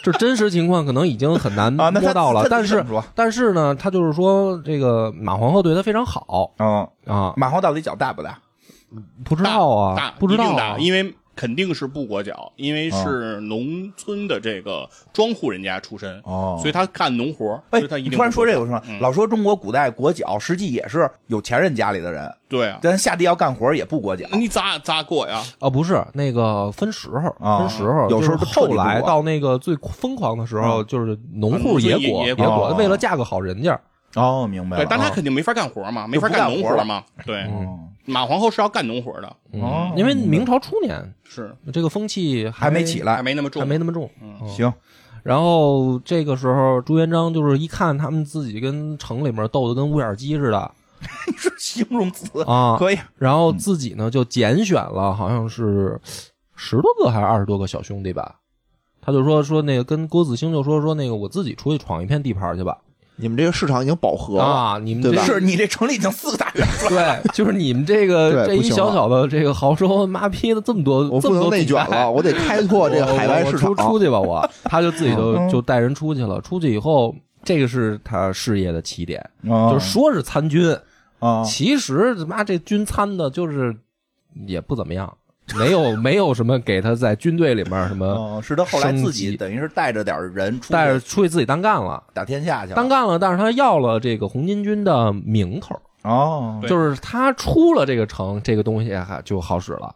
S1: 就真实情况可能已经很难
S2: 啊那他
S1: 摸到了。
S2: 他
S1: 但
S2: 他
S1: 是
S2: 怎么说
S1: 但是呢，他就是说这个马皇后对他非常好
S2: 嗯，
S1: 啊，
S2: 马皇到底脚大不大？
S1: 不知道
S3: 大
S1: 啊，不知
S3: 一
S1: 道
S3: 定
S1: 啊
S3: 大，因为肯定是不裹脚，因为是农村的这个庄户人家出身，
S2: 哦
S3: 所以他干农活，
S2: 哎，
S3: 所以他一
S2: 你
S3: 定
S2: 突然说这
S3: 个，
S2: 有什么？
S3: 嗯
S2: 老说中国古代裹脚，实际也是有钱人家里的人，
S3: 对啊，嗯
S2: 但下地要干活也不裹脚。
S3: 你咋咋过呀？
S1: 啊，不是那个分时候，
S2: 啊
S1: 分时候，
S2: 有时候
S1: 就是
S2: 就彻
S1: 后
S2: 底
S1: 来
S2: 不管
S1: 到那个最疯狂的时候，就是农户
S3: 啊
S1: 也
S3: 农村
S1: 裹也
S3: 也也裹
S1: 裹
S2: 哦，
S1: 为了嫁个好人家，
S2: 哦，明白
S3: 对，但他
S2: 哦
S3: 肯定没法干活嘛，没
S2: 就不
S3: 法
S2: 干
S3: 农
S2: 活了
S3: 嘛。对，
S2: 哦
S3: 马皇后是要干农活的，
S2: 哦
S1: 嗯，因为明朝初年
S3: 是
S1: 这个风气
S2: 哎还没
S1: 没
S2: 起，
S3: 还
S2: 来。
S3: 没那么重，
S1: 还没那么重。
S2: 行， *laughs*
S1: 然后这个时候，朱元璋就是一看他们自己跟城里面斗得跟乌眼鸡似的
S2: 你说形容词
S1: 啊，
S2: 可以。
S1: 然后自己呢就拣选了好像是十多个还是二十多个小兄弟吧，他就说说那个跟郭子兴就说说那个我自己出去闯一片地盘去吧
S5: 你们这个市场已经饱和了，
S1: 啊，你们
S5: 对吧
S1: 这
S2: 是你这城里已经四个大院了，
S1: 对，就是你们这
S5: 对
S1: 个这
S5: 不
S1: 一
S5: 行了
S1: 小小的这个濠州，妈逼的这么多，
S5: 我
S1: 这么
S5: 不能
S1: 多
S5: 内
S1: 地
S5: 卷
S1: 带
S5: 了，我得开拓这个海外市
S1: 我
S5: 场嗯
S1: 我。出出去吧，
S5: *laughs*
S1: 我他就自己就就带人出去了。出去以后，这个是他事业的起点，就
S5: 嗯
S2: 就是
S1: 说是参军，
S2: 啊
S1: 其实他妈这军参的就是也不怎么样，没
S5: *laughs*
S1: 有没有什么给他在军队里面什么
S5: 嗯
S2: 哦，是他后来自己
S1: 升级
S2: 等于是带着点人出去
S1: 带着出去自己单干了，
S5: 嗯
S2: 打天下去了。
S1: 单干了，但是他要了这个红巾军的名头，
S2: 哦，
S3: 对
S1: 就是他出了这个城，这个东西还就好使了。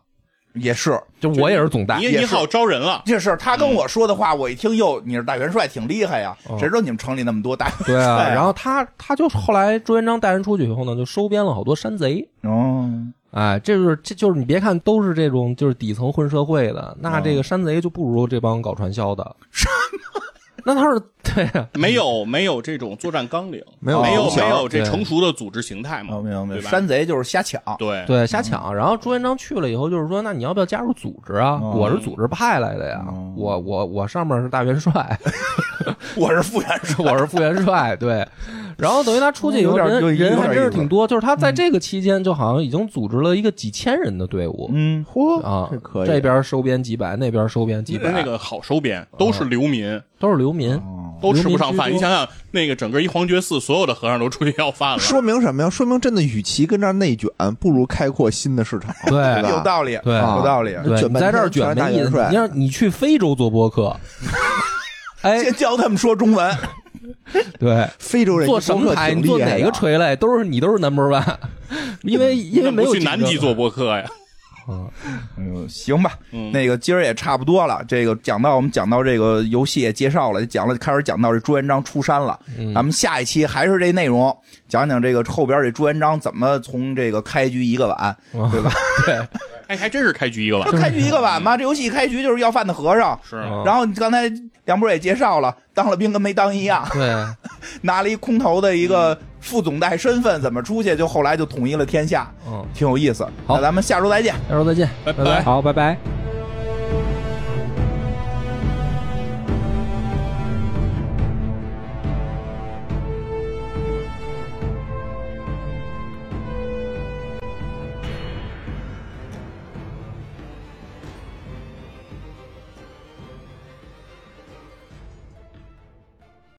S2: 也是，
S1: 就我也是总带
S3: 你，
S2: 也
S3: 你
S2: 是
S3: 好招人了，
S2: 这事儿他跟我说的话，我一听哟，你是大元帅，挺厉害呀！
S1: 嗯
S2: 谁知道你们城里那么多大元帅
S1: 对
S2: 啊？
S1: 啊，然后他他就后来朱元璋带人出去以后呢，就收编了好多山贼。
S2: 哦，
S1: 哎，这就是这就是你别看都是这种就是底层混社会的，那
S2: 嗯
S1: 这个山贼就不如这帮搞传销的。那他是 *laughs* 对啊，
S3: 没有没有这种作战纲领，
S5: 没
S3: 有
S5: 有
S3: 没
S5: 武器
S3: 没有这
S1: 对
S3: 成熟的组织形态嘛
S2: 哦，明白，
S3: 对吧
S2: 山贼就是瞎抢，
S3: 对
S1: 对瞎抢。然后朱元璋去了以后，就是说，那你要不要加入组织啊？
S2: 嗯
S1: 我是组织派来的呀，
S2: 嗯
S1: 我我我上面是大元帅，
S2: 我是副元帅，
S1: *laughs* 我是副元帅，对。然后等于他出去以后，
S2: 有点有
S1: 人
S2: 有
S1: 人还
S2: 点
S1: 真
S2: 意
S1: 是
S2: 思
S1: 挺多，就是他在
S5: 嗯
S1: 这个期间就好像已经组织了一个几千人的队伍，
S2: 嗯，嚯，
S1: 啊，
S5: 这可以
S1: 这边收编几百，那边收编几百，
S3: 那个好收编，都是流民，
S1: 都是流民。
S5: 哦
S3: 都吃不上饭。
S1: 流民居多
S3: 你想想，那个整个一皇觉寺，所有的和尚都出去要饭了，
S5: 说明什么呀？说明真的，与其跟这儿内卷，不如开阔新的市场。
S1: 对
S2: 有
S5: 吧？
S2: 道理，
S1: 对
S2: 有道理。
S1: 对，
S5: 卷
S1: 你
S5: 半
S1: 在
S5: 天
S1: 这儿
S5: 全
S1: 卷
S5: 是大
S1: 没意
S5: 元
S1: 思。
S5: 帅
S1: 你要你去非洲做播
S5: *laughs*
S1: 客，哎
S2: 先，教他们说中文，
S1: 对，
S5: 非洲人
S1: 做什么台，你做哪个垂类，都是你都是 number one，因 *laughs* 为因为
S3: 那
S1: 没
S3: 不
S1: 有
S3: 去南极
S1: 竞争
S3: 做博客呀。
S2: 嗯，行吧，那个今儿也差不多了。这个讲到我们讲到这个游戏也介绍了，讲了开始讲到这朱元璋出山了。咱们下一期还是这内容，讲讲这个后边这朱元璋怎么从这个开局一个碗，对吧？
S3: 哎，还真是开局一个碗，
S2: 开局一个碗嘛，这游戏开局就是要饭的和尚。
S3: 是
S1: 嗯
S2: 然后你刚才梁博也介绍了，当了兵跟没当一样，
S1: *laughs*
S3: *laughs*
S1: 对，
S2: 拿了一空头的一个副总代身份，怎么出去？就后来就统一了天下，
S1: 嗯，
S2: 挺有意思。
S1: 好
S2: 那咱们下周再见。
S1: 到时候再见，
S3: 拜
S1: 拜
S3: 拜
S4: 好，拜拜。